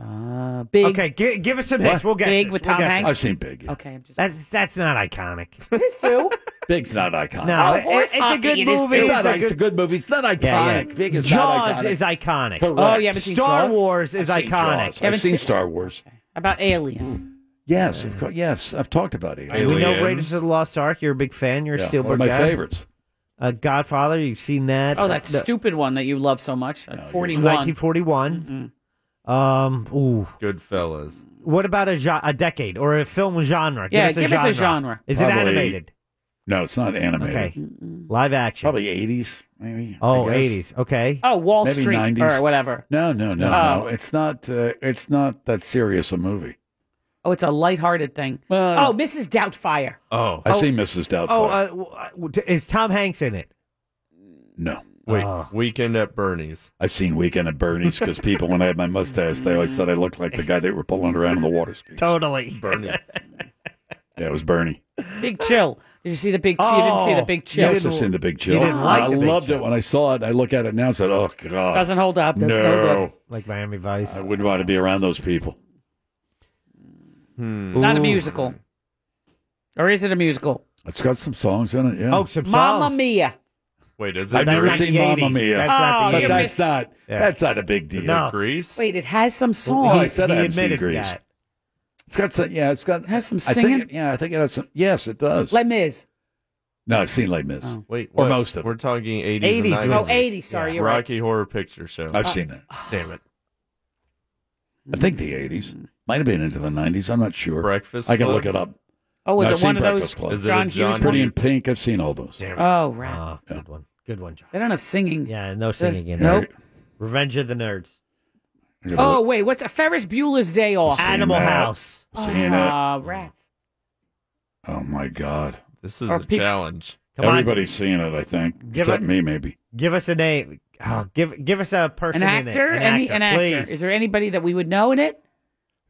Uh, big.
Okay, gi- give us some hints. We'll guess.
Big
this.
with
We'll
Tom
guess
Hanks.
this.
Okay, I'm just.
That's that's not iconic.
His two.
Big's not iconic.
No, Oh, it- horse it's a hockey good it is movie.
It's,
It's
not,
a
it's a
good-
good movie. It's not iconic.
Yeah, yeah.
Big is
Jaws
not iconic.
is iconic.
Correct.
Oh, you haven't seen
Star
Jaws?
Wars is
I've seen
iconic.
Jaws. I've seen Star Wars.
About Alien.
Yes, of course. Yes, I've talked about it.
And we know Raiders of the Lost Ark. You're a big fan. You're
Yeah,
a Spielberg
one of my
guy.
favorites.
Uh, Godfather. You've seen that.
Oh, that
The-
stupid one that you love so much. at 41.
1941.
Mm-hmm.
Um, ooh.
Goodfellas.
What about a, gen- a decade or a film genre?
Yeah, give us a genre.
Is it
Probably-
animated?
No, it's not animated.
Okay. Live action.
Probably 80s, maybe.
Oh,
I guess.
80s. Okay.
Oh, Wall
Maybe
Street
90s.
or whatever. Oh.
No, no, no,
No.
no. It's not. Uh, it's not that serious a movie.
Oh, it's a lighthearted thing.
Well-
oh, Mrs. Doubtfire.
Oh, I see Mrs. Doubtfire.
Oh, uh, w- uh, w- is Tom Hanks in it?
no.
Wait,
uh.
Weekend at Bernie's.
I've seen Weekend at Bernie's because people, when I had my mustache, they always said I looked like the guy they were pulling around in the water ski.
Totally.
Bernie.
Yeah, it was Bernie.
Big Chill. Did you see the Big? you didn't see the
Oh,
Big Chill.
Yes, I've seen the Big Chill. I loved it when I saw it. I look at it now and said, "Oh God,
Doesn't hold up.
No,
Doesn't hold up.
Like Miami Vice.
I wouldn't want to be around those people.
Hmm. Not a musical. Or is it a musical?
It's got some songs in it. Yeah.
Oh, some
Mamma Mia.
Wait, is it?
I've never seen Mamma
Mamma
Mia.
not the
but
80s.
that's not.
Yeah.
That's not a big deal.
Is it Grease?
Wait, it has some
Oh,
songs.
I said I haven't seen Grease. It's got some. Yeah, it's got.
has some
I
singing?
think it, yeah, I think it has some. Yes, it does.
Les Mis.
no, I've seen Les Mis.
Oh.
Wait,
or
what?
most of.
We're talking 80s.
80s,
and 90s.
Oh, 80s, sorry, Yeah. you're right.
Rocky Horror Picture Show.
I've seen it.
Oh.
Damn it.
I think the eighties might have been into the nineties. I'm not sure.
Breakfast
I can
Club?
look it up.
Oh, is
No,
it
I've seen
one of those
Breakfast Club.
Is it a John Hughes John one?
Pretty in Pink. I've seen all those.
Damn
Oh,
Uh,
rats.
good one. Good one, John.
They don't have singing.
Yeah, no singing in
Nope.
it. Revenge of the Nerds.
Oh, wait. What's a Ferris Bueller's Day Off?
I've seen Animal that. House.
I've seen
Ah, rats.
Oh my God,
this is
Or
a
peop-
challenge.
Come on.
Everybody's seeing it. I think,
Give
except
it-
me, maybe.
Give us a name. Oh, give give us a
An
person
actor?
in it.
Any, an
please.
actor. Is there anybody that we would know in it?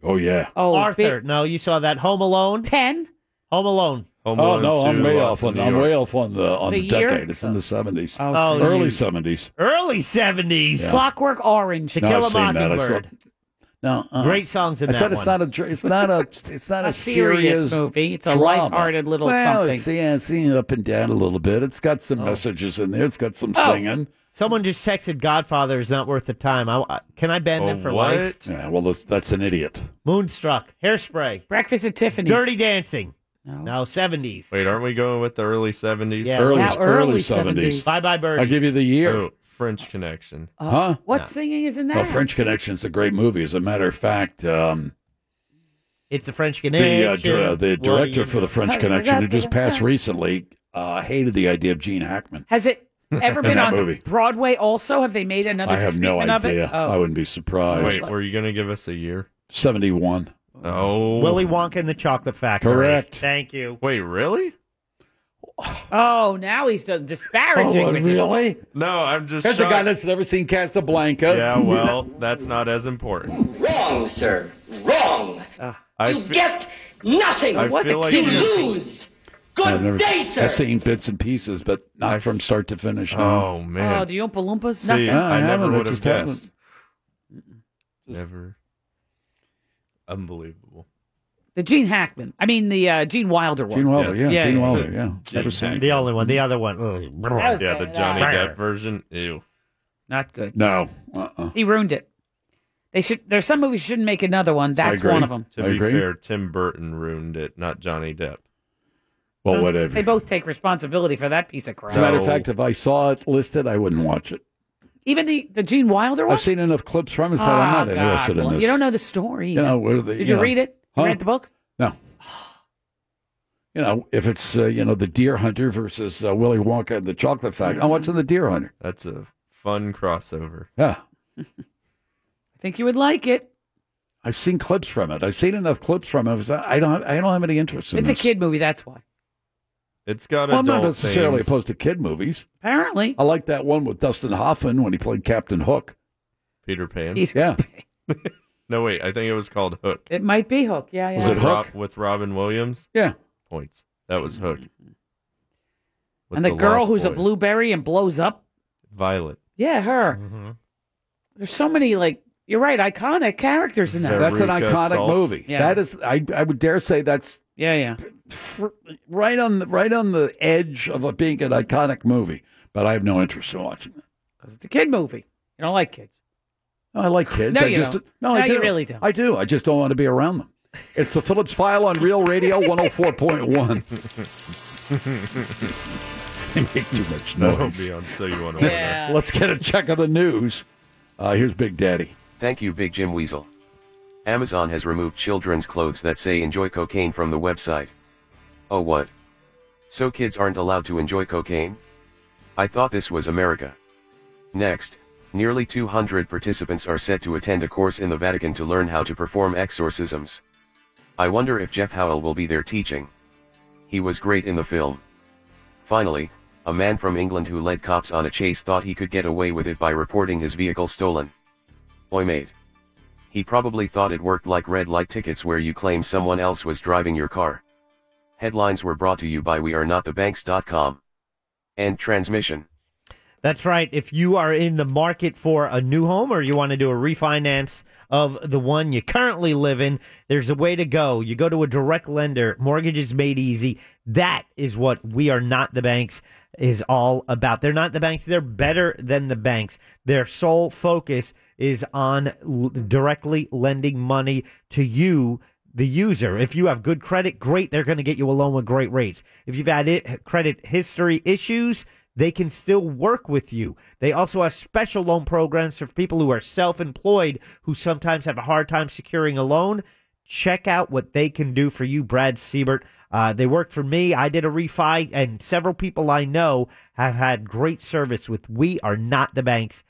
Oh yeah.
Oh,
Arthur. no, you saw that Home Alone.
Ten.
Home Alone.
oh no, I'm way off on.
New
I'm
York.
way off on the on
The
the,
year?
decade. It's in the seventies,
Oh,
Oh, so
early
you-
seventies.
Early seventies.
Clockwork Orange.
To
No,
Kill
I've
a
seen that. I saw-
Mockingbird.
No, uh,
Great songs in
I
that
said it's
one.
not a. dr- It's not a. It's not a,
A serious movie. It's a
drama.
lighthearted little
well,
something.
It's, yeah, it's yeah, up and down a little bit. It's got
Oh.
some messages in there. It's got some
Oh.
singing.
Someone just texted Godfather is not worth the time. I, I- can I ban
Oh,
them for life?
Oh, Yeah, well, that's, that's an idiot.
Moonstruck, Hairspray,
Breakfast at Tiffany's,
Dirty Dancing. No, seventies.
Wait, aren't we going with the early 70s?
Yeah. Early- Yeah, early early
70s.
Bye bye Birdie.
I'll give you the year.
Oh, French Connection.
Uh,
Huh?
What singing is in that?
Well, French Connection's a great movie. As a matter of fact, um,
It's the French
the uh,
Connection.
dir- uh, the
What do
director
you
for the
know?
French Connection, who just passed recently, uh, hated the idea of Gene Hackman.
Has it ever
In
been
that
on
movie.
Broadway? Also, have they made another?
I have no
treatment of it?
idea.
Oh.
I wouldn't be surprised.
Wait, were you going to give us a year?
Seventy-one.
Oh.
Willy Wonka and the Chocolate Factory.
Correct.
Thank you.
Wait, really?
Oh, now he's the disparaging.
Oh,
with it.
No, I'm just.
There's a guy
shocked.
that's never seen Casablanca.
Yeah, well, that's not as important.
Wrong, sir. Wrong.
I
you
fe-
get nothing.
I feel like
you
you-
lose. Good
I've never-
day, sir.
I've seen bits and pieces, but not from start to finish.
Oh,
no.
man.
Oh, the Oompa Loompas.
See,
Nothing.
No,
I,
I
never
haven't. It
would have
just happened.
guessed. Never. Unbelievable.
The Gene Hackman. I mean, the uh, Gene Wilder one.
Gene Wilder, yeah, Gene Wilder, yeah.
Never seen
The only one. The other one. Ugh.
was
Yeah, the
bad.
Johnny Depp version. Ew.
Not good.
No. Uh-uh.
He ruined it. They should. There's some movies shouldn't make another one. That's one of them.
To
I
be
agree.
fair, Tim Burton ruined it, not Johnny Depp.
Well,
They
whatever.
both take responsibility for that piece of crap.
As a matter of fact, uh, if I saw it listed, I wouldn't watch it.
even the, the Gene Wilder one.
I've seen enough clips from it that I'm not
Ah, God.
interested in
Well,
this.
You don't know the story.
You know, where the-
Did
you
you,
know.
read it? You
Huh?
read the book?
No. You know, if it's, uh, you know, the deer hunter versus uh, Willy Wonka and the chocolate factory, I'm watching the deer hunter.
That's a fun crossover.
Yeah.
I think you would like it.
I've seen clips from it. I've seen enough clips from it. I don't have, I don't have any interest in
It's a
this.
kid movie. That's why.
It's got
Well, I'm
adult
not necessarily
themes.
opposed to kid movies.
Apparently,
I like that one with Dustin Hoffman when he played Captain Hook.
Peter Pan.
yeah.
No, wait. I think it was called Hook.
it might be Hook. Yeah, yeah.
With Rob- with Robin Williams?
Yeah.
Points. That was Hook. With
and the, girl
Lost
who's a
Boys.
blueberry and blows up.
Violet. Mm-hmm.
Yeah, her. There's so many like You're right. Iconic characters in that.
That's an iconic movie.
Yeah.
That is, I, I would dare say that's
Yeah, yeah.
fr- right on the right on the edge of it being an iconic movie. But I have no interest in watching it.
Because it's a kid movie. You don't like kids.
No, I like kids.
No,
I
you
just
don't.
no, I
No,
do.
you really don't.
I do. I just don't want to be around them. It's the Phillips File on Real Radio 104.1. they make too much
That'll
noise.
be on So You Wanna Win It. Yeah.
Let's get a check of the news. Uh, here's Big Daddy.
Thank you, Big Jim Weasel. Amazon has removed children's clothes that say enjoy cocaine from the website. Oh, what? So kids aren't allowed to enjoy cocaine? I thought this was America. Next, nearly 200 participants are set to attend a course in the Vatican to learn how to perform exorcisms. I wonder if Jeff Howell will be there teaching. He was great in the film. Finally, a man from England who led cops on a chase thought he could get away with it by reporting his vehicle stolen. Oi mate. He probably thought it worked like red light tickets where you claim someone else was driving your car. Headlines were brought to you by wearenotthebanks.com. End transmission.
That's right. If you are in the market for a new home or you want to do a refinance of the one you currently live in, there's a way to go. You go to a direct lender, mortgages made easy. That is what we are not the banks is all about. They're not the banks, they're better than the banks. Their sole focus is on l- directly lending money to you the user. If you have good credit, great, they're going to get you a loan with great rates. If you've had it, credit history issues, they can still work with you. They also have special loan programs for people who are self employed who sometimes have a hard time securing a loan. Check out what they can do for you, Brad Siebert. Uh, they work for me. I did a refi, and several people I know have had great service with We Are Not the Banks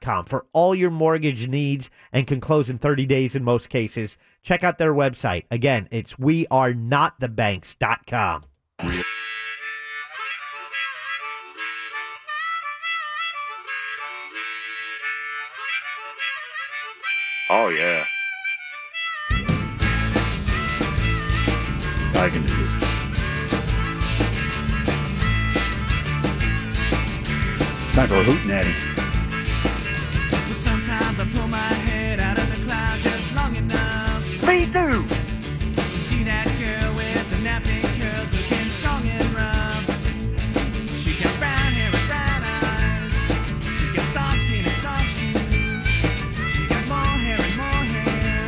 com for all your mortgage needs and can close in 30 days in most cases. Check out their website. Again, it's wearenotthebanks.com.
Oh yeah.
I can do it. Time for a hoot natty.
Sometimes I pull my head out of the cloud just long enough.
Me too.
To see that girl with the nappy curls looking strong and rough. She got brown hair and brown eyes. She got soft skin and soft shoes. She got more hair and more hair.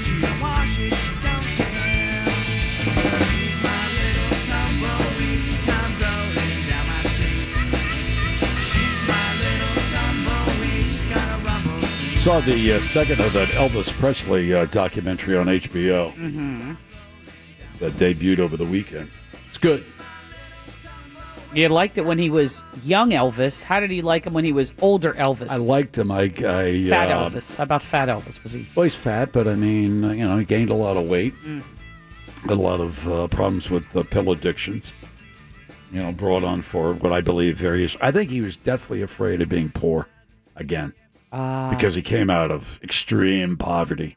She don't wash it, she don't care. She's my little tumbleweed. She comes rolling down my street. She's my little tumbleweed. She got a rumble.
Saw the uh, second of that Elvis Presley uh, documentary on HBO
Mm-hmm.
that debuted over the weekend. It's good.
You liked it when he was young Elvis. How did he like him when he was older Elvis?
I liked him. I, I
Fat
uh,
Elvis. How about Fat Elvis was he?
Well, he's fat, but I mean, you know, he gained a lot of weight.
Mm.
Had a lot of uh, problems with uh, pill addictions. You know, brought on for what I believe various. I think he was deathly afraid of being poor again
Ah.
because he came out of extreme poverty.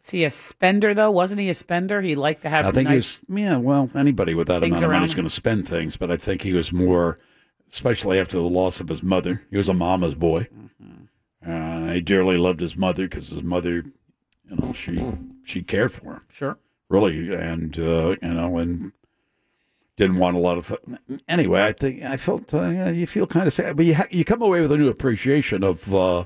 Is he a spender though? Wasn't he a spender? He liked to have.
I think he
nice...
was, yeah, well, anybody with that
Things
amount of money
around
is
him.
going to spend things, but I think he was more, especially after the loss of his mother. He was a mama's boy.
Mm-hmm.
Uh, he dearly loved his mother because his mother, you know, she she cared for him.
Sure.
Really, and uh, you know, and didn't want a lot of. Anyway, I think I felt uh, yeah, you feel kind of sad, but you ha- you come away with a new appreciation of. Uh,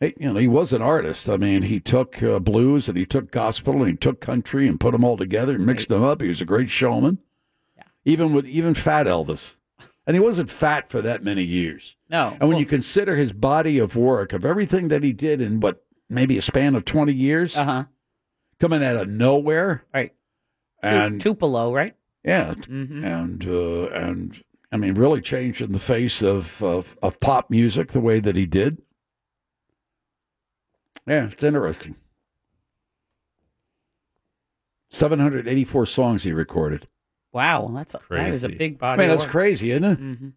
hey, you know, he was an artist. I mean, he took uh, blues and he took gospel and he took country and put them all together and mixed them up. He was a great showman. Even with even fat Elvis, and he wasn't fat for that many years.
No.
And when you consider his body of work, of everything that he did in what maybe a span of twenty years,
uh-huh.
coming out of nowhere,
right? Mm-hmm.
And
Tu- Tupelo, right?
yeah, and uh, and I mean, really changed in the face of, of of pop music the way that he did. Yeah, it's interesting. Seven hundred eighty-four songs he recorded.
Wow, that's a, that is a
Crazy.
big body.
Man,
of
that's
work.
crazy, isn't it?
Mhm.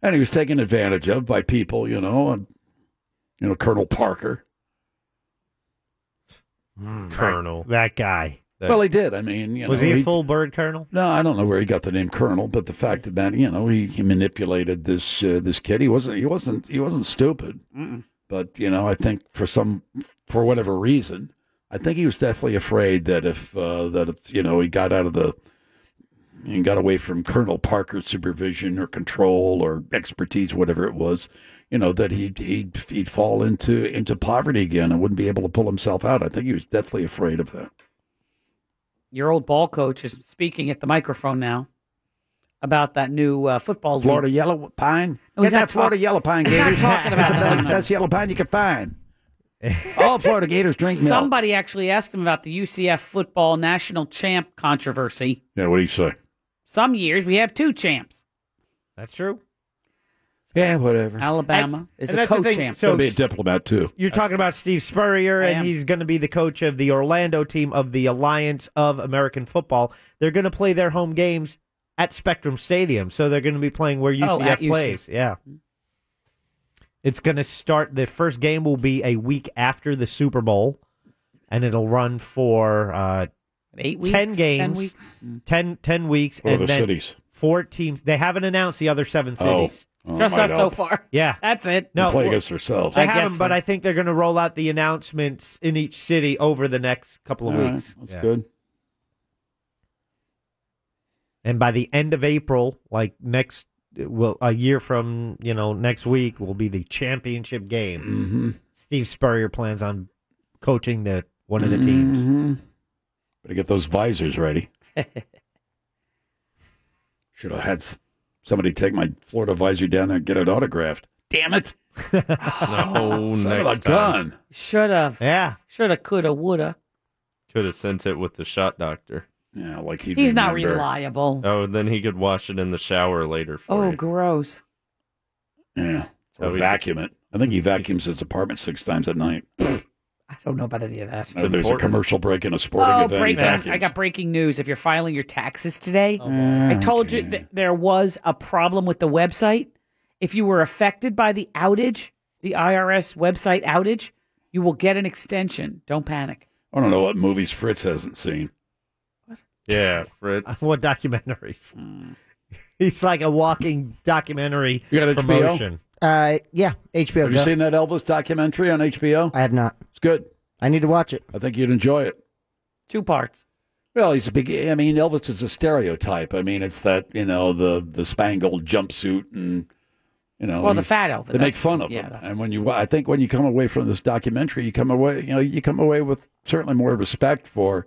and he was taken advantage of by people, you know, and you know Colonel Parker.
Colonel.
That guy.
well, he did. I mean, you
was
know,
he a
he-
full bird colonel?
No, I don't know where he got the name Colonel, but the fact that you know he, he manipulated this uh, this kid. He wasn't he wasn't he wasn't stupid,
Mm-mm.
But you know, I think for some, for whatever reason, I think he was definitely afraid that if uh, that if you know he got out of the and got away from Colonel Parker's supervision or control or expertise, whatever it was, you know, that he'd he'd, he'd fall into into poverty again and wouldn't be able to pull himself out. I think he was deathly afraid of that.
Your old ball coach is speaking at the microphone now about that new uh, football league. Oh,
Florida Yellow Pine.
No, he's
Get
not
that Florida
talk-
Yellow Pine,
he's not
Gators.
talking about
That's
that. No,
the best,
no.
best Yellow Pine you can find. All Florida Gators drink milk.
Somebody actually asked him about the UCF football national champ controversy.
Yeah, what do you say?
Some years we have two champs.
That's true.
Yeah, whatever.
Alabama
And-
is
and
a
that's the thing,
co-champ.
so-
He'll be a diplomat too.
You're talking about Steve Spurrier,
I
and
am.
he's going to be the coach of the Orlando team of the Alliance of American Football. They're going to play their home games at Spectrum Stadium, so they're going to be playing where
Oh, at
UCF
UCF.
plays. Yeah, it's going to start. The first game will be a week after the Super Bowl, and it'll run for uh,
eight
ten
weeks, 10
games,
weeks?
10, 10 weeks,
What are
and
the
then
cities?
four teams. They haven't announced the other seven
Oh.
cities.
Oh, Just might us so help.
far.
Yeah,
that's it.
They play against themselves.
They
I
haven't,
guess
but
so.
I think they're going to roll out the announcements in each city over the next couple of
All right,
weeks.
that's
Yeah.
good.
And by the end of April, like next, well, a year from you know next week will be the championship game.
Mm-hmm.
Steve Spurrier plans on coaching the one of the teams.
Better get those visors Mm-hmm. ready. Should have had s- somebody take my Florida visor down there and get it autographed. Damn it!
No,
Son of
next
a gun.
Shoulda.
Yeah.
Shoulda, coulda, woulda.
Could have sent it with the shot doctor.
Yeah, like he.
He's not reliable.
Oh, then he could wash it in the shower later for
Oh,
you.
gross.
Yeah,
So
or
he-
vacuum it. I think he vacuums his apartment six times at night.
I don't know about any of that.
There's a commercial break in a sporting
oh,
event. he
breaking!
vacuums.
I got breaking news. If you're filing your taxes today,
boy.
I told you that there was a problem with the website. If you were affected by the outage, the IRS website outage, you will get an extension. Don't panic.
I don't know what movies Fritz hasn't seen.
Yeah, Fritz.
What documentaries?
Hmm.
He's like a walking documentary
You got HBO?
promotion.
Uh, yeah, HBO.
Have you
Go.
seen that Elvis documentary on HBO? I
have not.
It's good.
I need to watch it.
I think you'd enjoy it.
Two parts.
Well, he's a big. I mean, Elvis is a stereotype. I mean, it's that you know the the spangled jumpsuit and you know.
Well, the
he's-
fat Elvis,
They make
that's-
fun of
yeah,
him,
that's-
and when you, I think when you come away from this documentary, you come away, you know, you come away with certainly more respect for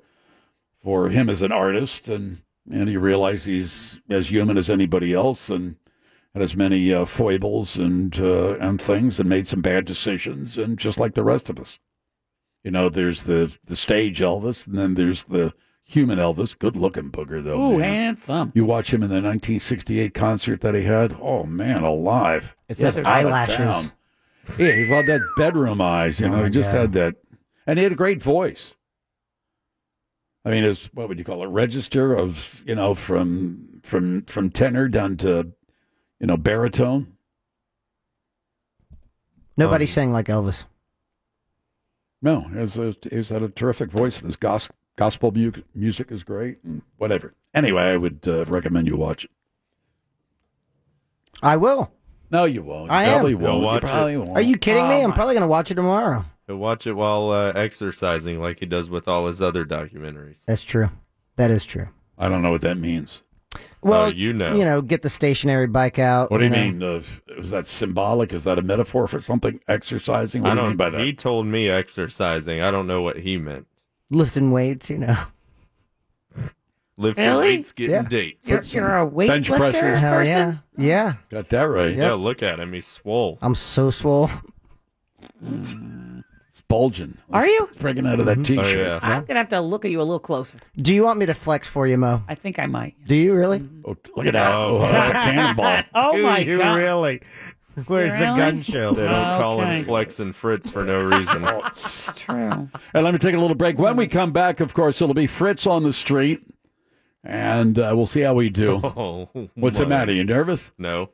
for him as an artist, and and you realize he's as human as anybody else, and had as many uh, foibles and uh, and things, and made some bad decisions, and just like the rest of us. You know, there's the the stage Elvis, and then there's the human Elvis. Good looking booger though.
Ooh,
man.
handsome.
You watch him in the 1968 concert that he had. Oh man, alive!
It's those
Out of
eyelashes.
town. Yeah, he had that bedroom eyes. You
Oh,
know,
my
he just
God.
had that, and he had a great voice. I mean, it's what would you call it? Register of you know from from from tenor down to you know baritone.
Nobody
Um,
sang like Elvis.
No, he's a, he's had a terrific voice, and his gos- gospel mu- music is great, and whatever. Anyway, I would uh, recommend you watch it.
I will.
No, you won't. You
I am.
probably won't. You
watch
probably
it.
won't.
Are you kidding me?
Oh,
I'm
my-
probably going to watch it tomorrow.
He'll watch it while uh, exercising, like he does with all his other documentaries.
That's true. That is true.
I don't know what that means.
Well,
Oh, you know.
You know, get the stationary bike out.
What do you
know.
mean? Uh, is that symbolic? Is that a metaphor for something? Exercising?
I
What do you
don't.
mean by that?
He told me exercising. I don't know what he meant.
Lifting weights, you know.
Lifting
Really?
weights, getting
Yeah.
dates.
You're- you're a weight
bench
lifter
presses.
Hell person? yeah. Yeah.
Got that right.
Yeah, look at him. He's swole.
I'm so swole.
Mm, It's bulging.
Are you?
Breaking out of that
Mhm.
Oh,
t-shirt.
I'm gonna have to look at you a little closer.
Do you want me to flex for you, Mo?
I think I might.
Do you really?
Oh, look at that. Oh, that's a cannonball.
Oh
Do
my
you
god!
Really? Where's the
Really?
gun show?
They don't call
Okay.
him Flex and Fritz for no reason.
True.
And let me take a little break. When we come back, of course, it'll be Fritz on the street, and uh, we'll see how we do.
Oh,
What's the
my.
matter? You nervous?
No.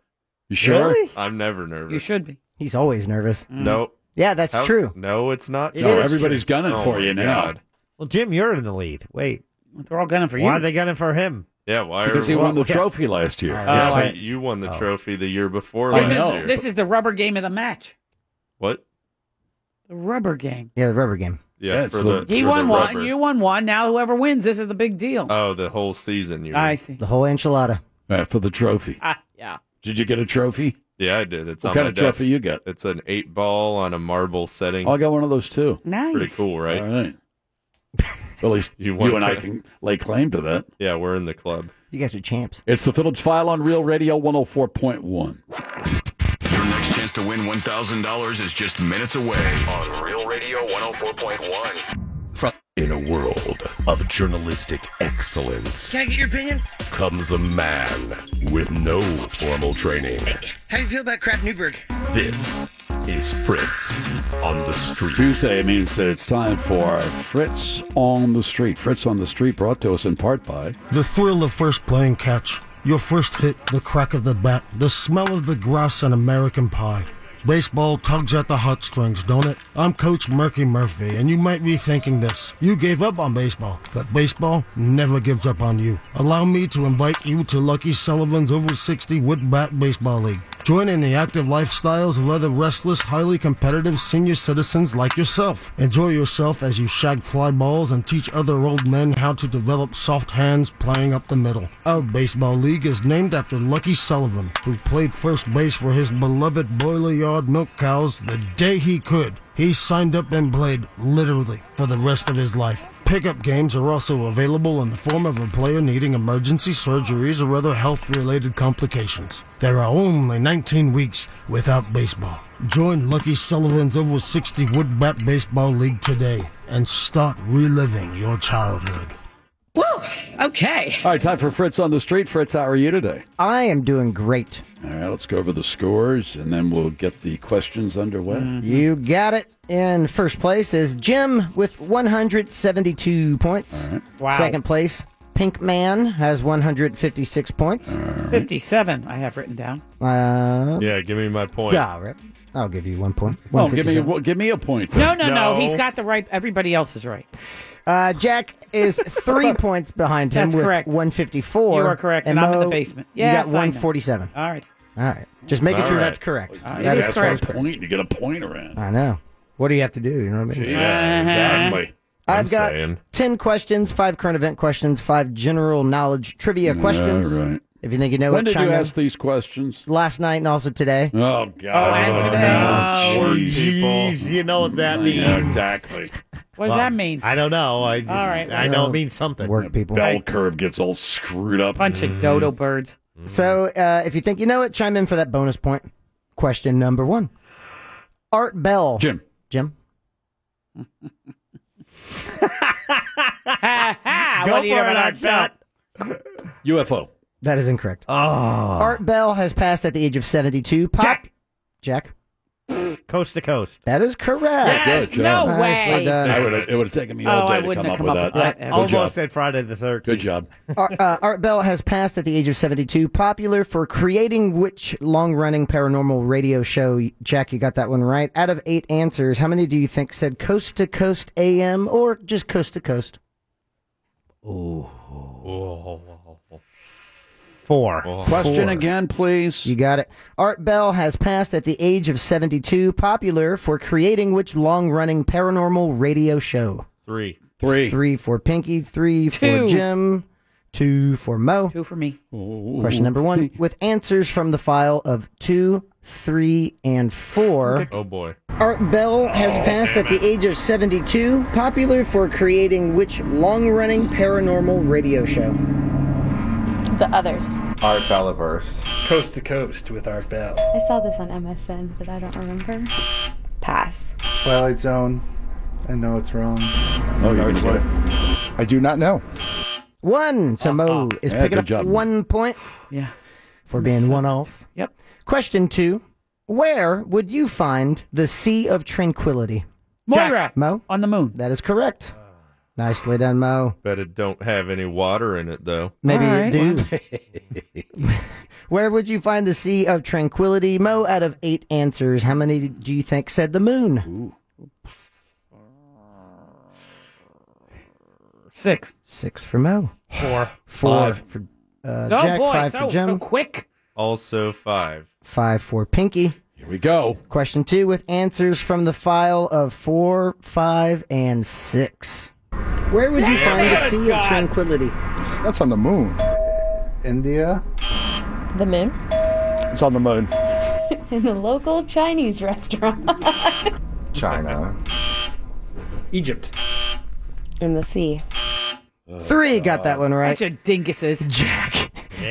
You sure?
I'm never nervous.
should be.
He's always nervous.
Mm.
Nope.
Yeah, that's
How-
true.
No, it's not.
It
true.
is No, everybody's
true. gunning
Oh
for
my
you now.
God.
Well, Jim, you're in the lead. Wait.
They're all gunning for
Why
you.
are they gunning for him? Uh,
Yeah, why
Because
are
he won the
why-
trophy last year.
Yeah,
Oh,
but
I-
you won the trophy the year before
I
last
know.
year.
This is the rubber game of the match.
what?
Rubber game.
Yeah, the rubber game.
Yeah,
Yeah, it's
for
the-
the,
He
for
won
the
one.
rubber.
You won one. Now whoever wins, this is the big deal.
Oh, the whole season. You
I see.
The whole enchilada.
for the trophy.
Ah, yeah.
Did you get a trophy?
Yeah, I did. It's
What
on
kind
my
of trophy
desk.
you got?
It's an eight ball on a marble setting.
Oh, I got one of those too.
Nice.
Pretty cool, right?
All right. At least you,
won.
and I can lay claim to that.
Yeah, we're in the club.
You guys are champs.
It's the Phillips File on Real Radio 104.1.
Your next chance to win $1,000 is just minutes away on Real Radio 104.1.
From in a world of journalistic excellence
Can I get your opinion?
comes a man with no formal training.
How do you feel about Crap Newberg?
This is Fritz on the street.
Tuesday means that it's time for Fritz on the Street. Fritz on the Street brought to us in part by.
The thrill of first playing catch, your first hit, the crack of the bat, the smell of the grass and American pie. Baseball tugs at the heartstrings, don't it? I'm Coach Murky Murphy, and you might be thinking this. You gave up on baseball, but baseball never gives up on you. Allow me to invite you to Lucky Sullivan's Over 60 Wood Bat Baseball League. Join in the active lifestyles of other restless, highly competitive senior citizens like yourself. Enjoy yourself as you shag fly balls and teach other old men how to develop soft hands playing up the middle. Our baseball league is named after Lucky Sullivan, who played first base for his beloved Boiler Yard milk cows the day he could. He signed up and played, literally, for the rest of his life. Pickup games are also available in the form of a player needing emergency surgeries or other health related complications. There are only 19 weeks without baseball. Join Lucky Sullivan's over 60 Wood Bat Baseball League today and start reliving your childhood.
Woo!
Okay.
All right, time for Fritz on the Street. Fritz, how are you today?
I am doing great.
All right, let's go over the scores and then we'll get the questions underway.
You got it. In first place is Jim with 172 points.
Wow.
Second place, Pink Man has 156 points.
Fifty-seven. I have written down.
Uh,
Yeah, give me my point.
Yeah, all right. I'll give you one point.
Well, give me
157.
well, give me a point.
No, no, no, He's got the right. Everybody else is right.
Uh, Jack is three points behind him
That's
with
correct.
154.
You are correct, and I'm in the basement.
you
Yes,
got
I know.
147.
All right.
All right. Just making
All
sure
right.
that's correct.
All right,
That
that's
is
what I was
correct.
pointing. You get a point around.
I know. What do you have to do? You know what I mean?
Yeah, exactly.
I've got 10 questions, five current event questions, five general knowledge trivia questions.
All right.
If you think you know
when
what
did you
China
ask these questions?
last night and also today.
Oh God! Oh,
Oh,
geez.
jeez, you know what that means.
Mm-hmm. Yeah, exactly.
What does that mean?
I don't know. I just,
All right,
I know
well-
it means something.
Uh, Work people.
Bell curve gets all screwed up. Mm-hmm.
Bunch of dodo birds.
So uh, if you think you know it, chime in for that bonus point. Question number one Art Bell.
Jim.
Jim.
Ah,
Go
what do you
for
know
it,
about
Art Bell.
Bell?
UFO.
That is incorrect.
Oh.
Ah.
Art Bell has passed at the age of 72. Pop. Jack.
Coast to coast.
That is correct.
Yes,
no Nicely way. done.
I would have, it would have taken me all
Oh,
day
I
to
wouldn't
come
have come
up with that.
up with that
Good
ever.
job.
Almost said Friday the 13th.
Good job.
Art, uh, Art Bell has passed at the age of 72, popular for creating which long running paranormal radio show? Jack, you got that one right. Out of eight answers, how many do you think said coast to coast AM or just coast to coast?
Four.
Oh.
Question again, please.
You got it. Art Bell has passed at the age of 72, popular for creating which long running paranormal radio show?
Three.
Three.
Three for Pinky, three for
Two.
Jim, two for Mo.
Two for me.
Question number one with answers from the file of two, three, and four.
Oh boy.
Art Bell has passed at the age of 72, popular for creating which long running paranormal radio show?
The Others.
Art Bellaverse.
Coast to Coast with Art Bell.
I saw this on MSN, but I don't remember. Pass.
Twilight Zone. I know it's wrong.
Oh, you're gonna get
I do not know.
One. Hmm, So Mo is
Yeah,
picking
good
up
job, Mo.
one point.
Yeah.
For being
Seven.
one off.
Yep.
Question two Where would you find the Sea of Tranquility?
Moira.
Mo?
On the moon.
That is correct.
Ah.
Nicely done, Mo.
Bet it don't have any water in it though.
Maybe you do. Where would you find the Sea of Tranquility? Mo, out of eight answers, how many do you think said the moon?
Six.
Six for Mo.
Four.
Four
Five.
for uh,
oh
Jack.
boy,
five
so,
for Jim.
so quick.
Also five.
Five for Pinky.
Here we go.
Question two with answers from the file of four, five, and six. Where would you
Damn
find the
it,
Sea
God.
of Tranquility?
That's on the moon. India?
The moon?
It's on the moon.
In the local Chinese restaurant.
China.
Egypt. In the sea.
Oh,
Three got that one right.
Bunch of dinguses.
Jack.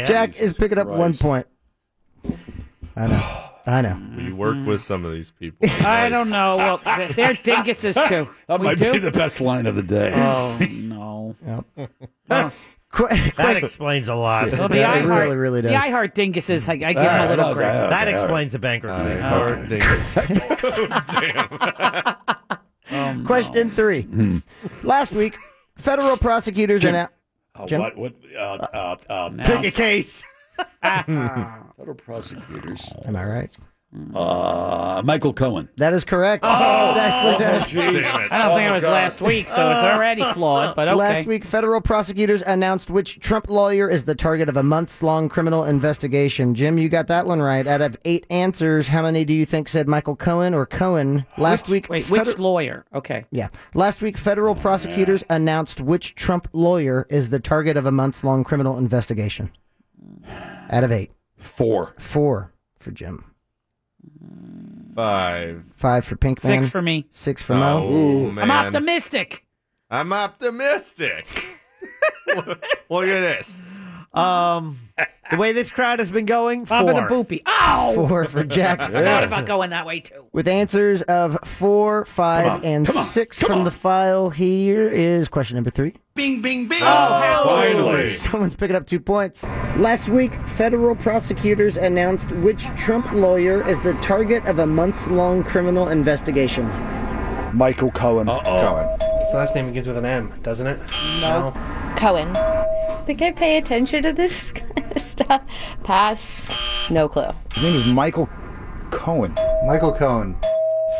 Jack is picking up one point. I know. I know.
We work with some of these people.
Mm-hmm. I don't know. Well, th- they're dinguses too.
That
Oh,
we
might
do.
be the best line of the day.
Oh no.
That explains a lot.
Well, the iHeart, The iHeart dinguses, I, I give them a little Oh, grace.
That explains the bankruptcy.
Oh,
Question three.
Hmm.
Last week, federal prosecutors are
Jim.
now.
Uh,
Jim?
what? What? Uh, uh, uh,
Pick a case.
Federal prosecutors.
Am I right?
Hmm.
Uh, Michael Cohen.
That is correct.
Damn it.
I don't think
Oh,
it was
God.
last week, so it's already flawed. But okay.
Last week, federal prosecutors announced which Trump lawyer is the target of a months long criminal investigation. Jim, you got that one right. Out of eight answers, how many do you think said Michael Cohen or Cohen? Last
Which-
week,
wait,
feder-
which lawyer? Okay.
Yeah. Last week, federal prosecutors announced which Trump lawyer is the target of a months long criminal investigation. Out of eight.
Four.
Four for Jim.
Five.
Five for Pink
Six for
me.
Six for
Oh,
Mo.
man.
I'm optimistic.
I'm optimistic. Look at this.
Um, the way this crowd has been going, four.
Baba the boopy. Ow!
Four for Jack.
I thought about going that way too.
With answers of four, five,
Come on,
and
come on,
six from the file, here is question number three.
Bing, bing,
Oh,
bing. Oh,
Someone's picking up two points. Last week, federal prosecutors announced which Trump lawyer is the target of a months long criminal investigation.
Michael Cohen. Cohen.
His last name begins with an M, doesn't it? No.
Cohen. Think I pay attention to this kind of stuff? Pass. No clue.
His name is Michael Cohen. Michael Cohen.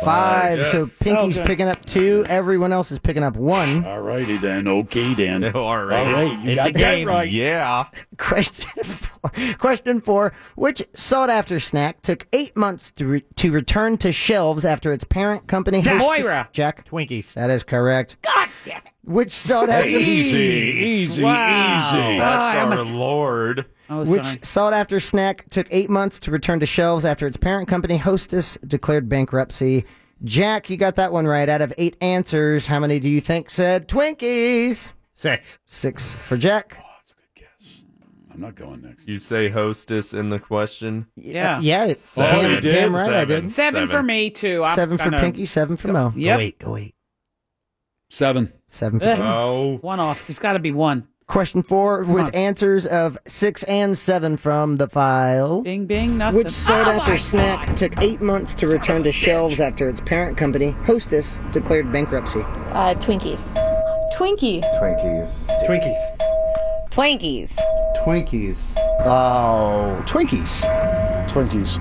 Five.
Yes.
So Pinky's
Okay.
picking up two. Everyone else is picking up one.
All righty then. Okay then. All
right.
All right. You
It's
got
a
that
game.
right.
Yeah.
Question four. Question four. Which sought after snack took eight months to, re- to return to shelves after its parent company?
Jack.
Hostess-
Moira.
Jack.
Twinkies.
That is correct.
God damn it.
Which sought after
easy, easy.
That's
I
our
almost-
lord.
Oh, Which sought after snack took eight months to return to shelves after its parent company, Hostess, declared bankruptcy. Jack, you got that one right. Out of eight answers, how many do you think said Twinkies?
Six.
Six for Jack.
I'm not going next.
You say hostess in the question?
Yeah.
yeah, it's damn,
Seven.
damn right I
Seven.
did.
Seven, for me too. I'm
Seven for
gonna-
Pinky, seven for Mo.
Yep. Go
eight, go eight.
Seven.
Seven for
Ugh.
Jack.
One off. There's got to be one.
Question four
Come
with
on.
answers of six and seven from the file.
Bing, bing, nothing.
Which sought
Oh,
after
my
snack took eight months to return to shelves after its parent company, Hostess, declared bankruptcy.
Uh, Twinkies. Twinkie.
Twinkies.
Twinkies.
Twinkies.
Twinkies. Oh, Twinkies. Twinkies.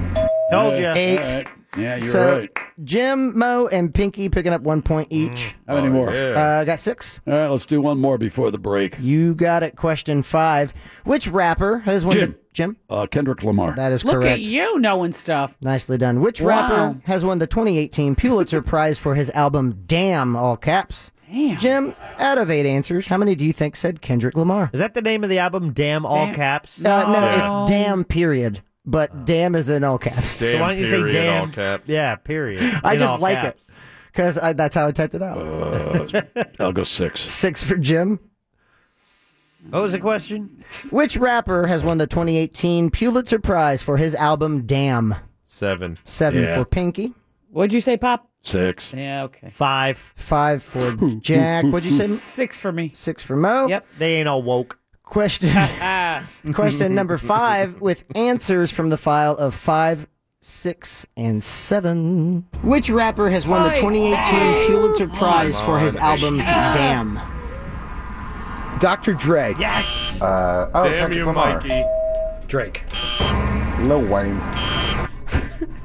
Told ya.
Eight.
all right. Yeah, you're
so,
right.
Jim, Mo, and Pinky picking up one point each.
How many more?
Uh, got six.
All right, let's do one more before the break.
You got it. Question five. Which rapper has won
Mm. Jim.
the Jim?
Uh, Kendrick Lamar.
That is
Look at
correct.
you knowing stuff.
Nicely done. Which
Wow.
rapper has won the 2018 Pulitzer Prize for his album Damn All Caps?
Damn.
Jim, out of eight answers, how many do you think said Kendrick Lamar?
Is that the name of the album? Damn all
Damn.
caps.
Uh, no,
Yeah.
it's damn period, but damn is in all caps.
Damn,
so why don't you
period,
say damn?
all caps.
Yeah, period.
I
In
just
all
like
caps.
it because that's how I typed it out.
Uh.
Uh, I'll go six.
Six for Jim.
What was the question?
Which rapper has won the 2018 Pulitzer Prize for his album Damn?
Seven.
Seven
Yeah.
for Pinky,
What'd you say, Pop?
Six.
Yeah. Okay.
Five.
five for Jack. What'd you say?
Six for me.
Six for Mo.
Yep.
They ain't all woke.
Question
Ah.
question number five with answers from the file of five, six, and seven. Which rapper has won the 2018 Pulitzer Prize for his album Damn?
Dr. Dre.
Yes.
Uh, oh,
Damn
Kendrick
you,
Lamar.
Mikey.
Drake.
Lil Wayne.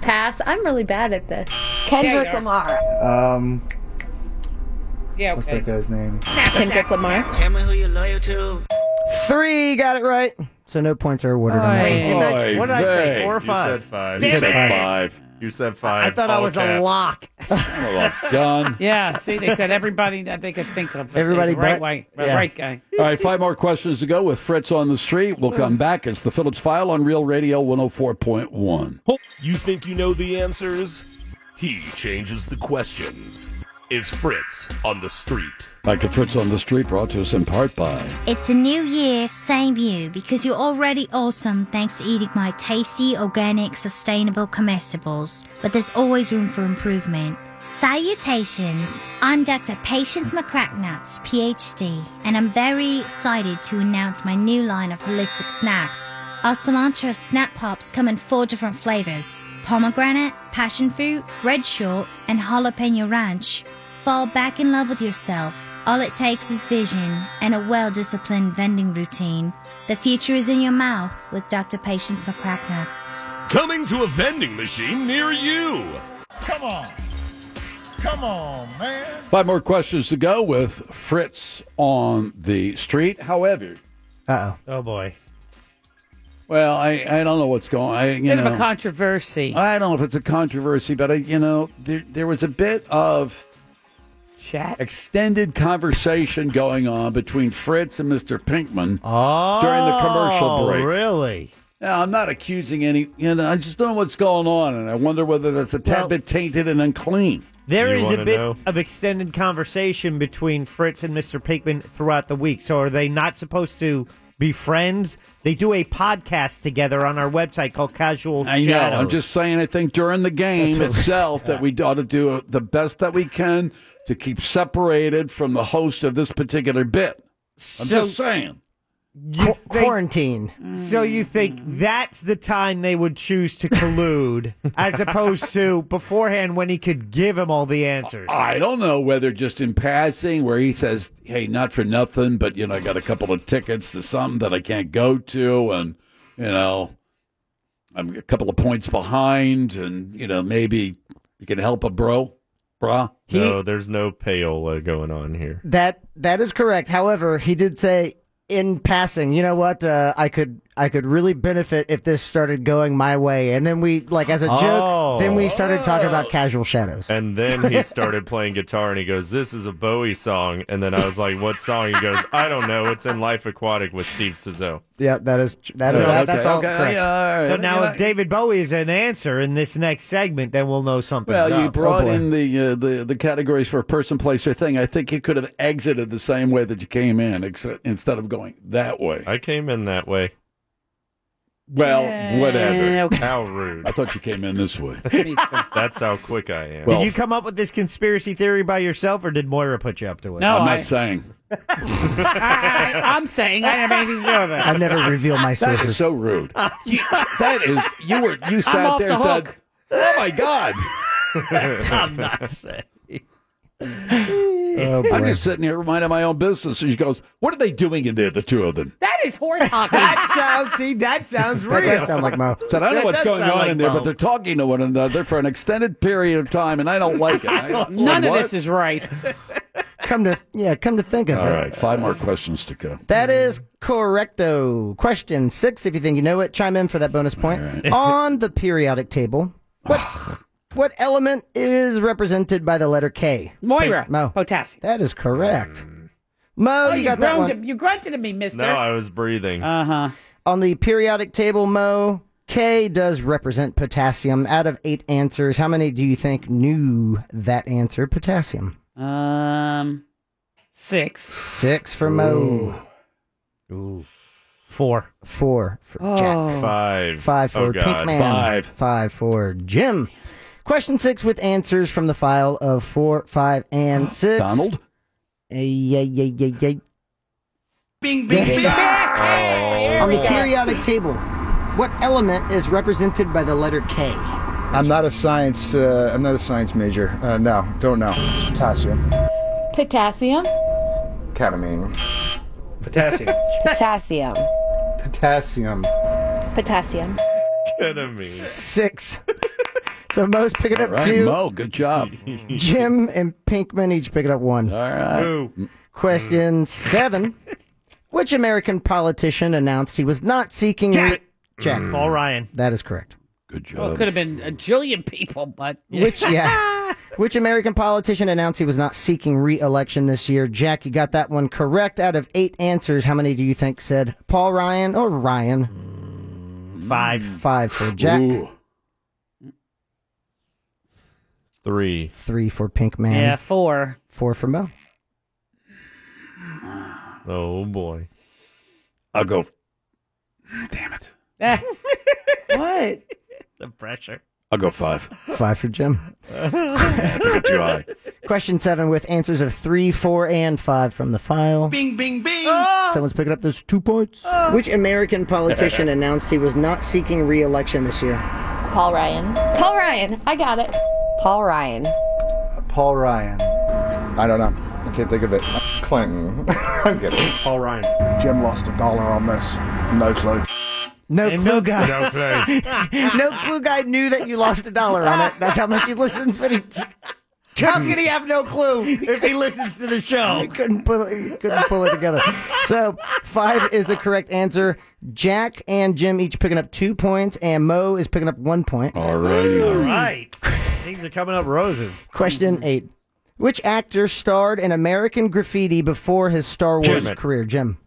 Pass. I'm really bad at this. Kendrick
Yeah, you are.
Lamar.
Um,
Yeah.
what's
Okay.
that guy's name?
Kendrick Lamar.
Tell me who you're loyal to.
Three got it right. So no points are awarded on that.
Aye.
one.
What did I say?
Hey,
Four or
You
five?
said five.
You said
Five.
You You said five.
thought I
all
was a
caps.
lock.
Done.
Yeah, see, they said everybody that they could think of. but
Everybody
the right
but-
way, the
yeah.
right guy.
All right, five more questions to go with Fritz on the street. We'll come back. It's the Phillips File on Real Radio 104.1.
You think you know the answers? He changes the questions. Is Fritz on the street?
Back to Fritz on the street, brought to us in part by.
It's a new year, same you, because you're already awesome thanks to eating my tasty, organic, sustainable comestibles. But there's always room for improvement. Salutations! I'm Dr. Patience McCracknuts, PhD, and I'm very excited to announce my new line of holistic snacks. Our cilantro snap pops come in four different flavors pomegranate, passion fruit, red short, and jalapeno ranch. Fall back in love with yourself. All it takes is vision and a well disciplined vending routine. The future is in your mouth with Dr. Patience McCracknuts.
Coming to a vending machine near you.
Come on. Come on, man.
Five more questions to go with Fritz on the street. However,
uh
oh, boy.
Well, I, I don't know what's going. I, you
Bit
know,
of a controversy.
I don't know if it's a controversy, but I, you know, there there was a bit of
chat
extended conversation going on between Fritz and Mr. Pinkman during the commercial break.
Oh, Really?
Now, I'm not accusing any. You know, I just don't know what's going on, and I wonder whether that's a tad
Well-
bit tainted and unclean.
There is a bit of extended conversation between Fritz and Mr. Pinkman throughout the week. So are they not supposed to be friends? They do a podcast together on our website called Casual
I know.
Shadows.
I'm just saying. I think during the game
That's what-
itself that we ought to do the best that we can to keep separated from the host of this particular bit. I'm
So-
just saying.
quarantine.
So you think that's the time they would choose to collude as opposed to beforehand when he could give him all the answers?
I don't know whether just in passing, where he says, "Hey, not for nothing, but you know, I got a couple of tickets to something that I can't go to, and you know, I'm a couple of points behind, and you know, maybe you can help a bro, brah."
no, there's no payola going on here.
That that is correct. However, he did say in passing, you know what? Uh, I could I could really benefit if this started going my way. And then we like as a
Oh.
joke, then we started talking
Oh.
about casual shadows.
And then he started playing guitar and he goes, This is a Bowie song. And then I was like, What song? He goes, I don't know. It's in Life Aquatic with Steve Cizzo.
Yeah, that is that is
So,
that- that's
okay,
all
okay,
correct.
yeah, all right.
So now,
Yeah.
if David Bowie is an answer in this next segment, then we'll know something. Oh,
Well, you brought in the, uh, the the categories for person, place, or thing. I think you could have exited the same way that you came in, except instead of going that way.
I came in that way.
Well, whatever.
Whatever. How rude.
I thought you came in this way.
That's how quick I am.
did you come up with this conspiracy theory by yourself, or did Moira put you up to it?
No, I'm not I-
saying.
I, I'm saying I didn't have anything to do with it.
That is so rude. You- that is you were you
I'm
sat
off
there
the
and said,
hook.
"Oh my god."
I'm not saying.
I'm
boy.
just sitting here reminding my own business. And she goes, "What are they doing in there, the two of them?"
That is horse hockey.
that sounds. See, that sounds real.
Said, "I don't know
That
what's
does
going
sound
on
like
in there,
Mo.
but they're talking to one another for an extended period of time, and I don't like it." I said,
None of
"What?"
this is right.
Come to yeah, come to think of
All
it.
right, five more questions to go.
That is correcto. Question six, if you think you know it, chime in for that bonus point. On the periodic table, what what element is represented by the letter K?
Moira.
Mo.
Potassium.
That is correct. Mo,
Oh,
you, got that
groaned at-
one.
you grunted at me, mister.
No, I was breathing.
Uh huh.
On the periodic table, Mo, K does represent potassium. Out of eight answers, how many do you think knew that answer, potassium?
Um, six.
Six for Mo.
Ooh. Four.
Four for Jack.
Oh.
Five.
Five for
Oh, God.
Pinkman.
Five.
Five for Jim. Question six with answers from the file of four, five, and six.
Donald?
Uh, yeah, yeah, yeah, yeah.
Bing,
bing, bing. On the
we go.
periodic table, what element is represented by the letter K?
I'm not a science. Uh, I'm not a science major. Uh, no, don't know. Potassium,
Potassium.
ketamine,
Potassium.
Potassium.
potassium.
Potassium.
Six. so Mo's picking
All
up
right,
two.
Mo, good job.
Jim and Pinkman each picking up one. All
right.
Question seven. Which American politician announced he was not seeking
Jack.
Jack.
Paul Ryan.
That is correct.
Good job.
Well, it could have been a jillion people, but
Which yeah. Which American politician announced he was not seeking re-election this year? Jack, you got that one correct. Out of eight answers, how many do you think said Paul Ryan or Ryan?
Five.
Five for Jack.
Three.
Three for Pink Man.
Yeah, four.
Four for Mo.
Oh boy.
I'll go.
Eh. what?
The pressure.
I'll go five.
Five for Jim.
I think I'm too high.
Question seven with answers of three, four, and five from the file.
Bing, bing, bing.
Someone's picking up those two points. Which American politician announced he was not seeking re-election this year?
Paul Ryan. Paul Ryan. I got it. Paul Ryan.
Paul Ryan. I don't know. I can't think of it. Clinton. I'm kidding.
Paul Ryan.
Jim lost a dollar on this. No clue.
No clue guy.
no
clue. no clue guy knew that you lost a dollar on it. That's how much he listens, but he
How can he have no clue if he listens to the show?
He couldn't pull it, couldn't pull it together. So five is the correct answer. Jack and Jim each picking up two points, and Mo is picking up one point.
All righty.
All right. Things are coming up roses.
Question eight: Which actor starred in American Graffiti before his Star
Jim.
Wars career? Jim.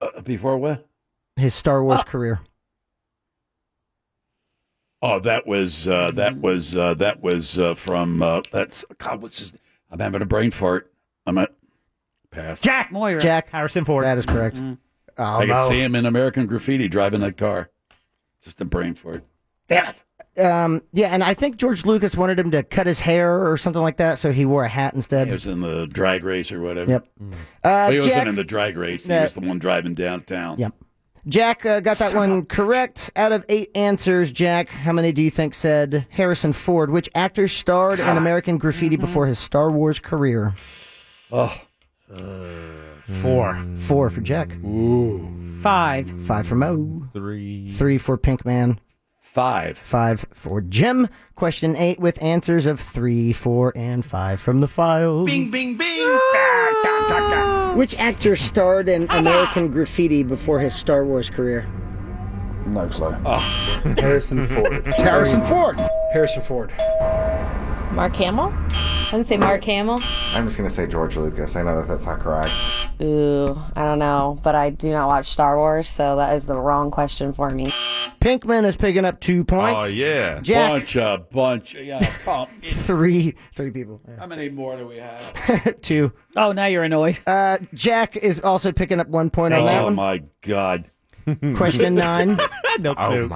Uh, before what?
His Star Wars career.
Oh, that was uh, that
Mm-hmm.
was uh, that was uh, from uh, that's God. What's his? I'm having a brain fart. I'm at pass.
Jack
Moira. Mm.
Jack
Harrison Ford.
That is correct. Oh,
I
no.
could see him in American Graffiti driving that car. Just a brain fart.
Um, yeah, and I think George Lucas wanted him to cut his hair or something like that, so he wore a hat instead.
He was in the drag race or whatever.
Yep.
Mm.
Uh,
But he wasn't
Jack-
in the drag race. He
No.
was the one driving downtown.
Yep. Jack uh, got that one correct. Out of eight answers, Jack, how many do you think said Harrison Ford? Which actor starred in American Graffiti before his Star Wars career?
Oh.
Four.
Mm. Four for Jack.
Ooh.
Five.
Five for Mo.
Three.
Three for Pink Man.
Five.
Five for Jim. Question eight with answers of three, four, and five from the file.
Bing, bing, bing. Da, da, da, da.
Which actor starred in American Graffiti before his Star Wars career?
No clue.
Harrison Ford.
Harrison Ford.
Harrison Ford.
Mark Hamill? I'm gonna say Mark Hamill.
I'm just gonna say George Lucas. I know that that's not correct.
Ooh, I don't know, but I do not watch Star Wars, so that is the wrong question for me.
Pinkman is picking up two points.
Oh yeah.
Jack.
Bunch a bunch. Yeah. Come.
Three, three people.
How many more do we have?
two.
Oh, now you're annoyed.
Uh, Jack is also picking up one point on that
Oh
one.
my God.
Question nine.
no clue.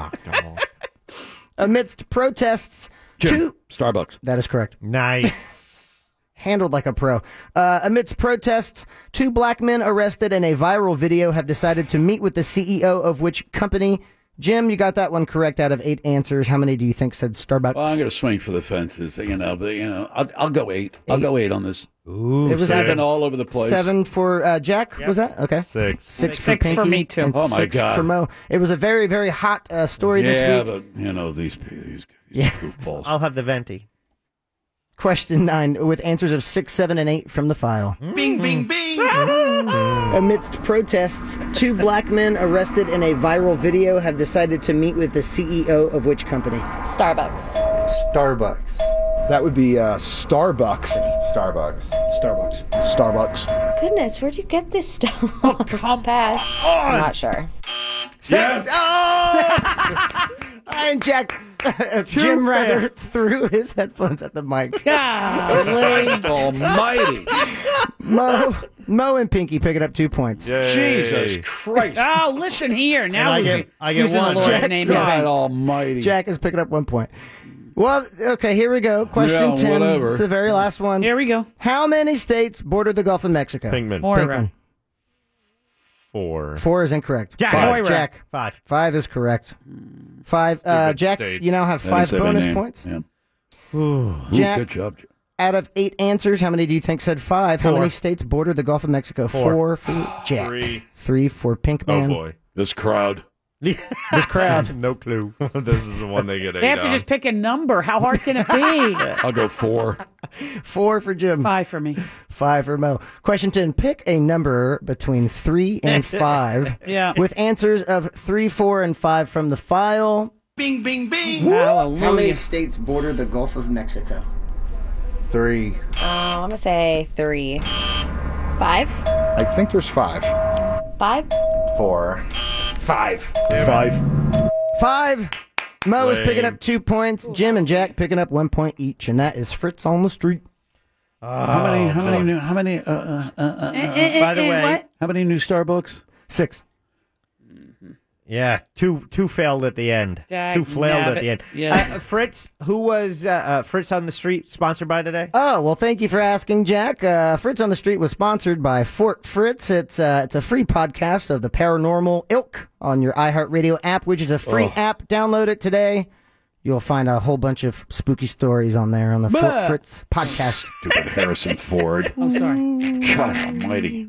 Amidst protests, two.
Starbucks.
That is correct.
Nice.
Handled like a pro. Uh, amidst protests, two black men arrested in a viral video have decided to meet with the CEO of which company? Jim, you got that one correct out of eight answers. How many do you think said Starbucks?
Well, I'm going to swing for the fences. You know, but you know, I'll, I'll go eight. I'll go eight on this.
Ooh.
It was
I've been
seven.
all over the place.
Seven for uh, Jack, was that? Okay.
Six.
Six for
Six for
Pinky
me, too.
and
Oh, my
six
God.
for Mo. It was a very, very hot uh, story this week.
Yeah, but you know these these, these goofballs.
I'll have the venti.
Question nine with answers of six, seven, and eight from the file.
Hmm.
Bing, bing, bing.
Amidst protests, two black men arrested in a viral video have decided to meet with the CEO of which company?
Starbucks.
Starbucks. That would be uh, Starbucks. Starbucks.
Starbucks.
Starbucks.
Goodness, where'd you get this stuff? Oh, come Pass. I'm not sure.
Six. Oh! and Jack, Jim rather threw his headphones at the mic.
Golly.
Almighty.
Mo, Mo and Pinky picking up two points.
Yay.
Jesus Christ.
Oh, listen here. Now
I
who's
get- I get
using
one.
the Lord's
Jack
name.
God Almighty.
Jack is picking up one point. Well, okay, here we go. Question
Yeah,
10.
whatever.
It's the very last one.
Here we go.
How many states border the Gulf of Mexico?
Pinkman.
Moira.
Pinkman.
Four.
Four is incorrect.
Jack.
Five.
Moira.
Jack.
Five.
Five is correct. Five. Uh,
Stupid
Jack,
states.
you now have
That
five
is a bad
bonus
name.
points.
Yeah. Ooh,
Jack,
good job. Jack.
out of eight answers, how many do you think said five? How
Four.
many states border the Gulf of Mexico?
Four.
for Jack.
Three.
Three for
Oh
Pinkman.
boy.
This crowd.
this crowd.
no clue. this is the one they get.
They have to just pick a number. How hard can it be?
I'll go four.
Four for Jim.
Five for me.
Five for Mo. Question 10. Pick a number between three and five.
Yeah.
With answers of three, four, and five from the file.
Bing, bing, bing.
How many states border the Gulf of Mexico?
Three.
Oh,
uh,
I'm gonna say three.
Five?
I think there's five.
Five?
Four.
Five.
Five.
Five. Mo is picking
Lame.
up two points. Jim and Jack picking up one point each, and that is Fritz on the street.
how many? How many? New, how many? Uh, uh, uh, uh,
eh, By the eh, way- what?
how many new Starbucks?
Six.
Mm-hmm.
Yeah, two two failed at the end.
Dag
two flailed at
nabbit.
the end.
Yeah.
Uh, Fritz, who was uh, uh, Fritz on the street sponsored by today?
Oh well, thank you for asking, Jack. Uh, Fritz on the Street was sponsored by Fort Fritz. It's uh, it's a free podcast of the paranormal ilk on your iHeartRadio app, which is a free
Oh.
app. Download it today. You'll find a whole bunch of spooky stories on there on the
Bah.
Fort Fritz podcast.
Stupid Harrison Ford.
I'm sorry.
God Almighty.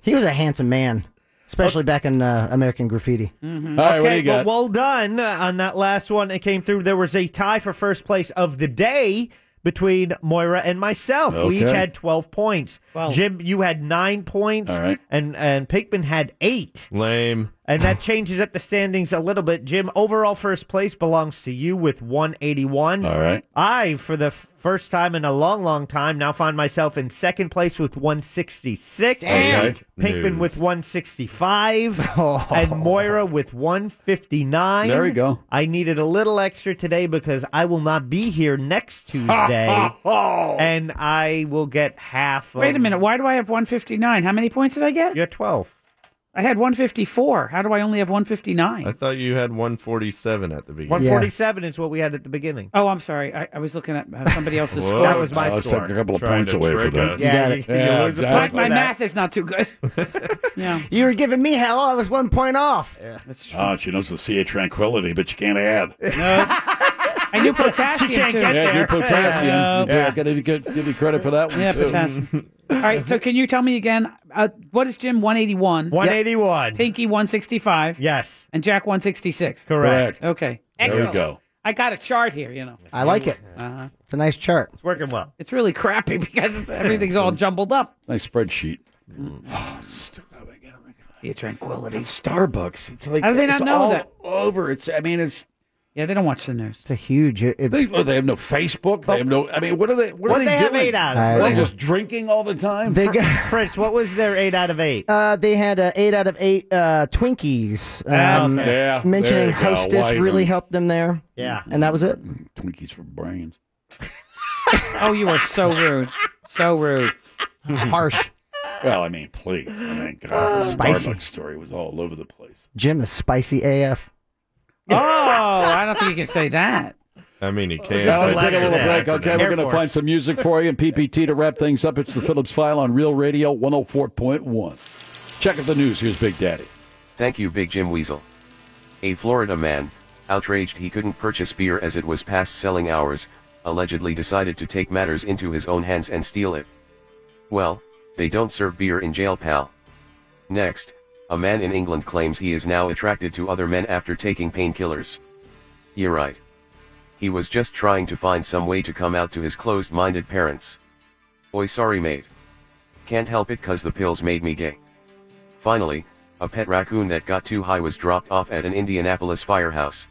He was a handsome man, especially back in uh, American Graffiti.
Mm-hmm. All right, what do you
well,
got?
well done uh, on that last one. It came through. There was a tie for first place of the day between Moira and myself. We each
Okay.
had 12 points.
Wow.
Jim, you had nine points,
All right.
and, and Pinkman had eight.
Lame.
And that changes up the standings a little bit. Jim, overall first place belongs to you with 181.
All right.
I, for the f- first time in a long, long time, now find myself in second place with 166.
Damn. Okay.
Pinkman
News.
with 165. And Moira with 159.
Oh. There we go.
I needed a little extra today because I will not be here next Tuesday. and I will get half of
Wait a minute. Why do I have 159? How many points did I get?
You had 12.
I had 154. How do I only have 159?
I thought you had 147 at the beginning.
147 is what we had at the beginning.
Oh, I'm sorry. I, I was looking at uh, somebody else's
Whoa.
score.
That was my
I was
score.
taking a couple of
Trying
points
to
away for
trick
that.
us. Yeah,
you- you
Yeah,
lose a point
exactly.
for
My
that.
math is not too good. yeah.
You were giving me hell. I was one point off.
That's
Ah, she knows the sea of tranquility, but she can't add.
I knew potassium
yeah,
too.
do potassium.
Yeah.
Yeah, I gotta give, give you credit for that one.
Yeah,
too.
potassium. All right, so can you tell me again? Uh, what is Jim 181?
181.
Pinky 165.
Yes.
And Jack 166.
Correct.
Okay.
There we
Excellent.
go.
I got a chart here, you know.
I like it.
Uh-huh.
It's a nice chart.
It's working well.
It's really crappy because it's, everything's all jumbled up.
Nice spreadsheet. Oh,
Sea of tranquility.
It's Starbucks. It's like
How do they not
it's
know
all
that?
Over. It's. I mean, it's.
Yeah, they don't watch the news.
It's a huge. It,
They, oh, they have no Facebook. They have no. I mean, what are they? What,
What
are they,
they have
doing?
eight out of?
Are
I
they
don't
just drinking all the time?
They got.
Fritz, what was their 8 out of 8?
Uh, they had uh, eight out of eight uh, Twinkies. Um,
Ah, okay. Yeah, there
mentioning
you go.
hostess
Why
really
even-
helped them there.
Yeah.
and that was it.
Twinkies for brains.
Oh, you are so rude. So rude.
Harsh.
Well, I mean, please. I mean, God, the
Spicy.
Starbucks story was all over the place.
Jim is spicy AF.
Oh, I don't think you can say that.
I mean,
Oh,
you can't.
Yeah, let's take a little break, okay?
Air
We're going to
Force.
find some music for you and PPT to wrap things up. It's the Phillips File on Real Radio 104.1. Check out the news. Here's Big Daddy.
Thank you, Big Jim Weasel. A Florida man, outraged he couldn't purchase beer as it was past selling hours, allegedly decided to take matters into his own hands and steal it. Well, they don't serve beer in jail, pal. Next, a man in England claims he is now attracted to other men after taking painkillers. You're right. He was just trying to find some way to come out to his closed minded parents. Oi, sorry, mate. Can't help it 'cause the pills made me gay. Finally, a pet raccoon that got too high was dropped off at an Indianapolis firehouse.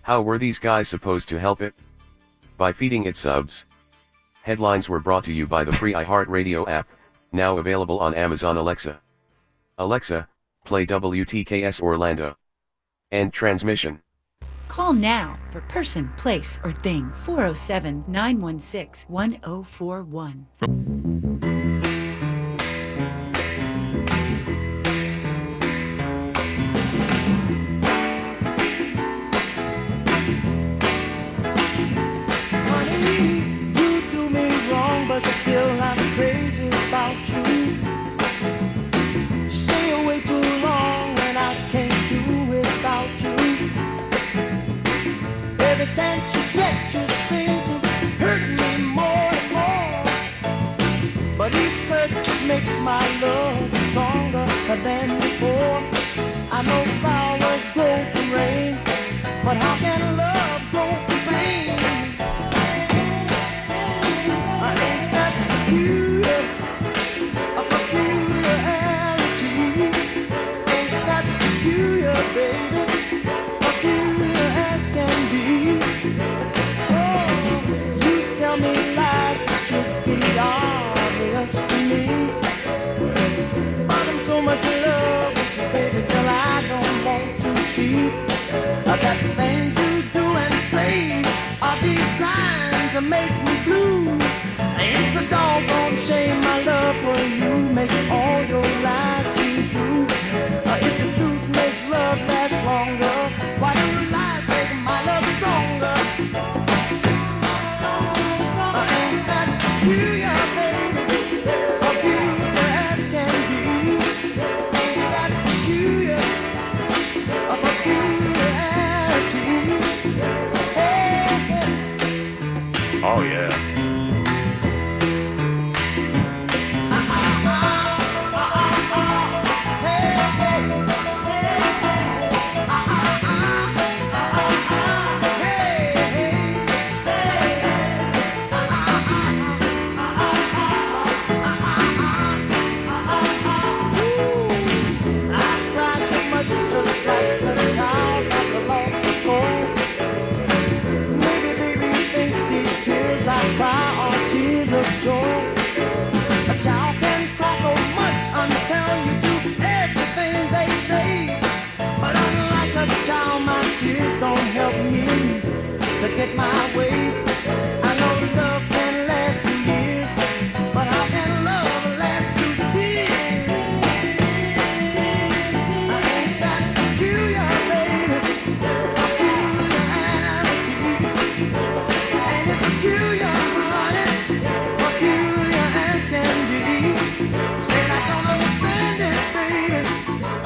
How were these guys supposed to help it? By feeding it subs. Headlines were brought to you by the free iHeartRadio app, now available on Amazon Alexa. Alexa, play WTKS Orlando. End transmission.
Call now for person, place, or thing 407 916 1041.
Honey, you do me wrong, but I feel I'm crazy about you. Stay away too long, and I can't do without you. Every chance you get, you seem to hurt me more and more. But each hurt makes my love stronger than before. I know flowers grow But how can love go plain? I ain't got the beauty of my peculiarity. Ain't got the beauty, baby, my beauty as can be. Oh, you tell me lies that should be obvious to me. But I'm so much in love with you, baby, till I don't want to see. I got things you do and say are designed to make me blue. It's a doggone shame my love for you makes all your lies seem true. Uh, if the truth makes love last longer, why do you lies make my love stronger? I ain't that peculiar, baby, peculiar as can be. Ain't that peculiar, a peculiarity. Hey, hey.
Oh, yeah. Get my way. I know love can last two years, but how can love last two tears? I ain't that peculiar, baby.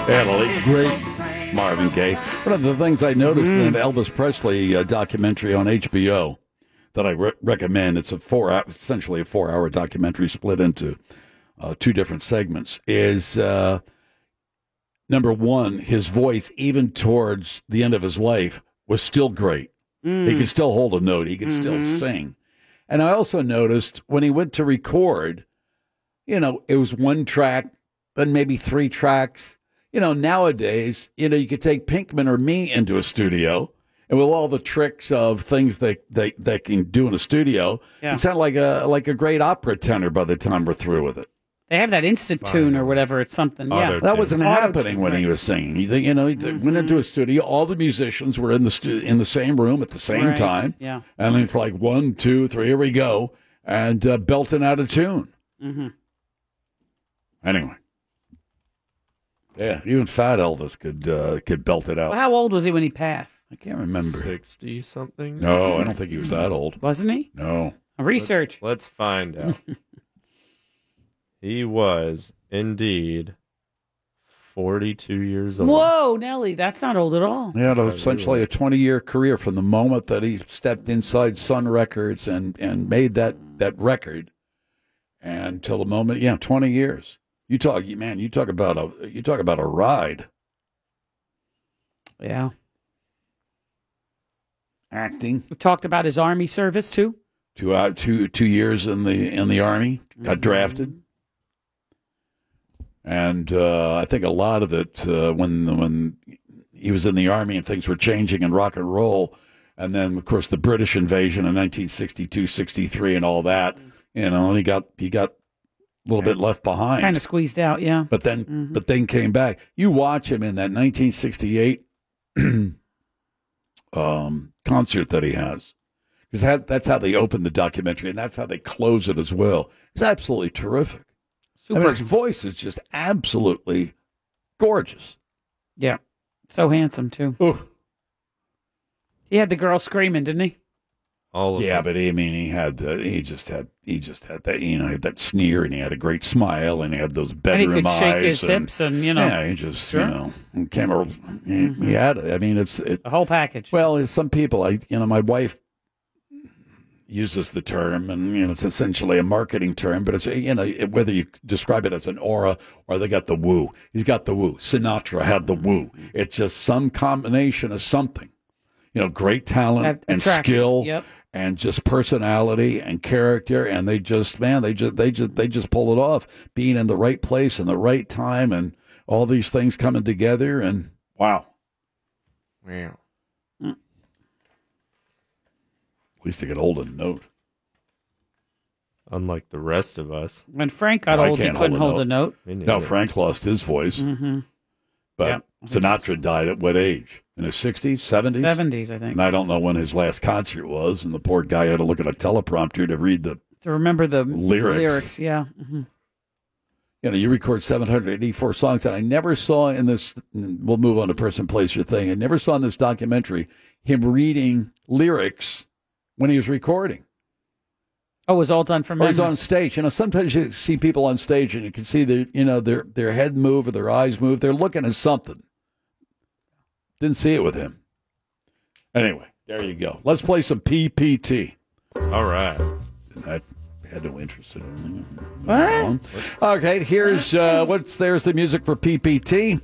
Yeah, the late, great Marvin Gaye. Mm-hmm. One of the things I noticed in an Elvis Presley uh, documentary on HBO that I re- recommend, it's a four, hou- essentially a four-hour documentary split into uh, two different segments. Is uh, number one, his voice, even towards the end of his life, was still great. He
Mm.
could still hold a note. He could still
Mhm.
sing. And I also noticed when he went to record, you know, it was one track, then maybe three tracks. You know, nowadays, you know, you could take Pinkman or me into a studio, and with all the tricks of things that they, they can do in a studio,
Yeah.
it sound like a like a great opera tenor by the time we're through with it.
They have that instant tune or whatever. It's something. Yeah,
That wasn't happening when
Auto-tune,
he was singing. You think you know? He th- went into a studio. All the musicians were in the stu- in the same room at the same
Right,
time.
yeah.
and it's like one, two, three. Here we go, and uh, belting out a tune.
Mm-hmm.
Anyway, yeah, even fat Elvis could uh, could belt it out.
Well, how old was he when he passed?
I can't remember.
Sixty something.
No, I don't think he was that old.
Wasn't he?
No.
Research.
Let's find out. he was indeed forty-two years old.
Whoa, Nelly, that's not old at all.
He had a- essentially a 20 year career from the moment that he stepped inside Sun Records and, and made that, that record until the moment, yeah, 20 years. You talk, man, you talk about a, you talk about a ride.
Yeah.
Acting.
We talked about his army service too.
Two out, two, two years in the, in the army, got drafted. And uh, I think a lot of it uh, when when he was in the army and things were changing in rock and roll, and then of course the British invasion in 1962, 63, and all that. You know, and he got he got a little bit left behind.
Kind of squeezed out, yeah.
But then,
Mhm.
but then came back. You watch him in that 1968 um, concert that he has, because that, that's how they open the documentary, and that's how they close it as well. It's absolutely terrific. I mean,
Super.
his voice is just absolutely gorgeous.
Yeah. So handsome too. He had the girl screaming, didn't he?
All
yeah, but I mean, he had the, he just had he just had that you know he had that sneer, and he had a great smile, and he had those
And he
bedroom
could
eyes,
shake his
and,
hips and, you know.
yeah, he just
Sure. Mm-hmm.
you know and camera. He, he had it. I mean, it's it,
the whole package.
Well, it's some people, I you know, my wife uses the term, and you know, it's essentially a marketing term, but it's you know whether you describe it as an aura or they got the woo. He's got the woo. Sinatra had the woo. It's just some combination of something. you know, great talent
Att-
and
attractive,
skill
yep.
and just personality and character and they just man, they just they just they just pull it off being in the right place and the right time and all these things coming together and wow.
Wow.
At least they could hold a note.
Unlike the rest of us.
When Frank got
I
old, he
can't
couldn't hold a note.
No, Frank lost his voice.
hmm
But
Yep.
Sinatra died at what age? In his 60s, 70s?
70s, I think.
And I don't know when his last concert was. And the poor guy had to look at a teleprompter to read the.
To remember the
Lyrics.
yeah. Mhm.
You know, you record 784 songs. And I never saw in this, we'll move on to person, place, or thing. I never saw in this documentary him reading lyrics when he was recording.
Oh, it was all done from
Or he's
memory.
on stage. You know, sometimes you see people on stage and you can see their, you know, their their head move or their eyes move. They're looking at something. Didn't see it with him. Anyway, there you go. Let's play some PPT.
All right.
I had no interest in anything.
What?
Okay, here's uh, what's there's the music for PPT,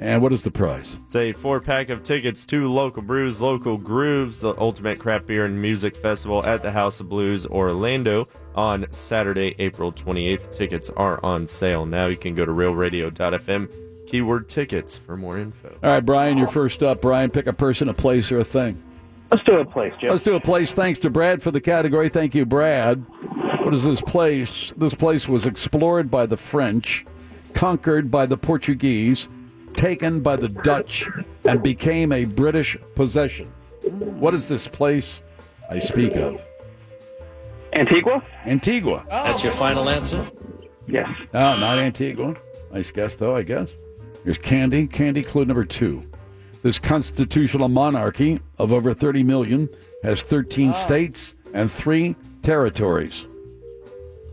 and what is the prize?
It's a four pack of tickets to Local Brews, Local Grooves, the ultimate craft beer and music festival at the House of Blues, Orlando on Saturday, April 28th. Tickets are on sale now. You can go to realradio.fm, keyword tickets for more info.
All right, Brian, you're first up. Brian, pick a person, a place, or a thing.
Let's do a place, Jeff.
Let's do a place. Thanks to Brad for the category. Thank you, Brad. What is this place? This place was explored by the French, conquered by the Portuguese, taken by the Dutch, and became a British possession. What is this place I speak of?
Antigua?
Antigua.
That's your final answer? Yes.
No, Ah, not Antigua. Nice guess, though, I guess. Here's Candy. Candy clue number two. This constitutional monarchy of over 30 million has 13 states and three territories.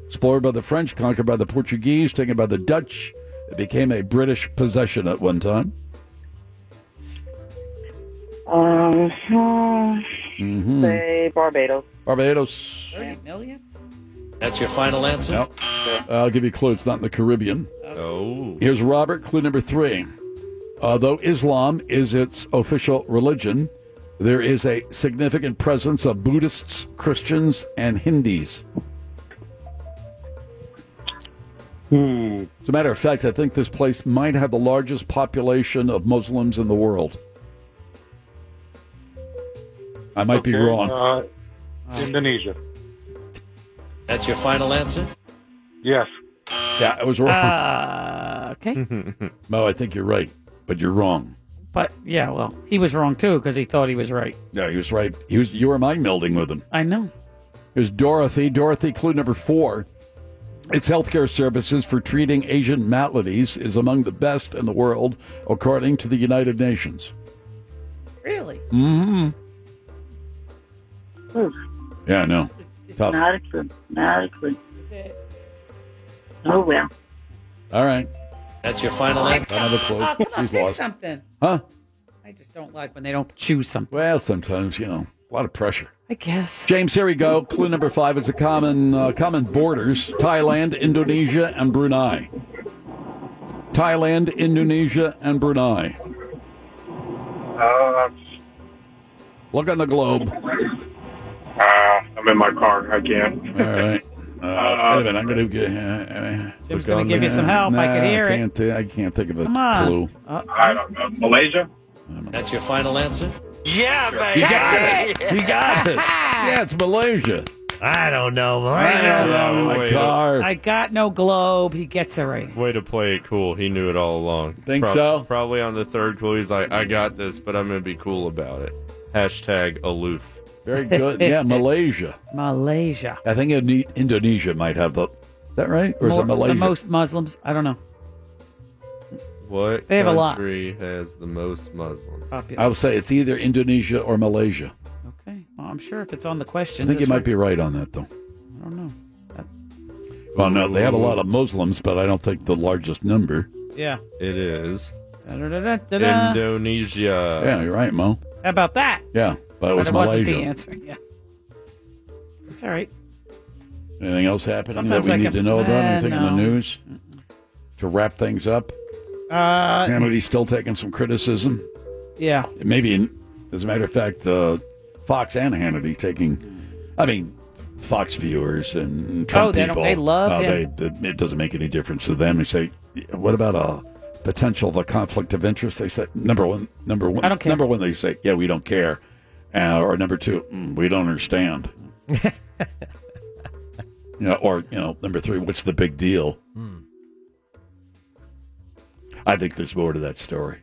Explored by the French, conquered by the Portuguese, taken by the Dutch. It became a British possession at one time.
Um, hmm,
Mhm.
say Barbados.
Barbados.
30 million?
That's your final answer?
Nope. I'll give you a clue. It's not in the Caribbean.
Oh.
Here's Robert, clue number three. Although Islam is its official religion, there is a significant presence of Buddhists, Christians, and Hindus. As a matter of fact, I think this place might have the largest population of Muslims in the world. I might be
Okay,
wrong.
Indonesia. That's your final answer?
Yes. Yeah, I was wrong.
Uh, okay.
Mo, I think you're right, but you're wrong.
But yeah, well, he was wrong too because he thought he was right.
No, he was right. He was, you were mind melding with him.
I know.
Here's Dorothy. Dorothy, clue number four. Its healthcare services for treating Asian maladies is among the best in the world, according to the United Nations.
Really?
Mm-hmm.
Hmm.
Yeah, I know. Tough.
Not a clue. Not a clue. Oh, well.
All right.
That's your final answer?
Another clue.
Oh, come on,
She's
pick
lost.
something.
Huh?
I just don't like when they don't choose something.
Well, sometimes you know a lot of pressure.
I guess.
James, here we go. Clue number five is a common uh, common borders: Thailand, Indonesia, and Brunei. Thailand, Indonesia, and Brunei.
Uh,
Look on the globe.
uh, I'm in my car. I can't.
All right. Uh, wait a minute. I'm going to get. Uh,
Jim's gonna give you some help. I can hear it.
I can't, it. I can't think of a
Come on.
clue.
I don't know. Malaysia?
That's your final answer?
Yeah,
You got it. You got it. yeah, it's Malaysia.
I don't know.
I don't know.
Wait.
My car.
I got no globe. He gets it right.
Way to play it cool. He knew it all along.
Think so?
Probably on the third clue, he's like, I got this, but I'm going to be cool about it. Hashtag aloof.
Very good. Yeah, Malaysia.
Malaysia.
I think Inde- Indonesia might have the. Is that right? Or is
More-
it Malaysia?
The most Muslims. I don't know.
What
They have a lot.
country has the most Muslims?
I would say it's either Indonesia or Malaysia.
Okay. Well, I'm sure if it's on the
I
questions.
think you
it's
might be right on that, though.
I don't know.
Well, no, they have a lot of Muslims, but I don't think the largest number.
Yeah.
It is.
Da-da-da-da-da.
Indonesia.
yeah, you're right, Mo.
How about that?
Yeah, but it was
wasn't the
Malaysia.
answer. Yes. It's all right.
Anything else happening
Sometimes
that
I
we need
can-
to know about?
Uh,
Anything in
no.
the news to wrap things up?
Uh,
Hannity's still taking some criticism.
Yeah.
Maybe in, As a matter of fact, uh, Fox and Hannity taking, I mean, Fox viewers and Trump
Oh, they don't-
people.
they love
uh,
him.
they- they- it doesn't make any difference to them. They say, "What about a potential of a conflict of interest?" They say, "Number one, number one,
I don't care.
number one." They say, "Yeah, we don't care," uh, or number two, "Mm, "We don't understand." you know, or you know, number three, "What's the big deal?"
Hmm.
I think there's more to that story.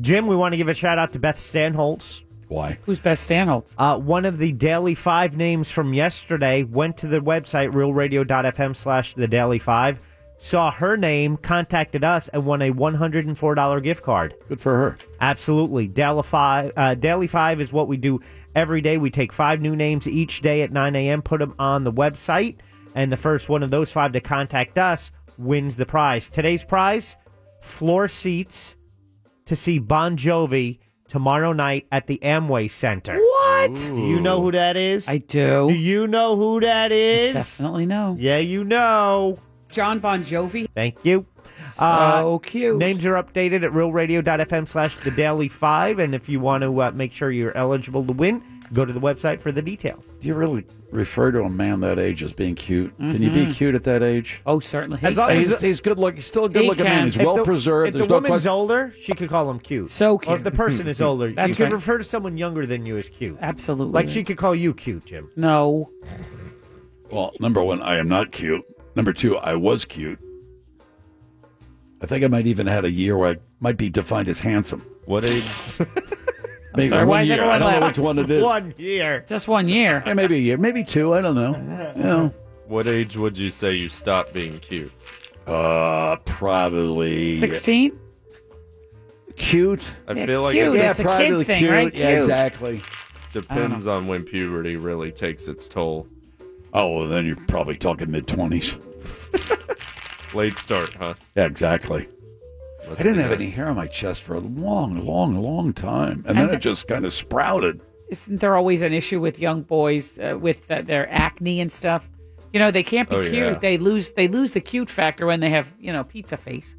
Jim, we want to give a shout out to Beth Stanholtz.
Why?
Who's Beth Stanholtz? Uh, one of the Daily Five names from yesterday went to the website realradio.fm slash the Daily Five, saw her name, contacted us, and won a $104 gift card.
Good for her.
Absolutely. Daily Five, uh, Daily Five is what we do every day. We take five new names each day at 9 a.m., put them on the website, and the first one of those five to contact us wins the prize. Today's prize floor seats to see Bon Jovi tomorrow night at the Amway Center.
What?
Do you know who that is? I
do.
Do you know who that is?
Definitely know.
Yeah, you know.
John Bon Jovi.
Thank you. So
cute.
Names are updated at realradio.fm slash the daily five. And if you want to uh, make sure you're eligible to win, go to the website for the details.
Do you really refer to a man that age as being cute? Can you be
Mhm.
cute at that age?
Mm-hmm. Oh, certainly.
As long as he's, he's good looking. He's still a good looking man. He's well preserved.
If the
There's no
woman's
question-
older, she could call him cute.
So
Or
cute.
if the person is older, you
That's
could
right.
refer to someone younger than you as cute.
Absolutely.
Like she could call you cute, Jim.
No.
Well, number one, I am not cute. Number two, I was cute. I think I might even had a year where I might be defined as handsome.
What age?
Maybe
Sorry, why
one
is
year. I
everyone
don't know
laughing?
which one it is.
year.
Just one year.
Yeah, maybe a year, maybe two. I don't know. You know.
What age would you say you stopped being cute?
Uh, probably
16?
Cute.
I
Yeah,
feel like
cute.
it
Yeah, It's a kid probably thing, cute. right? Yeah, Cute.
exactly.
Depends on when puberty really takes its toll.
Oh, well, then you're probably talking mid twenties.
Late start, huh?
Yeah, exactly.
Must
I didn't
be
have
nice.
any hair on my chest for a long, long, long time, and then
And-
it just kind of sprouted.
Isn't there always an issue with young boys uh, with uh, their acne and stuff? You know, they can't be
Oh,
cute.
yeah.
They lose they lose the cute factor when they have, you know, pizza face.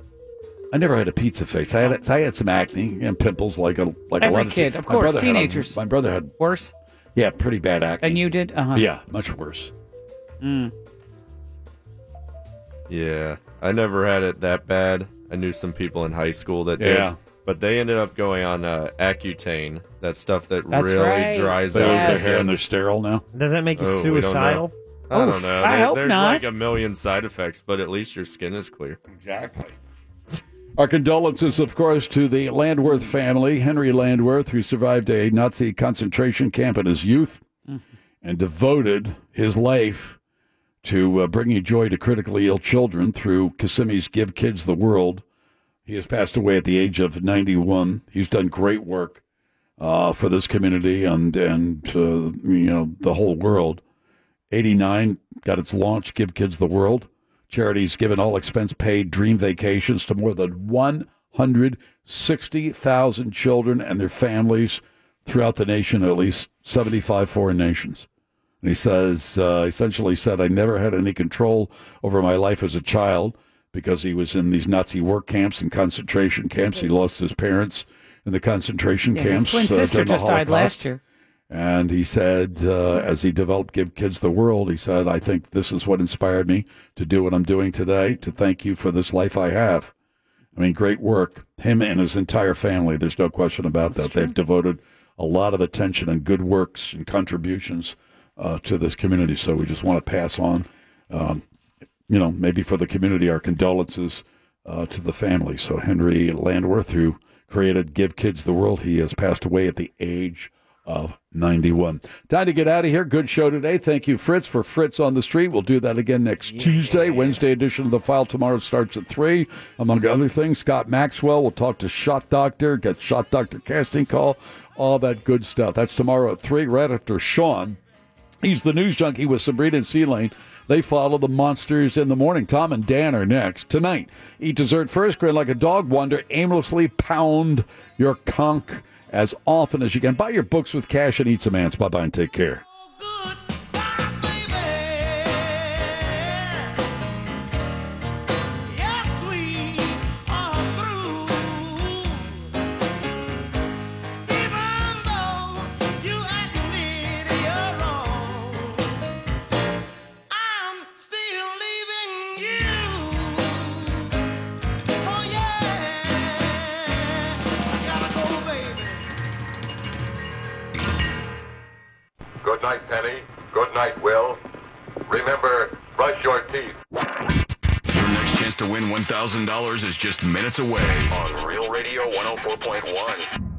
I never had a pizza face. I had I had some acne and pimples, like a like a
Every
lot of
kid, of
my
course,
brother had a-
teenagers.
my brother had
worse.
Yeah, pretty bad acne.
And you did? Uh-huh.
Yeah, much worse. Hmm.
Mm.
Yeah, I never had it that bad. I knew some people in high school that
Yeah.
did, but they ended up going on uh, Accutane, that stuff that
That's
really
right.
dries
They
out Oh,
lose their hair and they're sterile now.
Does that make you
we don't know.
suicidal?
I
Oof,
don't know.
I
There-
hope
There's
not.
like a million side effects, but at least your skin is clear.
Exactly. Our condolences, of course, to the Landworth family, Henry Landworth, who survived a Nazi concentration camp in his youth and devoted his life to uh, bringing joy to critically ill children through Kissimmee's Give Kids the World. He has passed away at the age of 91. He's done great work uh, for this community and, and uh, you know, the whole world. 89 got its launch, Give Kids the World. Charity's given all expense paid dream vacations to more than 160,000 children and their families throughout the nation, at least 75 foreign nations. And he says, uh, essentially said, I never had any control over my life as a child because he was in these Nazi work camps and concentration camps. He lost his parents in the concentration
Yeah, his
camps.
twin
uh,
sister
during the
just died last
Holocaust.
year.
And he said, uh, as he developed Give Kids the World, he said, I think this is what inspired me to do what I'm doing today, to thank you for this life I have. I mean, great work. Him and his entire family, there's no question about that. They've devoted a lot of attention and good works and contributions uh, to this community. So we just want to pass on, um, you know, maybe for the community, our condolences uh, to the family. So Henry Landworth, who created Give Kids the World, he has passed away at the age of 91. Time to get out of here. Good show today. Thank you, Fritz, for Fritz on the Street. We'll do that again next Tuesday. Wednesday edition of The File tomorrow starts at 3. Among other things, Scott Maxwell will talk to Shot Doctor, get Shot Doctor casting call, all that good stuff. That's tomorrow at 3, right after Sean. He's the news junkie with Sabrina and Sealane. They follow the monsters in the morning. Tom and Dan are next tonight. Eat dessert first, grin like a dog, wander aimlessly, pound your conch as often as you can. Buy your books with cash and eat some ants. Bye bye and take care.
Yes, we are through.
Good night, Penny. Good night, Will. Remember, brush your teeth.
Your next chance to win $1,000 is just minutes away on Real Radio 104.1.